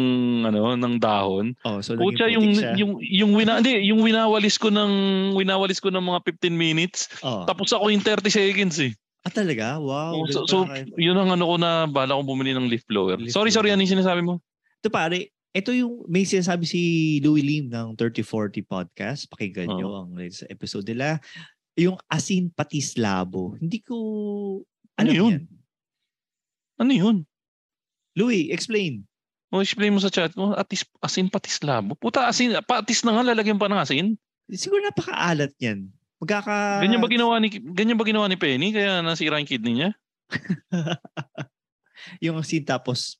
Speaker 3: ano ng dahon
Speaker 2: Oh, so naging
Speaker 3: Pucha,
Speaker 2: putik
Speaker 3: yung,
Speaker 2: siya.
Speaker 3: yung, yung, wina, hindi, yung winawalis ko ng, winawalis ko ng mga 15 minutes,
Speaker 2: Oo.
Speaker 3: tapos ako yung 30 seconds eh.
Speaker 2: ah, talaga? Wow.
Speaker 3: so,
Speaker 2: ganun
Speaker 3: so,
Speaker 2: pala kayo.
Speaker 3: yun ang ano ko na bala kong bumili ng leaf blower.
Speaker 2: Leaf
Speaker 3: sorry, sorry,
Speaker 2: blower.
Speaker 3: ano yung sinasabi mo?
Speaker 2: ito pare, ito yung may sinasabi si Louie Lim ng 3040 podcast. Pakinggan nyo ang latest episode nila. Yung asin patis labo. Hindi ko
Speaker 3: Ano
Speaker 2: alam
Speaker 3: yun?
Speaker 2: yan.
Speaker 3: Ano yun?
Speaker 2: Louie, explain.
Speaker 3: O, explain mo sa chat mo, atis, asin patis labo. Puta, asin, patis na nga, lalagyan pa ng asin.
Speaker 2: Siguro napakaalat yan. Magkaka...
Speaker 3: Ganyan ba ginawa ni, ganyan ba ginawa ni Penny? Kaya nasira yung kidney niya?
Speaker 2: yung asin tapos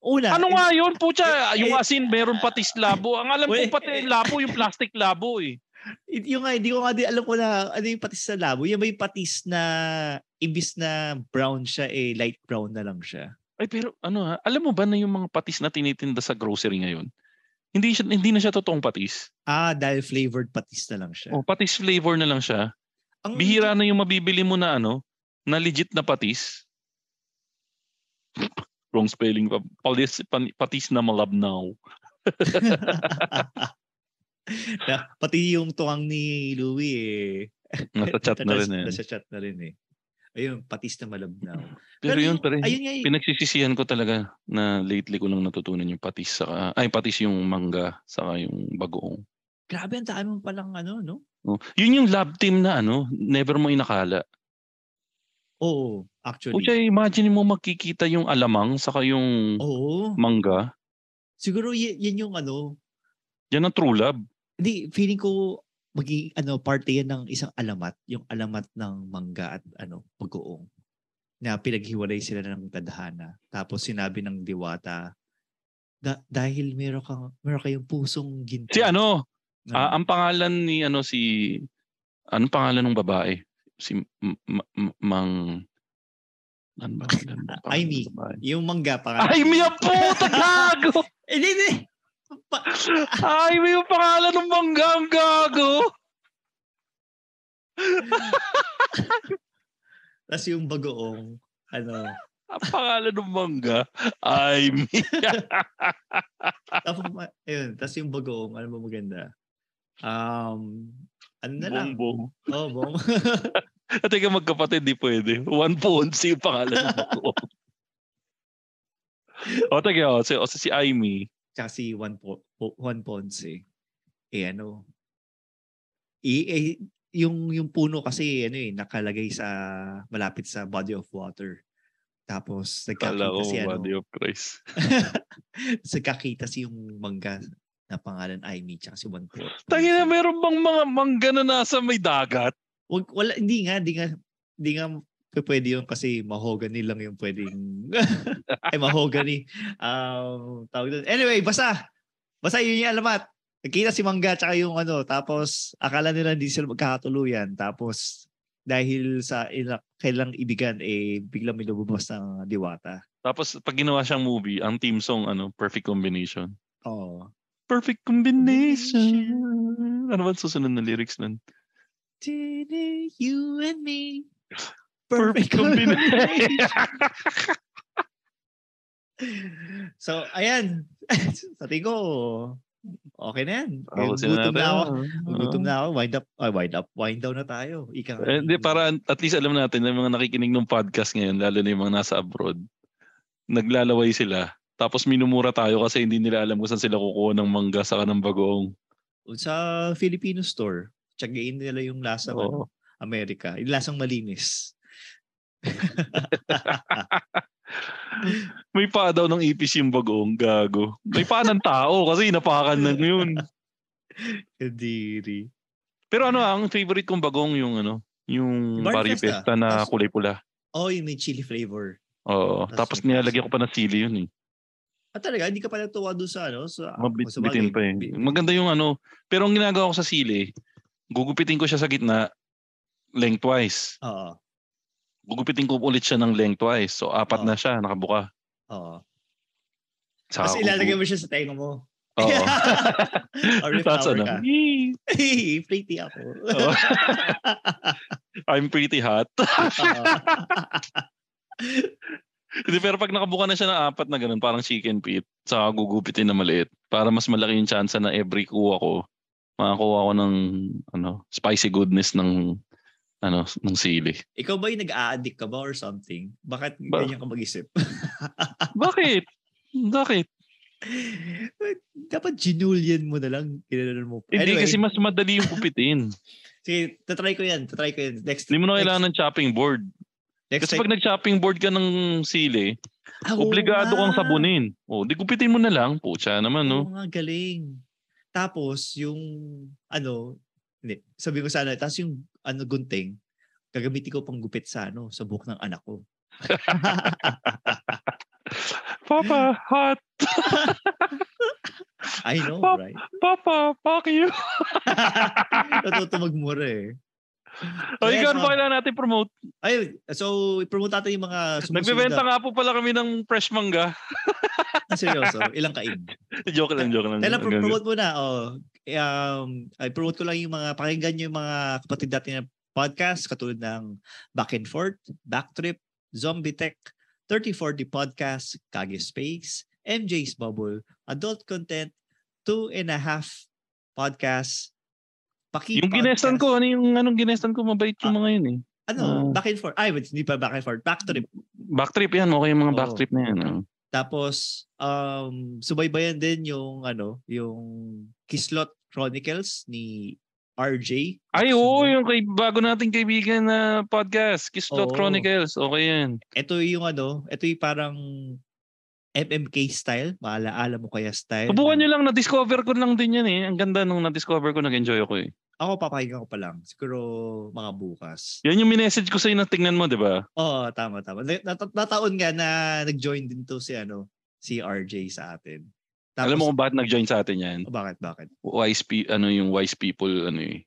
Speaker 2: Una,
Speaker 3: Ano nga yun, pucha?
Speaker 2: eh, eh,
Speaker 3: Yung asin, meron pati labo. Ang alam ko
Speaker 2: Wait. eh,
Speaker 3: pati labo, yung plastic labo eh.
Speaker 2: It- Yung nga, hindi ko nga din alam ko na ano yung patis sa labo. Yung may patis na imbis na brown siya, eh light brown na lang siya.
Speaker 3: Ay, pero ano ha, alam mo ba na yung mga patis na tinitinda sa grocery ngayon, hindi, siya, hindi na siya totoong patis.
Speaker 2: Ah, dahil flavored patis na lang siya.
Speaker 3: O, patis flavor na lang siya.
Speaker 2: Ang
Speaker 3: Oh, Bihira na yung mabibili mo na ano, na legit na patis. Wrong spelling. pa. Palis, pan- patis na malabnaw.
Speaker 2: Na- pati yung tuwang ni Louie eh.
Speaker 3: Nasa chat na rin
Speaker 2: Nasa-
Speaker 3: eh.
Speaker 2: Nasa chat na rin eh. Ayun, patis na malabnaw.
Speaker 3: Pero yun pa rin.
Speaker 2: Ayun nga eh.
Speaker 3: Pinagsisisihan ko talaga na lately ko lang natutunan yung patis saka, ay patis yung mangga saka yung bagoong.
Speaker 2: grabe, ang dami mo palang ano, no?
Speaker 3: Oh, Yun yung lab team na ano, never mo inakala.
Speaker 2: Oo, actually.
Speaker 3: Pucha, imagine mo makikita yung alamang saka yung
Speaker 2: Oh. Oo.
Speaker 3: mangga.
Speaker 2: Siguro y- yan yung ano,
Speaker 3: Yan ang true lab.
Speaker 2: Hindi, feeling ko magiging ano, parte yan ng isang alamat, yung alamat ng mangga at ano, pag-uong. Na pinaghiwalay sila ng tadhana. Tapos sinabi ng diwata, "Da- dahil meron kang meron kayong pusong ginto.
Speaker 3: Si ano,
Speaker 2: Na-
Speaker 3: ah, ang pangalan ni ano si anong pangalan ng babae? Si M- M- M- Mang ano ba? ang pangalan ng
Speaker 2: Aimee.
Speaker 3: babae?
Speaker 2: yung mangga pa. Eh,
Speaker 3: Ay, may puta gago!
Speaker 2: Hindi, hindi. Pa-
Speaker 3: Ay, may yung pangalan ng mangga ang gago!
Speaker 2: Tapos yung bagoong, ano.
Speaker 3: Ang pangalan ng mangga, Aimee.
Speaker 2: Tapos, ma- ayun, tapos yung bagoong, ano ba maganda? Um, ano na lang?
Speaker 3: Bongbong.
Speaker 2: Oh, bong.
Speaker 3: At Ah, teka, magkapatid, di pwede. One Ponce yung pangalan ng bagoong. o, teka, o, si, o, si Aimee.
Speaker 2: Tsaka si Juan, po, Po- Juan Ponce. Eh ano, i- eh, yung, yung puno kasi ano eh, nakalagay sa, malapit sa body of water. Tapos
Speaker 3: Kala
Speaker 2: nagkakita
Speaker 3: ko,
Speaker 2: si ano,
Speaker 3: Body of Christ.
Speaker 2: nagkakita si yung mangga na pangalan Aimee tsaka si Juan Po.
Speaker 3: Tangina,
Speaker 2: Ponce.
Speaker 3: meron bang mga mangga na nasa may dagat?
Speaker 2: Wag, wala, hindi nga, hindi nga, hindi nga p- pwede yun kasi mahogany lang yung pwedeng, ay mahogany. Um, tawag doon. Anyway, basta, basta yun yung alamat. Nakita si Mangga tsaka yung ano, tapos akala nila hindi sila magkakatuluyan. Tapos dahil sa ila, kailang ibigan, eh biglang may lumabas ng diwata.
Speaker 3: Tapos, pag ginawa siyang movie, ang team song, ano, Perfect Combination.
Speaker 2: Oo.
Speaker 3: Perfect Combination. Ano ba ang susunod na lyrics nun?
Speaker 2: Today, you and me.
Speaker 3: Perfect combination.
Speaker 2: so, ayan. sa tingin ko, okay na yan.
Speaker 3: Ako, sino
Speaker 2: Gutom
Speaker 3: natin?
Speaker 2: na ako.
Speaker 3: Oo.
Speaker 2: Gutom na ako. Wind up. Ay, wind up. Wind down na tayo. Ika nga.
Speaker 3: Eh, Hindi, para at least alam natin na yung mga nakikinig ng podcast ngayon, lalo na yung mga nasa abroad, naglalaway sila. Tapos minumura tayo kasi hindi nila alam kung saan sila kukuha ng mangga sa kanang bagoong.
Speaker 2: Sa Filipino store, tsagain nila yung lasa ng
Speaker 3: Oo.
Speaker 2: Amerika. Yung lasang malinis.
Speaker 3: May paa daw ng ipis yung bagoong, gago. May paa ng tao kasi napakan lang yun.
Speaker 2: Kadiri.
Speaker 3: Pero ano, ang favorite kong bagoong yung ano, yung
Speaker 2: Barrio
Speaker 3: Barrio
Speaker 2: Fiesta.
Speaker 3: Fiesta na
Speaker 2: Tapos-
Speaker 3: kulay pula.
Speaker 2: Oh, yung may chili flavor.
Speaker 3: Oo.
Speaker 2: Tapos
Speaker 3: Tapos
Speaker 2: yung-
Speaker 3: nilalagyan ko pa ng sili yun eh.
Speaker 2: At Ah, talaga, hindi ka pa natuwa doon sa ano? Sa, sa bagay.
Speaker 3: Mabitbitin pa eh.
Speaker 2: Bi-
Speaker 3: Maganda yung ano. Pero ang ginagawa ko sa sili, gugupitin ko siya sa gitna lengthwise.
Speaker 2: Oo.
Speaker 3: gugupitin ko ulit siya ng lengthwise. So,
Speaker 2: Oo.
Speaker 3: apat na siya, nakabuka.
Speaker 2: Oo.
Speaker 3: Saka
Speaker 2: Tapos
Speaker 3: ako-
Speaker 2: ilalagay mo siya sa tenga mo.
Speaker 3: Oo.
Speaker 2: Or if
Speaker 3: Tapos
Speaker 2: power
Speaker 3: ano,
Speaker 2: ka.
Speaker 3: "Yee!"
Speaker 2: Hey, pretty ako.
Speaker 3: Oo. I'm pretty hot. Hindi, Pero pag nakabuka na siya ng apat na ganun, parang chicken feet, saka gugupitin na maliit. Para mas malaki yung chance na every kuha ko, makakuha ko ng ano, spicy goodness ng ano ng sili.
Speaker 2: Ikaw ba yung nag-a-addict ka ba or something? Bakit
Speaker 3: Ba-
Speaker 2: ganyan ka mag-isip?
Speaker 3: Bakit? Bakit?
Speaker 2: Dapat ginulian mo na lang. Kinalan mo.
Speaker 3: Hindi kasi mas madali yung gupitin.
Speaker 2: Sige, tatry ko yan. Tatry ko yan. Next.
Speaker 3: Hindi mo na
Speaker 2: next-
Speaker 3: kailangan ng chopping board.
Speaker 2: Next,
Speaker 3: Kasi pag nag-chopping board ka ng sili,
Speaker 2: Ah, oo nga.
Speaker 3: Obligado kang sabunin. O, di gupitin mo na lang. Pucha naman, no?
Speaker 2: Oo nga, galing. Tapos, yung, ano, hindi, sabi ko sana, tapos yung, ano, gunting, gagamitin ko pang gupit sa, ano, sa buhok ng anak ko.
Speaker 3: Papa, hot.
Speaker 2: I know,
Speaker 3: Pop.
Speaker 2: right?
Speaker 3: Papa, fuck you.
Speaker 2: Natuto magmura eh.
Speaker 3: O,
Speaker 2: Yes, ma'am.
Speaker 3: ikaw, ano pa kailangan natin promote?
Speaker 2: Ay, so, i-promote natin yung mga sumusunod.
Speaker 3: Nagbebenta nga po pala kami ng fresh mangga.
Speaker 2: na- Seryoso, ilang kaib.
Speaker 3: joke lang, joke lang.
Speaker 2: Tela,
Speaker 3: Joke lang.
Speaker 2: promote mo na. Oh. Um, ay, promote ko lang yung mga, pakinggan nyo yung mga kapatid natin na podcast katulad ng Back and Forth, Backtrip, Zombie Tech, 3040 Podcast, Kage Space, MJ's Bubble, Adult Content, Two and a Half Podcast, Paki
Speaker 3: Yung ginestan
Speaker 2: Podcast.
Speaker 3: ko, ano yung anong ginestan ko, mabait yung mga yun eh.
Speaker 2: Ano?
Speaker 3: Ah.
Speaker 2: back and Forth. Ay, wait, hindi pa Back and Forth. Backtrip.
Speaker 3: Backtrip yan, okay yung mga
Speaker 2: Oo.
Speaker 3: backtrip na yan. oh.
Speaker 2: Tapos, um, subaybayan din yung, ano, yung Kislot Chronicles ni RJ.
Speaker 3: Ay, oo,
Speaker 2: Sunod.
Speaker 3: yung kay, bago nating kaibigan na podcast,
Speaker 2: Oo.
Speaker 3: Kislot Chronicles, okay yan.
Speaker 2: Ito yung ano, ito yung parang MMK style. Maalaala mo kaya style.
Speaker 3: Subukan nyo lang, na-discover ko lang din yan eh. Ang ganda nung na-discover ko, nag-enjoy ako eh.
Speaker 2: Ako, papakinggan ko pa lang. Siguro mga bukas.
Speaker 3: Yan yung minessage ko sa'yo na tingnan mo, di ba?
Speaker 2: Oo, oh, tama, tama. Nat- nat- Nataon nga na nag-join din to si, ano, si RJ sa atin. Tapos,
Speaker 3: Alam mo kung bakit nag-join sa atin yan?
Speaker 2: bakit, bakit?
Speaker 3: Wise, pe- ano yung wise people, ano eh.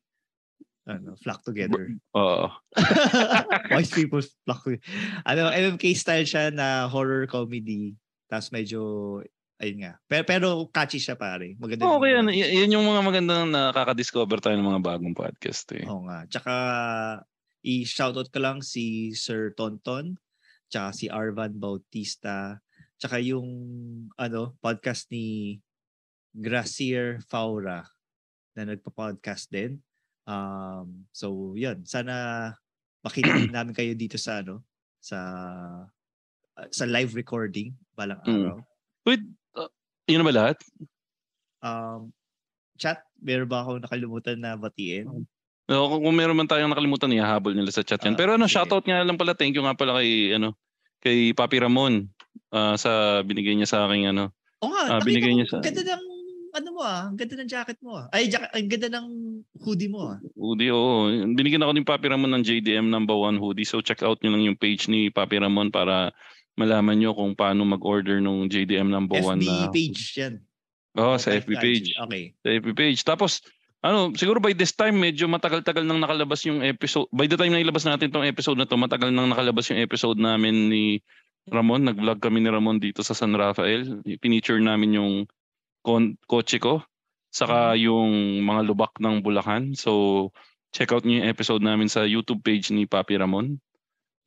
Speaker 2: Ano, flock together.
Speaker 3: Oo.
Speaker 2: Wise people flock. Ano, MMK style siya na horror comedy. Tapos medyo, ayun nga. Pero, pero catchy siya pare. Maganda. din
Speaker 3: Oo, okay yan.
Speaker 2: yung-
Speaker 3: Y- yan yung mga magandang nakaka-discover tayo ng mga bagong podcast eh.
Speaker 2: Oo nga. Tsaka, i-shoutout ko lang si Sir Tonton. Tsaka si Arvan Bautista. Tsaka yung, ano, podcast ni Gracier Faura na nagpa-podcast din. Um, so, yun. Sana makita din namin kayo dito sa, ano, sa ah, sa live recording balang
Speaker 3: Mm.
Speaker 2: araw.
Speaker 3: ah, Yun na ba lahat?
Speaker 2: Um, chat, meron ba ako nakalimutan na batiin?
Speaker 3: No, kung, kung meron man tayong nakalimutan, ihahabol nila sa chat yan.
Speaker 2: Ah,
Speaker 3: Pero ano,
Speaker 2: sige.
Speaker 3: shoutout nga lang pala. Thank you nga pala kay, ano, kay Papi Ramon ah, sa binigay niya sa akin, ano.
Speaker 2: Oo nga,
Speaker 3: Ah,
Speaker 2: nakita
Speaker 3: binigay
Speaker 2: ko,
Speaker 3: niya sa
Speaker 2: Ang ganda ng ano mo ah, ang ganda ng jacket mo ah. Ay, jacket, ang ganda ng hoodie mo ah.
Speaker 3: Hoodie, oo. Binigyan ako ni Papi Ramon ng JDM number one hoodie. So check out nyo lang yung page ni Papi Ramon para malaman nyo kung paano mag-order ng JDM number one
Speaker 2: FB
Speaker 3: na.
Speaker 2: page 'yan.
Speaker 3: Oo, sa
Speaker 2: Kahit
Speaker 3: FB
Speaker 2: IG.
Speaker 3: page.
Speaker 2: Okay.
Speaker 3: Sa FB page. Tapos, ano, siguro by this time, medyo matagal-tagal nang nakalabas yung episode. By the time na ilabas natin tong episode na to, matagal nang nakalabas yung episode namin ni Ramon. Nag-vlog kami ni Ramon dito sa San Rafael. Pinicture namin yung kon- kotse ko. Saka yung mga lubak ng Bulacan. So, check out niyo yung episode namin sa YouTube page ni Papi Ramon.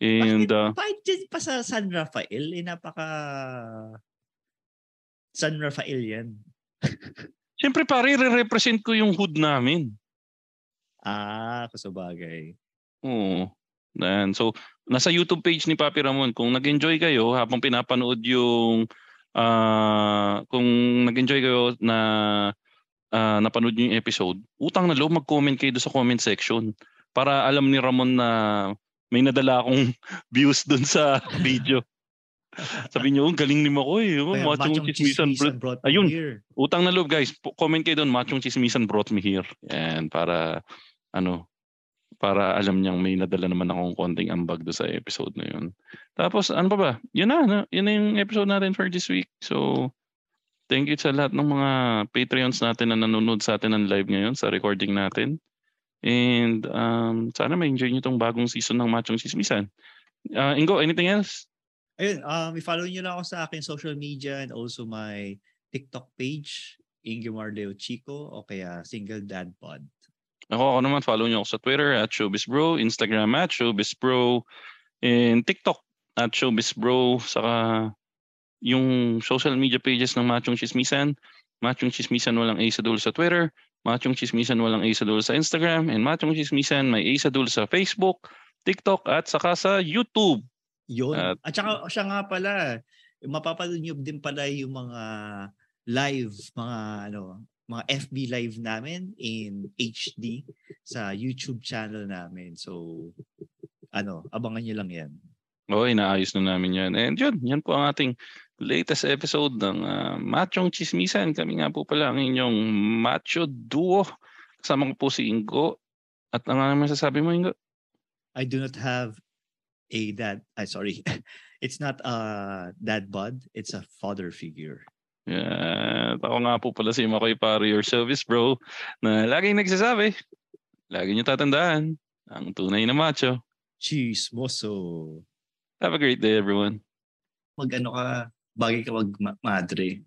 Speaker 3: And,
Speaker 2: Bakit
Speaker 3: uh,
Speaker 2: Bakit dyan pa sa San Rafael? Eh, napaka San Rafael 'yan.
Speaker 3: siyempre pare, re-represent ko yung hood namin.
Speaker 2: Ah, kasabagay.
Speaker 3: Oo. Ayan. So, nasa YouTube page ni Papi Ramon, kung nag-enjoy kayo habang pinapanood yung ah, kung nag-enjoy kayo na ah, napanood nyo yung episode, utang na loob mag-comment kayo doon sa comment section para alam ni Ramon na may nadala akong views doon sa video. Sabi niyo, ang galing ni Makoy. Oh,
Speaker 2: Kaya
Speaker 3: machong
Speaker 2: machong
Speaker 3: chismisan. bro."
Speaker 2: brought
Speaker 3: Ayun.
Speaker 2: me here.
Speaker 3: Utang na loob, guys. Po- Comment kayo doon, machong chismisan brought me here. And para, ano, para alam niyang may nadala naman akong konting ambag do sa episode na yun. Tapos, ano pa ba? Yun na, na- yun na yung episode natin for this week. So, thank you sa lahat ng mga Patreons natin na nanonood sa atin ng live ngayon sa recording natin. And um, sana ma-enjoy niyo tong bagong season ng Machong Chismisan. Ah, Ingo, anything else?
Speaker 2: Ayun, um, i-follow nyo lang ako sa akin social media and also my TikTok page, Ingimar Leo Chico o kaya Single Dad Pod.
Speaker 3: Ako, ako naman, follow nyo ako sa Twitter at ShowbizBro, Instagram at ShowbizBro, and TikTok at ShowbizBro, saka yung social media pages ng Machong Chismisan, Machong Chismisan walang A sa dulo sa Twitter, Machong Chismisan walang A sa dulo sa Instagram, and Machong Chismisan may A sa dulo sa Facebook, TikTok, at saka sa YouTube.
Speaker 2: Yun.
Speaker 3: At-
Speaker 2: At saka siya nga pala, mapapanood nyo din pala yung mga live, mga ano, mga FB live namin in HD sa YouTube channel namin. So, ano, abangan nyo lang yan.
Speaker 3: Oo, inaayos na namin yan. And yun, yan po ang ating latest episode ng ah, Machong Chismisan. Kami nga po pala ang inyong macho duo. Kasama ko po si Ingo. At ano naman sasabi mo, Ingo?
Speaker 2: I do not have a dad, ay sorry, it's not a dad bod, it's a father figure.
Speaker 3: Yeah. At Ako nga po pala si Makoy Pari, your service bro, na laging nagsasabi, lagi niyo tatandaan, ang tunay na macho.
Speaker 2: Chismoso.
Speaker 3: Have a great day, everyone.
Speaker 2: Mag ano ka, bagay ka mag ma- madre.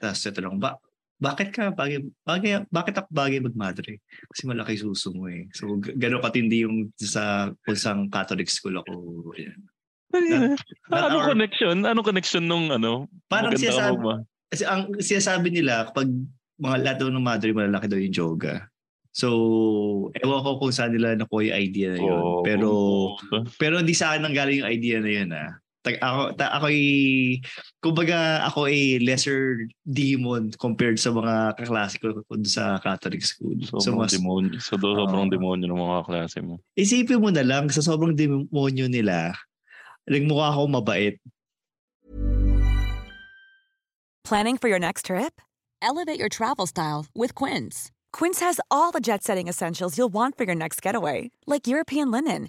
Speaker 2: Tapos ito lang, ba, bakit ka bagay, bagay, bakit ako bagay mag madre? Kasi malaki suso mo eh. So, g- gano'n katindi yung sa pulsang Catholic school ako. Ayan.
Speaker 3: Ano
Speaker 2: Not
Speaker 3: anong
Speaker 2: our-
Speaker 3: connection? Anong connection nung ano?
Speaker 2: Parang
Speaker 3: Maganda
Speaker 2: siya
Speaker 3: ako ba?
Speaker 2: Kasi ang sinasabi nila, kapag mga lahat daw ng madre, malalaki daw yung yoga. So, ewan ko kung saan nila nakuha yung idea na yun.
Speaker 3: Oo.
Speaker 2: pero, pero hindi sa akin nanggaling yung idea na yun ah. Tag, ako, ta, ako ay, kumbaga ako ay lesser demon compared sa mga kaklase ko dun sa Catholic school. So,
Speaker 3: sobrang
Speaker 2: mas,
Speaker 3: demonyo. So, do- sobrang
Speaker 2: Oo.
Speaker 3: demonyo ng mga klase mo.
Speaker 2: isipin mo na lang, sa sobrang demonyo nila, nagmukha ako mabait.
Speaker 4: Planning for your next trip?
Speaker 5: Elevate your travel style with Quince.
Speaker 4: Quince has all the jet setting essentials you'll want for your next getaway, like European linen,